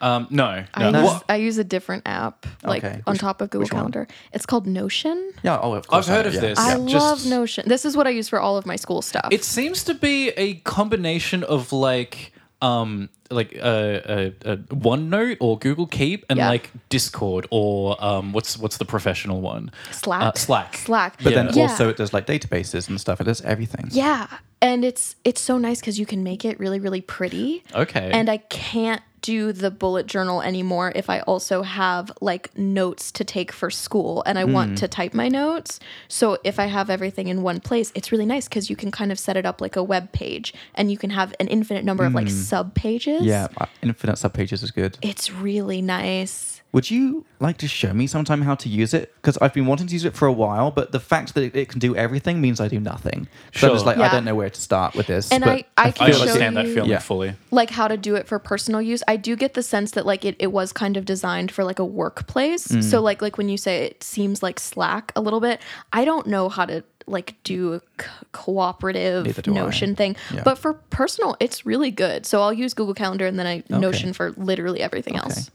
[SPEAKER 2] Um, no,
[SPEAKER 3] I
[SPEAKER 2] no.
[SPEAKER 3] use
[SPEAKER 2] What-
[SPEAKER 3] I use a different app like
[SPEAKER 1] Okay.
[SPEAKER 3] on
[SPEAKER 1] Which-
[SPEAKER 3] top of Google
[SPEAKER 1] which one?
[SPEAKER 3] Calendar. It's called Notion.
[SPEAKER 1] Yeah, oh, of course.
[SPEAKER 2] I've heard
[SPEAKER 1] know,
[SPEAKER 2] of
[SPEAKER 1] yeah.
[SPEAKER 2] this.
[SPEAKER 3] I
[SPEAKER 2] Yeah.
[SPEAKER 3] love
[SPEAKER 2] Just-
[SPEAKER 3] Notion. This is what I use for all of my school stuff.
[SPEAKER 2] It seems to be a combination of like um like a uh, uh, uh, OneNote or Google Keep and
[SPEAKER 3] Yeah.
[SPEAKER 2] like Discord or um what's what's the professional one?
[SPEAKER 3] Slack.
[SPEAKER 2] Uh, Slack.
[SPEAKER 3] Slack.
[SPEAKER 1] But then
[SPEAKER 3] Yeah.
[SPEAKER 1] also it does like databases and stuff. It does everything.
[SPEAKER 3] Yeah, and it's it's so nice because you can make it really really pretty.
[SPEAKER 2] Okay.
[SPEAKER 3] And I can't do the bullet journal anymore if I also have like notes to take for school and I
[SPEAKER 1] Hmm.
[SPEAKER 3] want to type my notes. So if I have everything in one place, it's really nice because you can kind of set it up like a web page and you can have an infinite number of like sub pages.
[SPEAKER 1] Hmm. Yeah, uh, infinite subpages is good.
[SPEAKER 3] It's really nice.
[SPEAKER 1] Would you like to show me sometime how to use it? Because I've been wanting to use it for a while, but the fact that it, it can do everything means I do nothing. So I'm just
[SPEAKER 2] Sure.
[SPEAKER 1] like, I
[SPEAKER 3] Yeah.
[SPEAKER 1] don't know where to start with this.
[SPEAKER 3] And
[SPEAKER 1] but
[SPEAKER 3] I- I
[SPEAKER 2] I
[SPEAKER 1] feel
[SPEAKER 3] can
[SPEAKER 1] like it-
[SPEAKER 3] show
[SPEAKER 2] understand that
[SPEAKER 3] you-
[SPEAKER 2] feeling
[SPEAKER 1] Yeah.
[SPEAKER 2] fully.
[SPEAKER 3] like how to do it for personal use. I do get the sense that like it, it was kind of designed for like a workplace.
[SPEAKER 1] Mm.
[SPEAKER 3] So like like when you say it seems like Slack a little bit, I don't know how to like do a co-
[SPEAKER 1] Neither
[SPEAKER 3] cooperative
[SPEAKER 1] do I.
[SPEAKER 3] Notion thing.
[SPEAKER 1] Yeah.
[SPEAKER 3] But for personal, it's really good. So I'll use Google Calendar and then I Notion for literally everything else.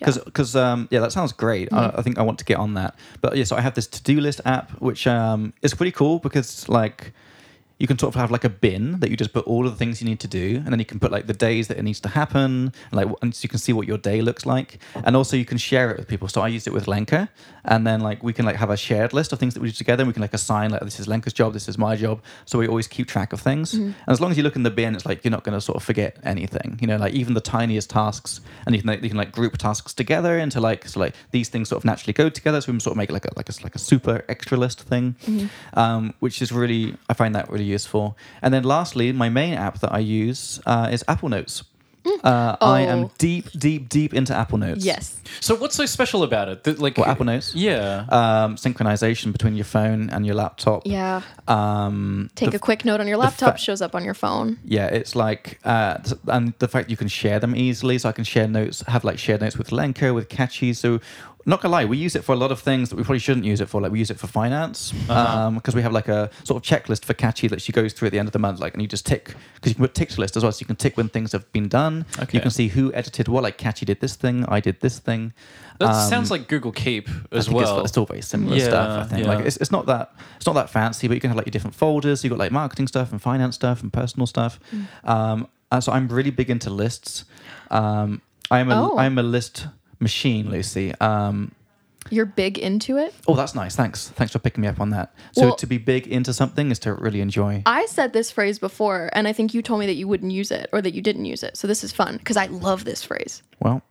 [SPEAKER 1] because because um, yeah, that sounds great. I, I think I want to get on that. But yeah, so I have this to do list app, which um, is pretty cool because like you can sort of have like a bin that you just put all of the things you need to do, and then you can put like the days that it needs to happen, and, like and so you can see what your day looks like, and also you can share it with people. So I used it with Lenka, and then like we can like have a shared list of things that we do together, and we can like assign like this is Lenka's job, this is my job. So we always keep track of things, and as long as you look in the bin, it's like you're not going to sort of forget anything. You know, like even the tiniest tasks, and you can like, you can like group tasks together into like so like these things sort of naturally go together. So we can sort of make like a like a like a super extra list thing,
[SPEAKER 3] Mm-hmm.
[SPEAKER 1] um, which is really I find that really useful. And then lastly, my main app that I use uh, is Apple Notes. Uh, I am
[SPEAKER 3] Oh.
[SPEAKER 1] deep, deep, deep into Apple Notes.
[SPEAKER 3] Yes.
[SPEAKER 2] So what's so special about it? That, like
[SPEAKER 1] Well, Apple Notes.
[SPEAKER 2] Yeah.
[SPEAKER 1] Um, synchronization between your phone and your laptop.
[SPEAKER 3] Yeah.
[SPEAKER 1] Um,
[SPEAKER 3] Take a quick note on your laptop,
[SPEAKER 1] fa-
[SPEAKER 3] shows up on your phone.
[SPEAKER 1] yeah, it's like, uh, th- and the fact you can share them easily. So I can share notes, have like shared notes with Lenko, with Kachi. So, not gonna lie, we use it for a lot of things that we probably shouldn't use it for. Like we use it for finance because we have like a sort of checklist for Kachi that she goes through at the end of the month. Like, and you just tick because you can put tick to list as well. So you can tick when things have been done.
[SPEAKER 2] Okay.
[SPEAKER 1] You can see who edited what. Like Kachi did this thing, I did this thing.
[SPEAKER 2] that
[SPEAKER 1] Um,
[SPEAKER 2] sounds like Google Keep
[SPEAKER 1] I
[SPEAKER 2] as
[SPEAKER 1] think it's-
[SPEAKER 2] well.
[SPEAKER 1] It's, all very similar
[SPEAKER 2] Yeah,
[SPEAKER 1] stuff. I think like
[SPEAKER 2] yeah.
[SPEAKER 1] it's, it's not that it's not that fancy, but you can have like your different folders. You've got like marketing stuff and finance stuff and personal stuff.
[SPEAKER 2] Mm.
[SPEAKER 1] Um, and so I'm really big into lists. Um, I'm a
[SPEAKER 3] Oh.
[SPEAKER 1] am a list machine, Lucy. Um,
[SPEAKER 3] You're big into it.
[SPEAKER 1] oh, that's nice. Thanks. Thanks for picking me up on that. So
[SPEAKER 3] Well-
[SPEAKER 1] to be big into something is to really enjoy.
[SPEAKER 3] I said this phrase before, and I think you told me that you wouldn't use it or that you didn't use it. So this is fun because I love this phrase.
[SPEAKER 1] Well,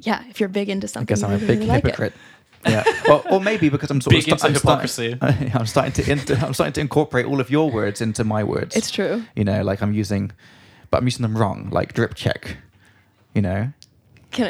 [SPEAKER 3] Yeah, if you're big into
[SPEAKER 1] I
[SPEAKER 3] something,
[SPEAKER 1] guess
[SPEAKER 3] you
[SPEAKER 1] I'm a
[SPEAKER 3] really
[SPEAKER 1] big
[SPEAKER 3] like it.
[SPEAKER 1] hypocrite. Yeah. Well, or maybe because I'm sort
[SPEAKER 2] Big
[SPEAKER 1] of
[SPEAKER 2] into
[SPEAKER 1] sta- I'm
[SPEAKER 2] hypocrisy.
[SPEAKER 1] Starting, I'm starting to int- I'm starting to incorporate all of your words into my words.
[SPEAKER 3] It's true.
[SPEAKER 1] You know, like I'm using, but I'm using them wrong, like drip check. You know,
[SPEAKER 3] Can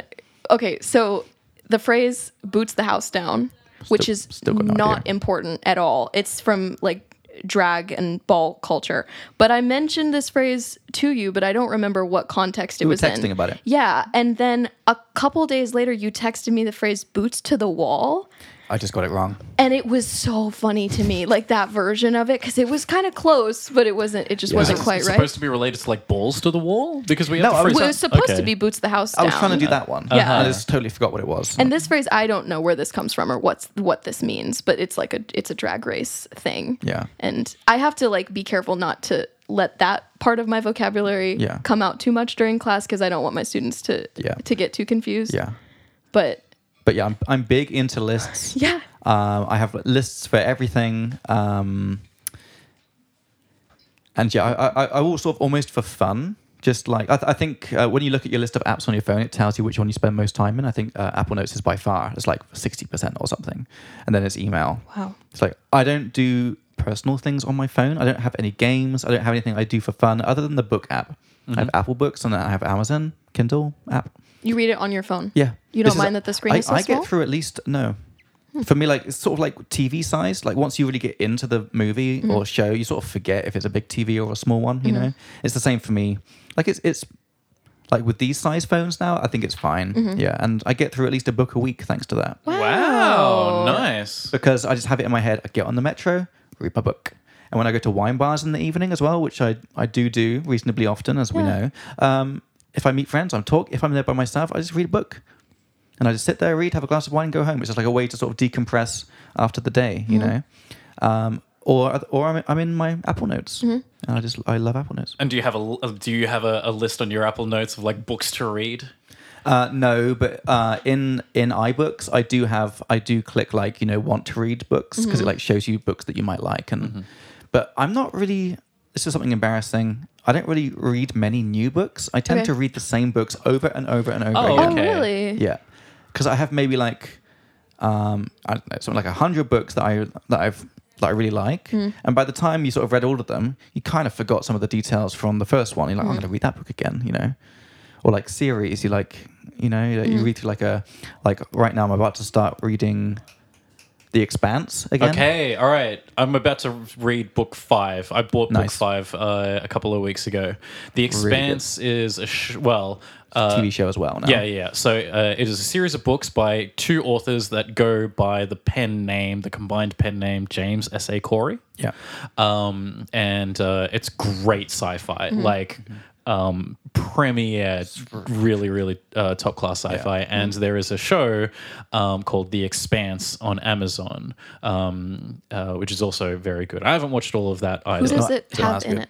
[SPEAKER 3] I, okay, so the phrase "boots the house down," which is
[SPEAKER 1] still got no
[SPEAKER 3] not
[SPEAKER 1] idea.
[SPEAKER 3] important at all. It's from like drag and ball culture. But I mentioned this phrase to you, but I don't remember what context it
[SPEAKER 1] We were
[SPEAKER 3] was in.
[SPEAKER 1] texting about it.
[SPEAKER 3] Yeah, and then a couple days later, you texted me the phrase "boots to the wall."
[SPEAKER 1] I just got it wrong.
[SPEAKER 3] and it was so funny to me like that version of it because it was kind of close but it wasn't it just
[SPEAKER 1] Yeah.
[SPEAKER 3] wasn't
[SPEAKER 1] It's
[SPEAKER 3] quite
[SPEAKER 2] it's
[SPEAKER 3] right
[SPEAKER 2] supposed to be related to like balls to the wall because we have
[SPEAKER 1] No,
[SPEAKER 2] the
[SPEAKER 1] I
[SPEAKER 2] phrase
[SPEAKER 1] was-
[SPEAKER 3] well, it was supposed
[SPEAKER 2] Okay.
[SPEAKER 3] to be boots the house
[SPEAKER 1] I
[SPEAKER 3] down
[SPEAKER 1] was trying to do that one.
[SPEAKER 3] Yeah.
[SPEAKER 1] and I just totally forgot what it was.
[SPEAKER 3] and this phrase i don't know where this comes from or what's what this means but it's like a it's a drag race thing
[SPEAKER 1] Yeah.
[SPEAKER 3] and i have to like be careful not to let that part of my vocabulary
[SPEAKER 1] Yeah.
[SPEAKER 3] come out too much during class because i don't want my students to
[SPEAKER 1] Yeah.
[SPEAKER 3] to get too confused
[SPEAKER 1] yeah,
[SPEAKER 3] but
[SPEAKER 1] but yeah, I'm I'm big into lists.
[SPEAKER 3] yeah
[SPEAKER 1] Um, I have lists for everything. Um, and yeah, I, I, I will sort of almost for fun, just like I, th- I think uh, when you look at your list of apps on your phone, it tells you which one you spend most time in. I think uh, Apple Notes is by far it's like sixty percent or something, and then it's email.
[SPEAKER 3] wow
[SPEAKER 1] It's like I don't do personal things on my phone. I don't have any games. I don't have anything I do for fun other than the book app. I have Apple Books and I have Amazon Kindle app.
[SPEAKER 3] you read it on your phone
[SPEAKER 1] Yeah.
[SPEAKER 3] You don't
[SPEAKER 1] is-
[SPEAKER 3] mind that the screen
[SPEAKER 1] I,
[SPEAKER 3] is so
[SPEAKER 1] I
[SPEAKER 3] small? Hmm.
[SPEAKER 1] get through at least no. For me, like it's sort of like TV size. Like once you really get into the movie
[SPEAKER 3] Hmm.
[SPEAKER 1] or show, you sort of forget if it's a big TV or a small one. You know, it's the same for me. Like it's it's like with these size phones now, I think it's fine.
[SPEAKER 3] Mm-hmm.
[SPEAKER 1] Yeah, and I get through at least a book a week thanks to that
[SPEAKER 2] Wow, nice.
[SPEAKER 1] because I just have it in my head. I get on the metro, read my book. And when I go to wine bars in the evening as well, which I, I do do reasonably often, as we
[SPEAKER 3] Yeah.
[SPEAKER 1] know, um, if I meet friends, I'm talk. If I'm there by myself, I just read a book. And I just sit there, read, have a glass of wine, and go home. It's just like a way to sort of decompress after the day, you know? Um, or or I'm, I'm in my Apple Notes. And I just, I love Apple Notes.
[SPEAKER 2] And do you have a uh, do you have a, a list on your Apple Notes of like books to read?
[SPEAKER 1] Uh, no, but uh, in in iBooks, I do have I do click like you know want to read books because it like shows you books that you might like and
[SPEAKER 2] Mm-hmm.
[SPEAKER 1] but I'm not really this is something embarrassing. I don't really read many new books. I tend
[SPEAKER 3] Okay.
[SPEAKER 1] to read the same books over and over and over
[SPEAKER 2] Oh,
[SPEAKER 1] again.
[SPEAKER 3] oh
[SPEAKER 2] Okay.
[SPEAKER 3] really
[SPEAKER 1] Yeah, because I have maybe like um, I don't know, something like a hundred books that I that I've that I really like, and by the time you sort of read all of them, you kind of forgot some of the details from the first one. You're like, "Oh, I'm going to read that book again, you know, or like series. You like, you know, you, you read through like a like right now. I'm about to start reading The Expanse again.
[SPEAKER 2] Okay, all right. I'm about to read book five. I bought book
[SPEAKER 1] Nice.
[SPEAKER 2] five uh, a couple of weeks ago. The Expanse is a sh- well, uh,
[SPEAKER 1] TV show as well now.
[SPEAKER 2] yeah, yeah. So uh, it is a series of books by two authors that go by the pen name, the combined pen name James S. A. Corey.
[SPEAKER 1] yeah.
[SPEAKER 2] um, and uh, it's great sci-fi, like um, premiere, really, really uh, top class sci-fi. And there is a show um, called The Expanse on Amazon, um, uh, which is also very good. I haven't watched all of that either.
[SPEAKER 3] who does it
[SPEAKER 1] it's not
[SPEAKER 3] have
[SPEAKER 1] as
[SPEAKER 3] in
[SPEAKER 1] good.
[SPEAKER 3] it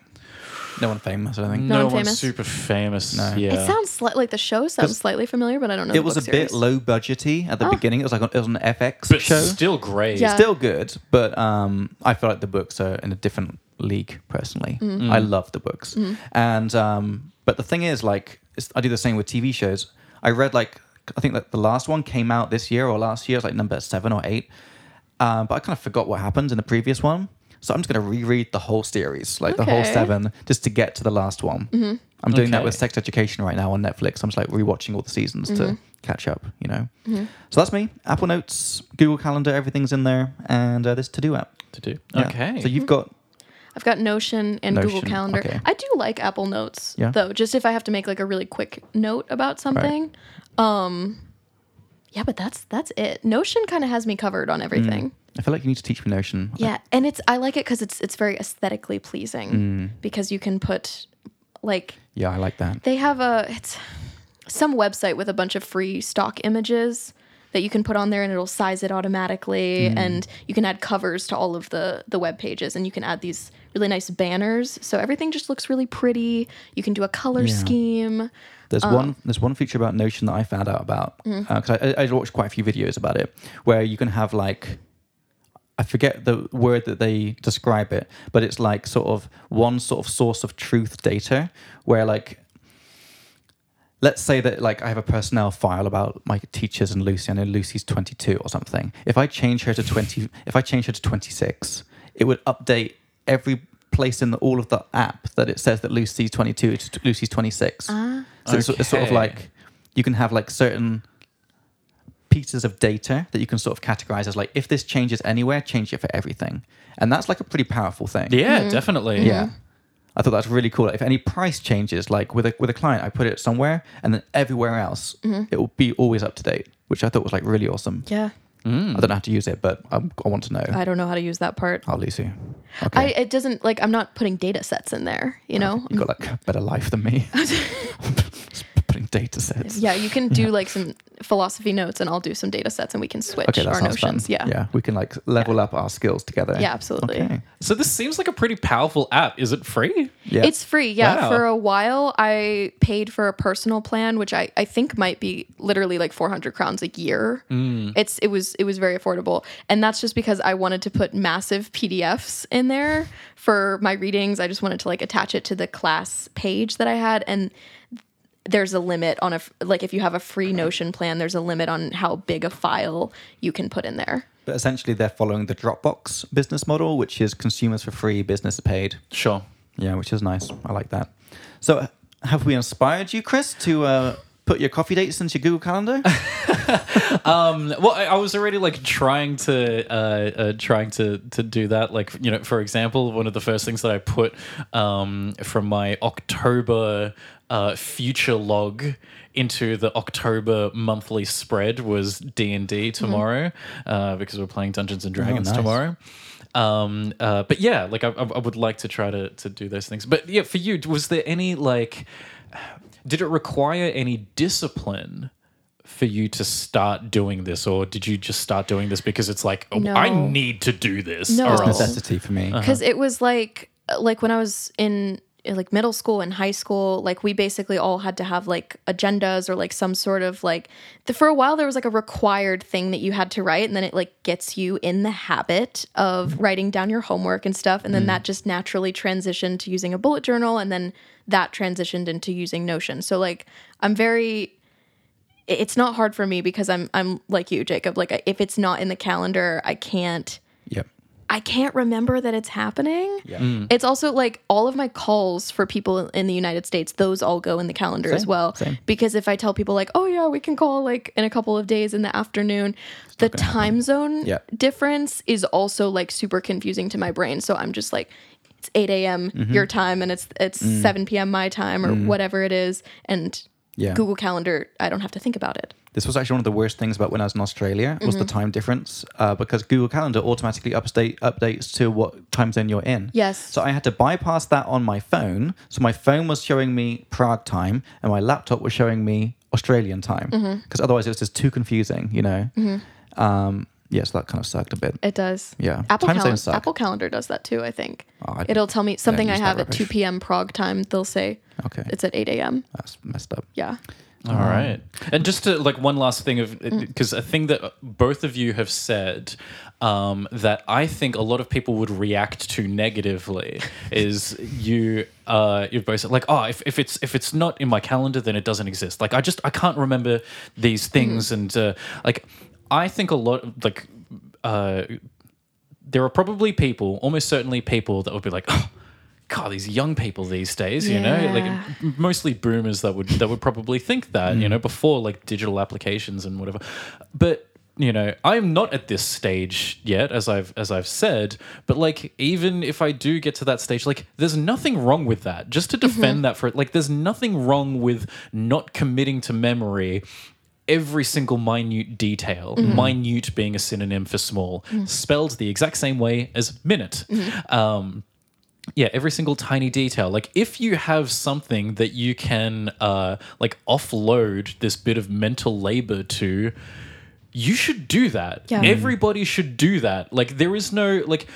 [SPEAKER 1] No one famous, I don't think.
[SPEAKER 2] no
[SPEAKER 3] one
[SPEAKER 2] one's
[SPEAKER 3] famous?
[SPEAKER 2] super famous. Yeah.
[SPEAKER 3] It sounds sli- like the show sounds slightly familiar, but I don't know. the
[SPEAKER 1] It was a
[SPEAKER 3] book
[SPEAKER 1] bit
[SPEAKER 3] series.
[SPEAKER 1] low budgety at the beginning. It was like on, it was an FX
[SPEAKER 2] but
[SPEAKER 1] show.
[SPEAKER 2] still great.
[SPEAKER 3] Yeah.
[SPEAKER 1] still good, but um, I feel like the books are in a different league personally.
[SPEAKER 3] Mm-hmm.
[SPEAKER 1] I love the books, and um, but the thing is, like, it's, I do the same with TV shows. I read like I think that the last one came out Uh, this year or last year, it was like number seven or eight, um, but I kind of forgot what happened in the previous one. So I'm just going to reread the whole series, like the whole
[SPEAKER 3] Okay.
[SPEAKER 1] seven, um, just to get to the last one. I'm doing that
[SPEAKER 2] Okay.
[SPEAKER 1] with Sex Education right now on Netflix. I'm just like rewatching all the seasons to catch up, you know. So that's me. Apple Notes, Google Calendar, everything's in there, and uh, this to do app.
[SPEAKER 2] to do.
[SPEAKER 1] Yeah.
[SPEAKER 2] Okay.
[SPEAKER 1] So you've got
[SPEAKER 3] I've got Notion and Google
[SPEAKER 1] Notion,
[SPEAKER 3] Calendar.
[SPEAKER 1] okay.
[SPEAKER 3] I do like Apple Notes
[SPEAKER 1] Yeah.
[SPEAKER 3] though, just if I have to make like a really quick note about something. Um yeah, but that's that's it. Notion kind of has me covered on everything.
[SPEAKER 1] I feel like you need to teach me Notion.
[SPEAKER 3] Mm-hmm. Yeah, and it's I like it cuz it's it's very aesthetically pleasing
[SPEAKER 1] Mm.
[SPEAKER 3] because you can put like
[SPEAKER 1] Yeah, I like that.
[SPEAKER 3] they have a it's some website with a bunch of free stock images that you can put on there and it'll size it automatically
[SPEAKER 1] Mm.
[SPEAKER 3] and you can add covers to all of the the web pages and you can add these really nice banners so everything just looks really pretty you can do a color
[SPEAKER 1] Yeah.
[SPEAKER 3] scheme
[SPEAKER 1] There's one. There's one feature about Notion that I found out about because I, I, I watched quite a few videos about it, where you can have like, I forget the word that they describe it, but it's like sort of one sort of source of truth data, where like, let's say that like I have a personnel file about my teachers and Lucy. I know Lucy's 22 or something. If I change her to 20, if I change her to 26, it would update every place in the, all of the app that it says that Lucy's 22 to Lucy's 26. So it's, it's sort of
[SPEAKER 2] Okay.
[SPEAKER 1] like you can have like certain pieces of data that you can sort of categorize as like if this changes anywhere, change it for everything, and that's like a pretty powerful thing.
[SPEAKER 2] yeah,
[SPEAKER 3] Mm-hmm.
[SPEAKER 2] definitely.
[SPEAKER 1] Yeah. I thought that's really cool. If any price changes, like with a with a client, I put it somewhere, and then everywhere else,
[SPEAKER 3] Mm-hmm.
[SPEAKER 1] it will be always up to date, which I thought was like really awesome.
[SPEAKER 3] yeah
[SPEAKER 2] Mm.
[SPEAKER 1] I don't know how to use it, but i I want to know.
[SPEAKER 3] i don't know how to use that part
[SPEAKER 1] oh, Lucy,
[SPEAKER 3] i um,
[SPEAKER 1] okay,
[SPEAKER 3] it doesn't like i'm not putting data sets in there you know
[SPEAKER 1] you got like a better life than me. Just putting data sets.
[SPEAKER 3] yeah you can do like some philosophy notes and i'll do some data sets and we can switch
[SPEAKER 1] Okay, that
[SPEAKER 3] our
[SPEAKER 1] sounds fun.
[SPEAKER 3] notions yeah
[SPEAKER 1] yeah, we can like level up our skills together.
[SPEAKER 3] Yeah, absolutely.
[SPEAKER 1] Okay.
[SPEAKER 2] So this seems like a pretty powerful app. Is it free?
[SPEAKER 1] Yeah.
[SPEAKER 3] It's free, yeah.
[SPEAKER 2] Wow.
[SPEAKER 3] For a while, I paid for a personal plan, which I, I think might be literally like 400 crowns a year. It's it was it was very affordable, and that's just because I wanted to put massive PDFs in there for my readings. I just wanted to like attach it to the class page that I had, and there's a limit on a f- like if you have a free Notion plan, there's a limit on how big a file you can put in there.
[SPEAKER 1] But essentially, they're following the Dropbox business model, which is consumers for free, business paid.
[SPEAKER 2] Sure.
[SPEAKER 1] Yeah, which is nice. I like that. So, uh, have we inspired you, Chris, to uh, put your coffee dates into your Google Calendar?
[SPEAKER 2] Well, I, I was already like trying to uh, uh, trying to to do that. Like you know, for example, one of the first things that I put um, from my October uh, future log into the October monthly spread was D and D tomorrow uh, because we're playing Dungeons and Dragons
[SPEAKER 1] nice.
[SPEAKER 2] tomorrow. Um, uh, but yeah, like I, I I would like to try to to do those things. But yeah, for you, was there any like? Did it require any discipline? for you to start doing this, or did you just start doing this because it's like, oh,
[SPEAKER 3] No.
[SPEAKER 2] I need to do this?
[SPEAKER 3] No.
[SPEAKER 2] or
[SPEAKER 3] It's
[SPEAKER 2] else-
[SPEAKER 1] Necessity for me.
[SPEAKER 3] because it was like like when I was in like middle school and high school, like we basically all had to have like agendas or like some sort of like the, for a while there was like a required thing that you had to write and then it like gets you in the habit of writing down your homework and stuff and then that just naturally transitioned to using a bullet journal and then that transitioned into using Notion. So like I'm very it- it's not hard for me because I'm I'm like you Jacob like I- if it's not in the calendar I can't
[SPEAKER 1] Yep.
[SPEAKER 3] I can't remember that it's happening.
[SPEAKER 1] Mm.
[SPEAKER 3] It's also like all of my calls for people in the United States, those all go in the calendar as
[SPEAKER 1] Same,
[SPEAKER 3] well.
[SPEAKER 1] same.
[SPEAKER 3] Because if I tell people like, "Oh yeah, we can call like in a couple of days in the afternoon," the time zone
[SPEAKER 1] Yeah.
[SPEAKER 3] difference is also like super confusing to my brain. So I'm just like, it's 8 a.m.
[SPEAKER 1] Mm-hmm.
[SPEAKER 3] your time and it's it's
[SPEAKER 1] Mm.
[SPEAKER 3] 7 p.m. my time or whatever it is, and
[SPEAKER 1] Yeah.
[SPEAKER 3] Google Calendar, I don't have to think about it.
[SPEAKER 1] This was actually one of the worst things about when I was in Australia was
[SPEAKER 3] Mm-hmm.
[SPEAKER 1] the time difference uh, because Google Calendar automatically update, updates to what time zone you're in.
[SPEAKER 3] Yes.
[SPEAKER 1] So I had to bypass that on my phone. So my phone was showing me Prague time and my laptop was showing me Australian time because
[SPEAKER 3] Mm-hmm.
[SPEAKER 1] otherwise it was just too confusing, you know? Um, yeah, so that kind of sucked a bit.
[SPEAKER 3] It does.
[SPEAKER 1] Yeah.
[SPEAKER 3] Apple,
[SPEAKER 1] Time
[SPEAKER 3] Calen-
[SPEAKER 1] zones suck.
[SPEAKER 3] Apple Calendar does that too, I think.
[SPEAKER 1] Oh, I-
[SPEAKER 3] It'll tell me something I
[SPEAKER 1] use that
[SPEAKER 3] have at
[SPEAKER 1] rubbish.
[SPEAKER 3] 2 p.m. Prague time. They'll say
[SPEAKER 1] Okay.
[SPEAKER 3] it's at 8 a.m.
[SPEAKER 1] That's messed up.
[SPEAKER 3] Yeah.
[SPEAKER 2] All right. And just to like one last thing of because a thing that both of you have said um, that I think a lot of people would react to negatively is you uh, you've both said like oh if, if it's if it's not in my calendar then it doesn't exist like I just I can't remember these things and uh, like I think a lot like uh, there are probably people, almost certainly people, that would be like, oh, God, these young people these days, you know, like
[SPEAKER 3] Yeah.
[SPEAKER 2] m- mostly boomers that would that would probably think that, you know, before like digital applications and whatever. But you know, I'm not at this stage yet, as I've as I've said. But like, even if I do get to that stage, like, there's nothing wrong with that. Just to defend that for like, there's nothing wrong with not committing to memory every single minute detail, minute being a synonym for small, spelled the exact same way as minute. Um, yeah, every single tiny detail. Like, if you have something that you can, uh, like, offload this bit of mental labor to, you should do that.
[SPEAKER 3] Yeah.
[SPEAKER 2] Everybody should do that. Like, there is no, like,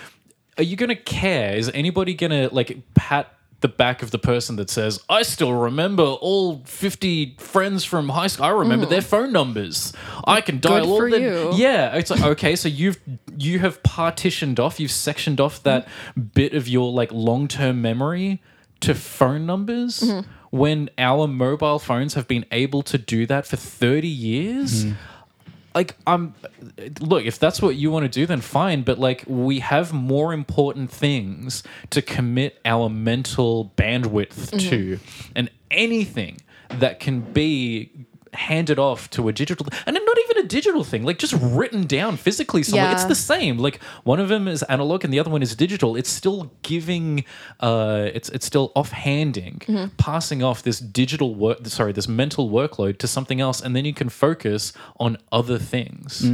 [SPEAKER 2] are you going to care? Is anybody going to, like, pat the back of the person that says, I still remember all 50 friends from high school? I remember their phone numbers. I can dial all
[SPEAKER 3] for
[SPEAKER 2] them.
[SPEAKER 3] you.
[SPEAKER 2] Yeah, yeah, it's like okay, so you've you have partitioned off, you've sectioned off that bit of your like long-term memory to phone numbers
[SPEAKER 3] Mm-hmm.
[SPEAKER 2] when our mobile phones have been able to do that for 30 years. Like I'm look, if that's what you want to do then fine, but like we have more important things to commit our mental bandwidth to and anything that can be handed off to a digital and then not even a digital thing like just written down physically somewhere
[SPEAKER 3] Yeah.
[SPEAKER 2] it's the same like one of them is analog and the other one is digital it's still giving uh it's it's still offhanding passing off this digital work sorry this mental workload to something else and then you can focus on other things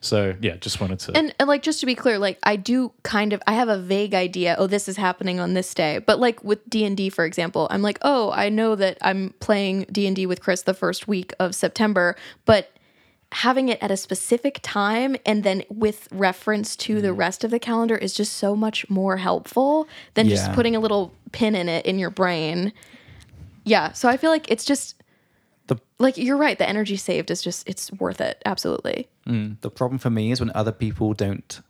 [SPEAKER 2] so yeah just wanted to
[SPEAKER 3] and, and like just to be clear like i do kind of i have a vague idea oh this is happening on this day but like with d&d for example i'm like oh i know that i'm playing d&d with chris the first week of september but having it at a specific time and then with reference to
[SPEAKER 1] Mm.
[SPEAKER 3] the rest of the calendar is just so much more helpful than just
[SPEAKER 1] Yeah.
[SPEAKER 3] putting a little pin in it in your brain yeah so i feel like it's just
[SPEAKER 1] The-
[SPEAKER 3] like you're right the energy saved is just it's worth it absolutely
[SPEAKER 1] The problem for me is when other people don't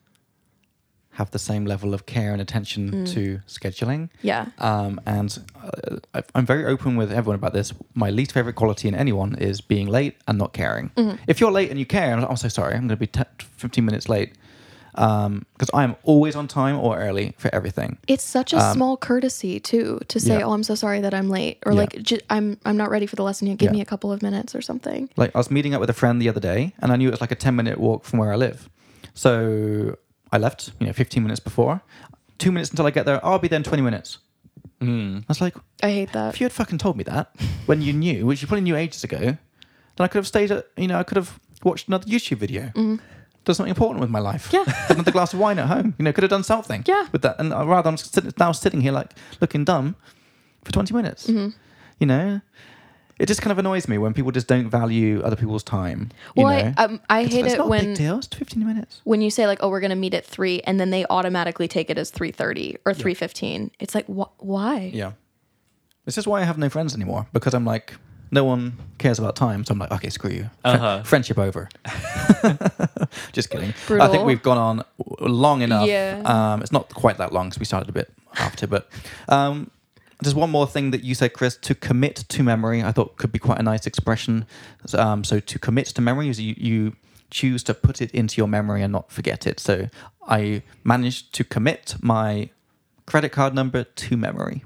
[SPEAKER 1] have the same level of care and attention
[SPEAKER 3] Mm.
[SPEAKER 1] to scheduling.
[SPEAKER 3] yeah
[SPEAKER 1] Um, and uh, I- I'm very open with everyone about this. My least favorite quality in anyone is being late and not caring. If you're late and you care, I'm, I'm so sorry, I'm going to be t- 15 minutes late because I am always on time or early for everything.
[SPEAKER 3] It's such a small courtesy too to say,
[SPEAKER 1] Um, Yeah.
[SPEAKER 3] "Oh, I'm so sorry that I'm late," or
[SPEAKER 1] Yeah.
[SPEAKER 3] like, J- "I'm I'm not ready for the lesson yet. Give
[SPEAKER 1] Yeah.
[SPEAKER 3] me a couple of minutes or something."
[SPEAKER 1] Like I was meeting up with a friend the other day, and I knew it was like a ten minute walk from where I live. So I left, you know, fifteen minutes before. Two minutes until I get there. I'll be there in twenty minutes. Mm. I was like,
[SPEAKER 3] I hate that.
[SPEAKER 1] if you had fucking told me that when you knew, which you probably knew ages ago, then I could have stayed at, you know, I could have watched another YouTube video.
[SPEAKER 3] Mm-hmm,
[SPEAKER 1] Done something important with my life.
[SPEAKER 3] Yeah.
[SPEAKER 1] Had another glass of wine at home. You know, could have done something.
[SPEAKER 3] Yeah.
[SPEAKER 1] With that, and uh, rather I'm sit- now sitting here like looking dumb for 20 minutes.
[SPEAKER 3] Mm-hmm.
[SPEAKER 1] You know, it just kind of annoys me when people just don't value other people's time. You
[SPEAKER 3] well,
[SPEAKER 1] know?
[SPEAKER 3] I um, I
[SPEAKER 1] It's-
[SPEAKER 3] hate
[SPEAKER 1] it's
[SPEAKER 3] it
[SPEAKER 1] not a
[SPEAKER 3] when
[SPEAKER 1] big deal. It's 15 minutes.
[SPEAKER 3] when you say like, "Oh, we're gonna meet at 3, and then they automatically take it as three thirty or three fifteen. It's like, wh- why?
[SPEAKER 1] Yeah. This is why I have no friends anymore because I'm like, no one cares about time. So I'm like, okay, screw you. Fri-
[SPEAKER 2] Uh-huh.
[SPEAKER 1] Friendship over. Just kidding. I
[SPEAKER 3] Brutal.
[SPEAKER 1] think we've gone on w- long enough.
[SPEAKER 3] Yeah.
[SPEAKER 1] Um, it's not quite that long because we started a bit after, but um, there's one more thing that you said, Chris, to commit to memory. I thought could be quite a nice expression. So, Um, so to commit to memory is you, you choose to put it into your memory and not forget it. So I managed to commit my credit card number to memory.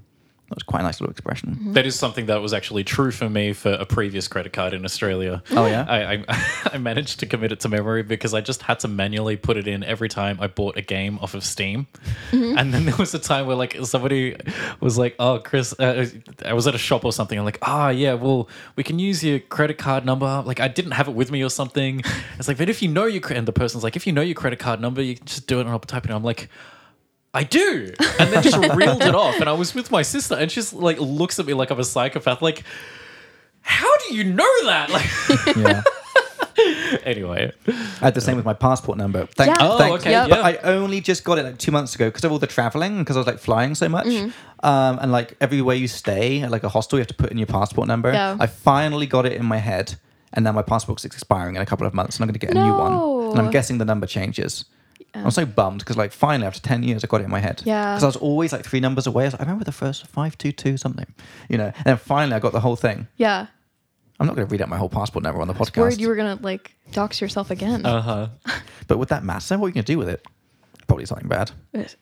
[SPEAKER 1] That was quite a nice little expression.
[SPEAKER 2] That is something that was actually true for me for a previous credit card in Australia.
[SPEAKER 1] Oh, yeah?
[SPEAKER 2] I, I, I managed to commit it to memory because I just had to manually put it in every time I bought a game off of Steam.
[SPEAKER 1] Mm-hmm.
[SPEAKER 2] And then there was a time where like somebody was like, "Oh, Chris, uh, I was at a shop or something." I'm like, "Ah, yeah, well, we can use your credit card number." Like I didn't have it with me or something. It's like, but if you know your cre-, and the person's like, "If you know your credit card number, you can just do it and I'll type it." in." I'm like. I do. And then just reeled it off. And I was with my sister, and she's like, looks at me like I'm a psychopath. Like, how do you know that? Like,
[SPEAKER 1] Yeah.
[SPEAKER 2] anyway,
[SPEAKER 1] I had the same with my passport number. Thank,
[SPEAKER 3] Yeah. Oh,
[SPEAKER 1] thank-
[SPEAKER 2] okay,
[SPEAKER 3] yeah.
[SPEAKER 1] But I only just got it like two months ago because of all the traveling, because I was like flying so much.
[SPEAKER 3] Mm-hmm.
[SPEAKER 1] Um, and like everywhere you stay, at like a hostel, you have to put in your passport number.
[SPEAKER 3] Yeah.
[SPEAKER 1] I finally got it in my head. And now my passport's expiring in a couple of months and I'm going to get a new one. And
[SPEAKER 3] No. Oh.
[SPEAKER 1] I'm guessing the number changes.
[SPEAKER 3] Um,
[SPEAKER 1] I'm so bummed because like finally after 10 years, I got it in my head.
[SPEAKER 3] Yeah.
[SPEAKER 1] Because I was always like three numbers away. I, was like, I remember the first 522 something, you know. And then finally I got the whole thing.
[SPEAKER 3] Yeah.
[SPEAKER 1] I'm not going to read out my whole passport number on the podcast.
[SPEAKER 3] Worried you were gonna like dox yourself again.
[SPEAKER 2] uh huh.
[SPEAKER 1] But would that matter? What are you going to do with it? probably something bad.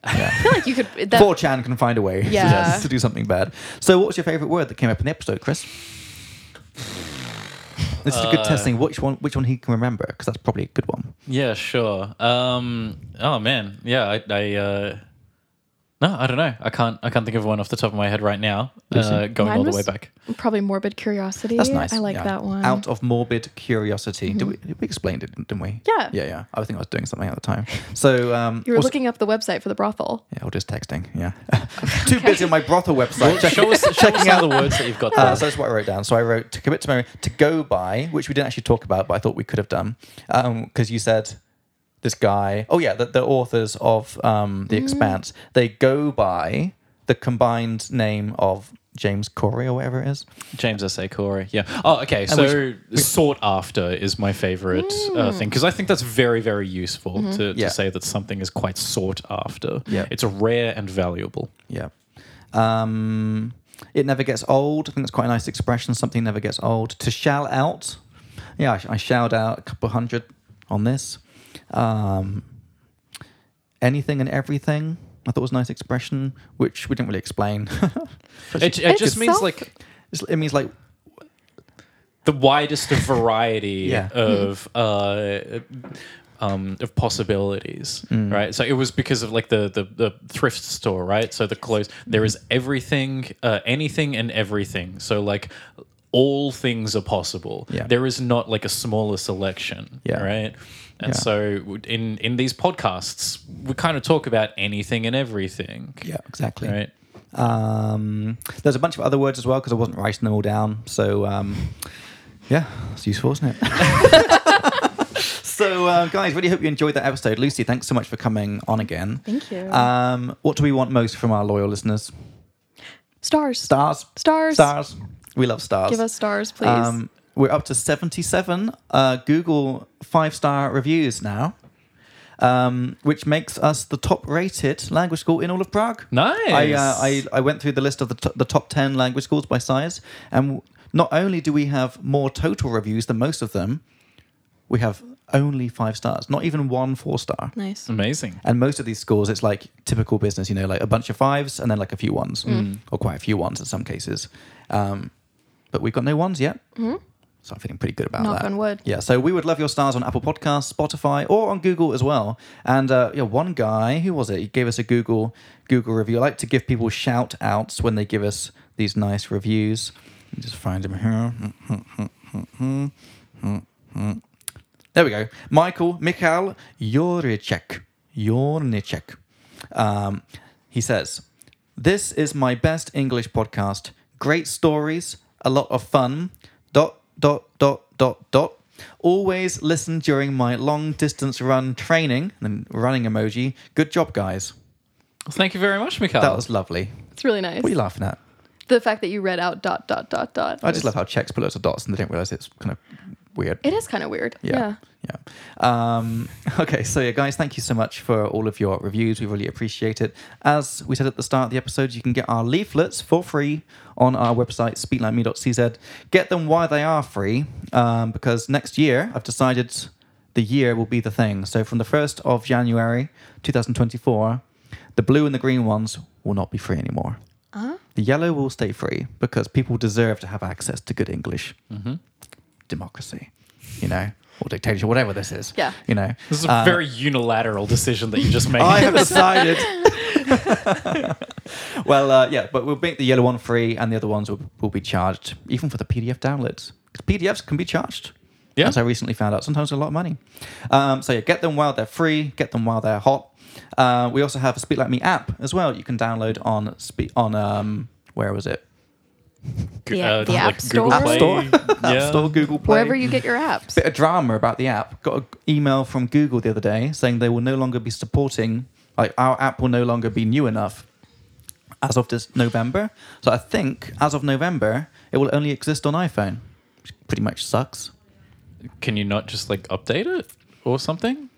[SPEAKER 3] I feel like you could. That,
[SPEAKER 1] 4chan can find a way to-
[SPEAKER 3] Yeah.
[SPEAKER 1] to do something bad. So, what was your favorite word that came up in the episode, Chris? This is a
[SPEAKER 2] Uh,
[SPEAKER 1] good testing. Which one? Which one he can remember? Because that's probably a good one.
[SPEAKER 2] Yeah, sure. Um, oh man, yeah. I, I uh, no, I don't know. I can't. I can't think of one off the top of my head right now. Uh, going
[SPEAKER 3] Mine
[SPEAKER 2] all the
[SPEAKER 3] was
[SPEAKER 2] way back.
[SPEAKER 3] Probably morbid curiosity.
[SPEAKER 1] That's nice.
[SPEAKER 3] I like
[SPEAKER 1] yeah.
[SPEAKER 3] that one. Mm-hmm.
[SPEAKER 1] Out of morbid curiosity. Did, we, did we explained it? Didn't we?
[SPEAKER 3] Yeah.
[SPEAKER 1] Yeah, yeah. I think I was doing something at the time. So um,
[SPEAKER 3] you were
[SPEAKER 1] also-
[SPEAKER 3] looking up the website for the brothel.
[SPEAKER 1] Yeah, or just texting. Yeah. Too busy on my brothel website. check-
[SPEAKER 2] Show us, show us
[SPEAKER 1] checking
[SPEAKER 2] some
[SPEAKER 1] out
[SPEAKER 2] of the words that you've got. There.
[SPEAKER 1] Uh, so that's what I wrote down. So I wrote to commit to memory, to go by, which we didn't actually talk about, but I thought we could have done. Because you said this guy, oh yeah, the, the authors of um, The Expanse, they go by the combined name of James Corey or whatever it is.
[SPEAKER 2] James S. A. Corey. Yeah. Oh, okay. So sought after is my favorite uh, thing because I think that's very, very useful to, to
[SPEAKER 1] Yeah.
[SPEAKER 2] say that something is quite sought after.
[SPEAKER 1] Yeah.
[SPEAKER 2] It's rare and valuable.
[SPEAKER 1] Yeah. Um, it never gets old. I think that's quite a nice expression. Something never gets old. To shell out. Yeah, I, I shelled out a couple hundred on this. Um, anything and everything. I thought was a nice expression, which we didn't really explain.
[SPEAKER 2] It, it
[SPEAKER 3] It's
[SPEAKER 2] just means
[SPEAKER 3] self-
[SPEAKER 2] like
[SPEAKER 1] It's- it means like
[SPEAKER 2] the widest of variety
[SPEAKER 1] Yeah.
[SPEAKER 2] of uh, um, of possibilities,
[SPEAKER 1] Mm.
[SPEAKER 2] right? So it was because of like the, the the thrift store, right? So the clothes, there is everything, uh, anything, and everything. So like. All things are possible.
[SPEAKER 1] Yeah.
[SPEAKER 2] There is not like a smaller selection,
[SPEAKER 1] Yeah.
[SPEAKER 2] right? And
[SPEAKER 1] Yeah.
[SPEAKER 2] so w- in in these podcasts, we kind of talk about anything and everything,
[SPEAKER 1] yeah, exactly.
[SPEAKER 2] right?
[SPEAKER 1] Um, there's a bunch of other words as well because I wasn't writing them all down. So um, yeah, it's useful, isn't it? so uh, guys, really hope you enjoyed that episode. Lucy, thanks so much for coming on again.
[SPEAKER 3] Thank you.
[SPEAKER 1] Um, what do we want most from our loyal listeners?
[SPEAKER 3] Stars.
[SPEAKER 1] Stars.
[SPEAKER 3] Stars.
[SPEAKER 1] Stars. Um, We love stars.
[SPEAKER 3] Give us stars, please.
[SPEAKER 1] we're up to 77 uh, Google five star reviews now, um, which makes us the top rated language school in all of Prague.
[SPEAKER 2] Nice.
[SPEAKER 1] I, uh, I, I went through the list of the, t- the top 10 language schools by size, and w- not only do we have more total reviews than most of them, we have only five stars, not even one four star.
[SPEAKER 3] nice.
[SPEAKER 2] Amazing.
[SPEAKER 1] And most of these scores, it's like typical business, you know, like a bunch of fives and then like a few ones,
[SPEAKER 3] Mm.
[SPEAKER 1] or quite a few ones in some cases. Um, but we've got no ones yet. So I'm feeling pretty good about
[SPEAKER 3] Mm-hmm. Knock
[SPEAKER 1] that.
[SPEAKER 3] on wood.
[SPEAKER 1] Yeah. So we would love your stars on Apple Podcasts, Spotify, or on Google as well. And uh, yeah, one guy, who was it? He gave us a Google Google review. I like to give people shout outs when they give us these nice reviews. Let me just find him here. Mm. There we go. Michael Mikhail Yornicek. Yornicek. Um, he says, This is my best English podcast. Great stories, a lot of fun. Dot, dot, dot, dot, dot. Always listen during my long distance run training. And then running emoji. Good job, guys.
[SPEAKER 2] Thank you very much, Mikhail.
[SPEAKER 1] That was lovely.
[SPEAKER 3] It's really nice.
[SPEAKER 1] What are you laughing at?
[SPEAKER 3] the fact that you read out dot dot dot dot.
[SPEAKER 1] I just love how Czechs put loads of dots and they don't realize it's kind of weird.
[SPEAKER 3] It is kind of weird. Yeah.
[SPEAKER 1] Yeah. Yeah. Um, okay. So, yeah, guys, thank you so much for all of your reviews. We really appreciate it. As we said at the start of the episode, you can get our leaflets for free on our website, speaklikeme.cz. Get them while they are free, um, because next year I've decided the year will be the thing. So, from the 1st of January 2024, the blue and the green ones will not be free anymore.
[SPEAKER 3] Uh-huh.
[SPEAKER 1] The yellow will stay free because people deserve to have access to good English
[SPEAKER 2] Mm-hmm.
[SPEAKER 1] democracy, you know, or dictatorship, whatever this is.
[SPEAKER 3] Yeah.
[SPEAKER 1] You know,
[SPEAKER 2] This is a
[SPEAKER 1] Uh,
[SPEAKER 2] very unilateral decision that you just made.
[SPEAKER 1] I have decided. well, uh, yeah, but we'll make the yellow one free and the other ones will, will be charged, even for the PDF downloads. 'Cause PDFs can be charged.
[SPEAKER 2] Yeah.
[SPEAKER 1] As I recently found out, sometimes a lot of money. Um, so yeah, get them while they're free, get them while they're hot. Uh, we also have a Speak Like Me app as well. You can download on spe- on um, where was it?
[SPEAKER 2] G-
[SPEAKER 3] The-
[SPEAKER 2] uh,
[SPEAKER 3] the
[SPEAKER 2] like
[SPEAKER 3] App
[SPEAKER 2] Google
[SPEAKER 3] Store? App
[SPEAKER 2] Play.
[SPEAKER 1] Store?
[SPEAKER 2] yeah.
[SPEAKER 1] App Store, Google Play.
[SPEAKER 3] Wherever you get your apps.
[SPEAKER 1] bit of drama about the app. Got an email from Google the other day saying they will no longer be supporting, like our app will no longer be new enough as of this November. So I think as of November, it will only exist on iPhone, which pretty much sucks.
[SPEAKER 2] Can you not just like update it or something?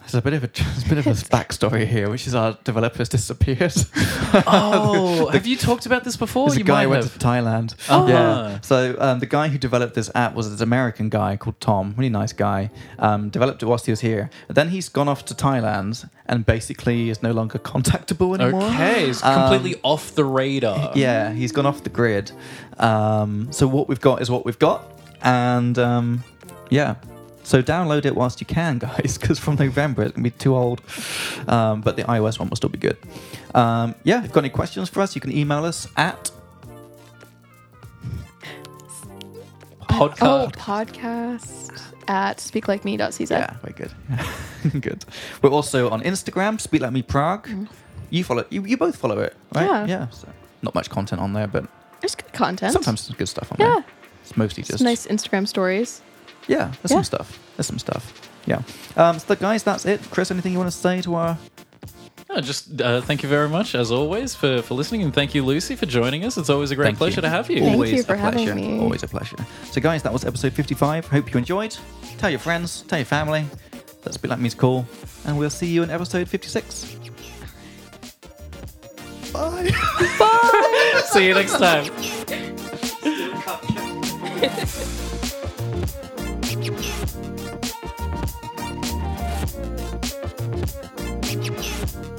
[SPEAKER 1] There's a bit of a, there's a bit of a backstory here, which is our developers disappeared.
[SPEAKER 2] Oh, have you talked about this before?
[SPEAKER 1] There's a
[SPEAKER 2] you
[SPEAKER 1] guy who
[SPEAKER 2] might
[SPEAKER 1] went
[SPEAKER 2] have.
[SPEAKER 1] to Thailand.
[SPEAKER 2] Ah.
[SPEAKER 1] Yeah. So um, the guy who developed this app was this American guy called Tom, really nice guy. Um, developed it whilst he was here. And then he's gone off to Thailand and basically is no longer contactable anymore. Um,
[SPEAKER 2] Okay, it's completely off the radar.
[SPEAKER 1] Yeah, he's gone off the grid. Um, so what we've got is what we've got, and um, yeah. So download it whilst you can, guys, because from November it's gonna be too old. Um, but the iOS one will still be good. Um, yeah, if you've got any questions for us, you can email us at
[SPEAKER 3] Oh,
[SPEAKER 2] Podcast.
[SPEAKER 3] podcast at speaklikeme.cz.
[SPEAKER 1] yeah, very good, good. We're also on Instagram, Speak Like Me Prague.
[SPEAKER 3] Mm.
[SPEAKER 1] You follow, you, you both follow it, right?
[SPEAKER 3] Yeah.
[SPEAKER 1] Yeah. So not much content on there, but
[SPEAKER 3] There's good content.
[SPEAKER 1] sometimes there's good stuff on
[SPEAKER 3] Yeah.
[SPEAKER 1] there. It's mostly
[SPEAKER 3] It's
[SPEAKER 1] just
[SPEAKER 3] nice Instagram stories.
[SPEAKER 1] Yeah, there's
[SPEAKER 3] Yeah.
[SPEAKER 1] some stuff. There's some stuff. Yeah. Um, so, guys, that's it. Chris, anything you want to say to our.
[SPEAKER 2] Yeah, just uh, thank you very much, as always, for, for listening. And thank you, Lucy, for joining us. It's always a great
[SPEAKER 1] Thank
[SPEAKER 2] pleasure
[SPEAKER 1] you.
[SPEAKER 2] to have you.
[SPEAKER 3] Thank
[SPEAKER 1] Always
[SPEAKER 3] you for
[SPEAKER 1] a pleasure.
[SPEAKER 3] having me.
[SPEAKER 1] Always a pleasure. So, guys, that was episode 55. Hope you enjoyed. Tell your friends, tell your family. That's Bit Like Me's cool. And we'll see you in episode 56. Bye.
[SPEAKER 2] See you next time.
[SPEAKER 4] Thank you.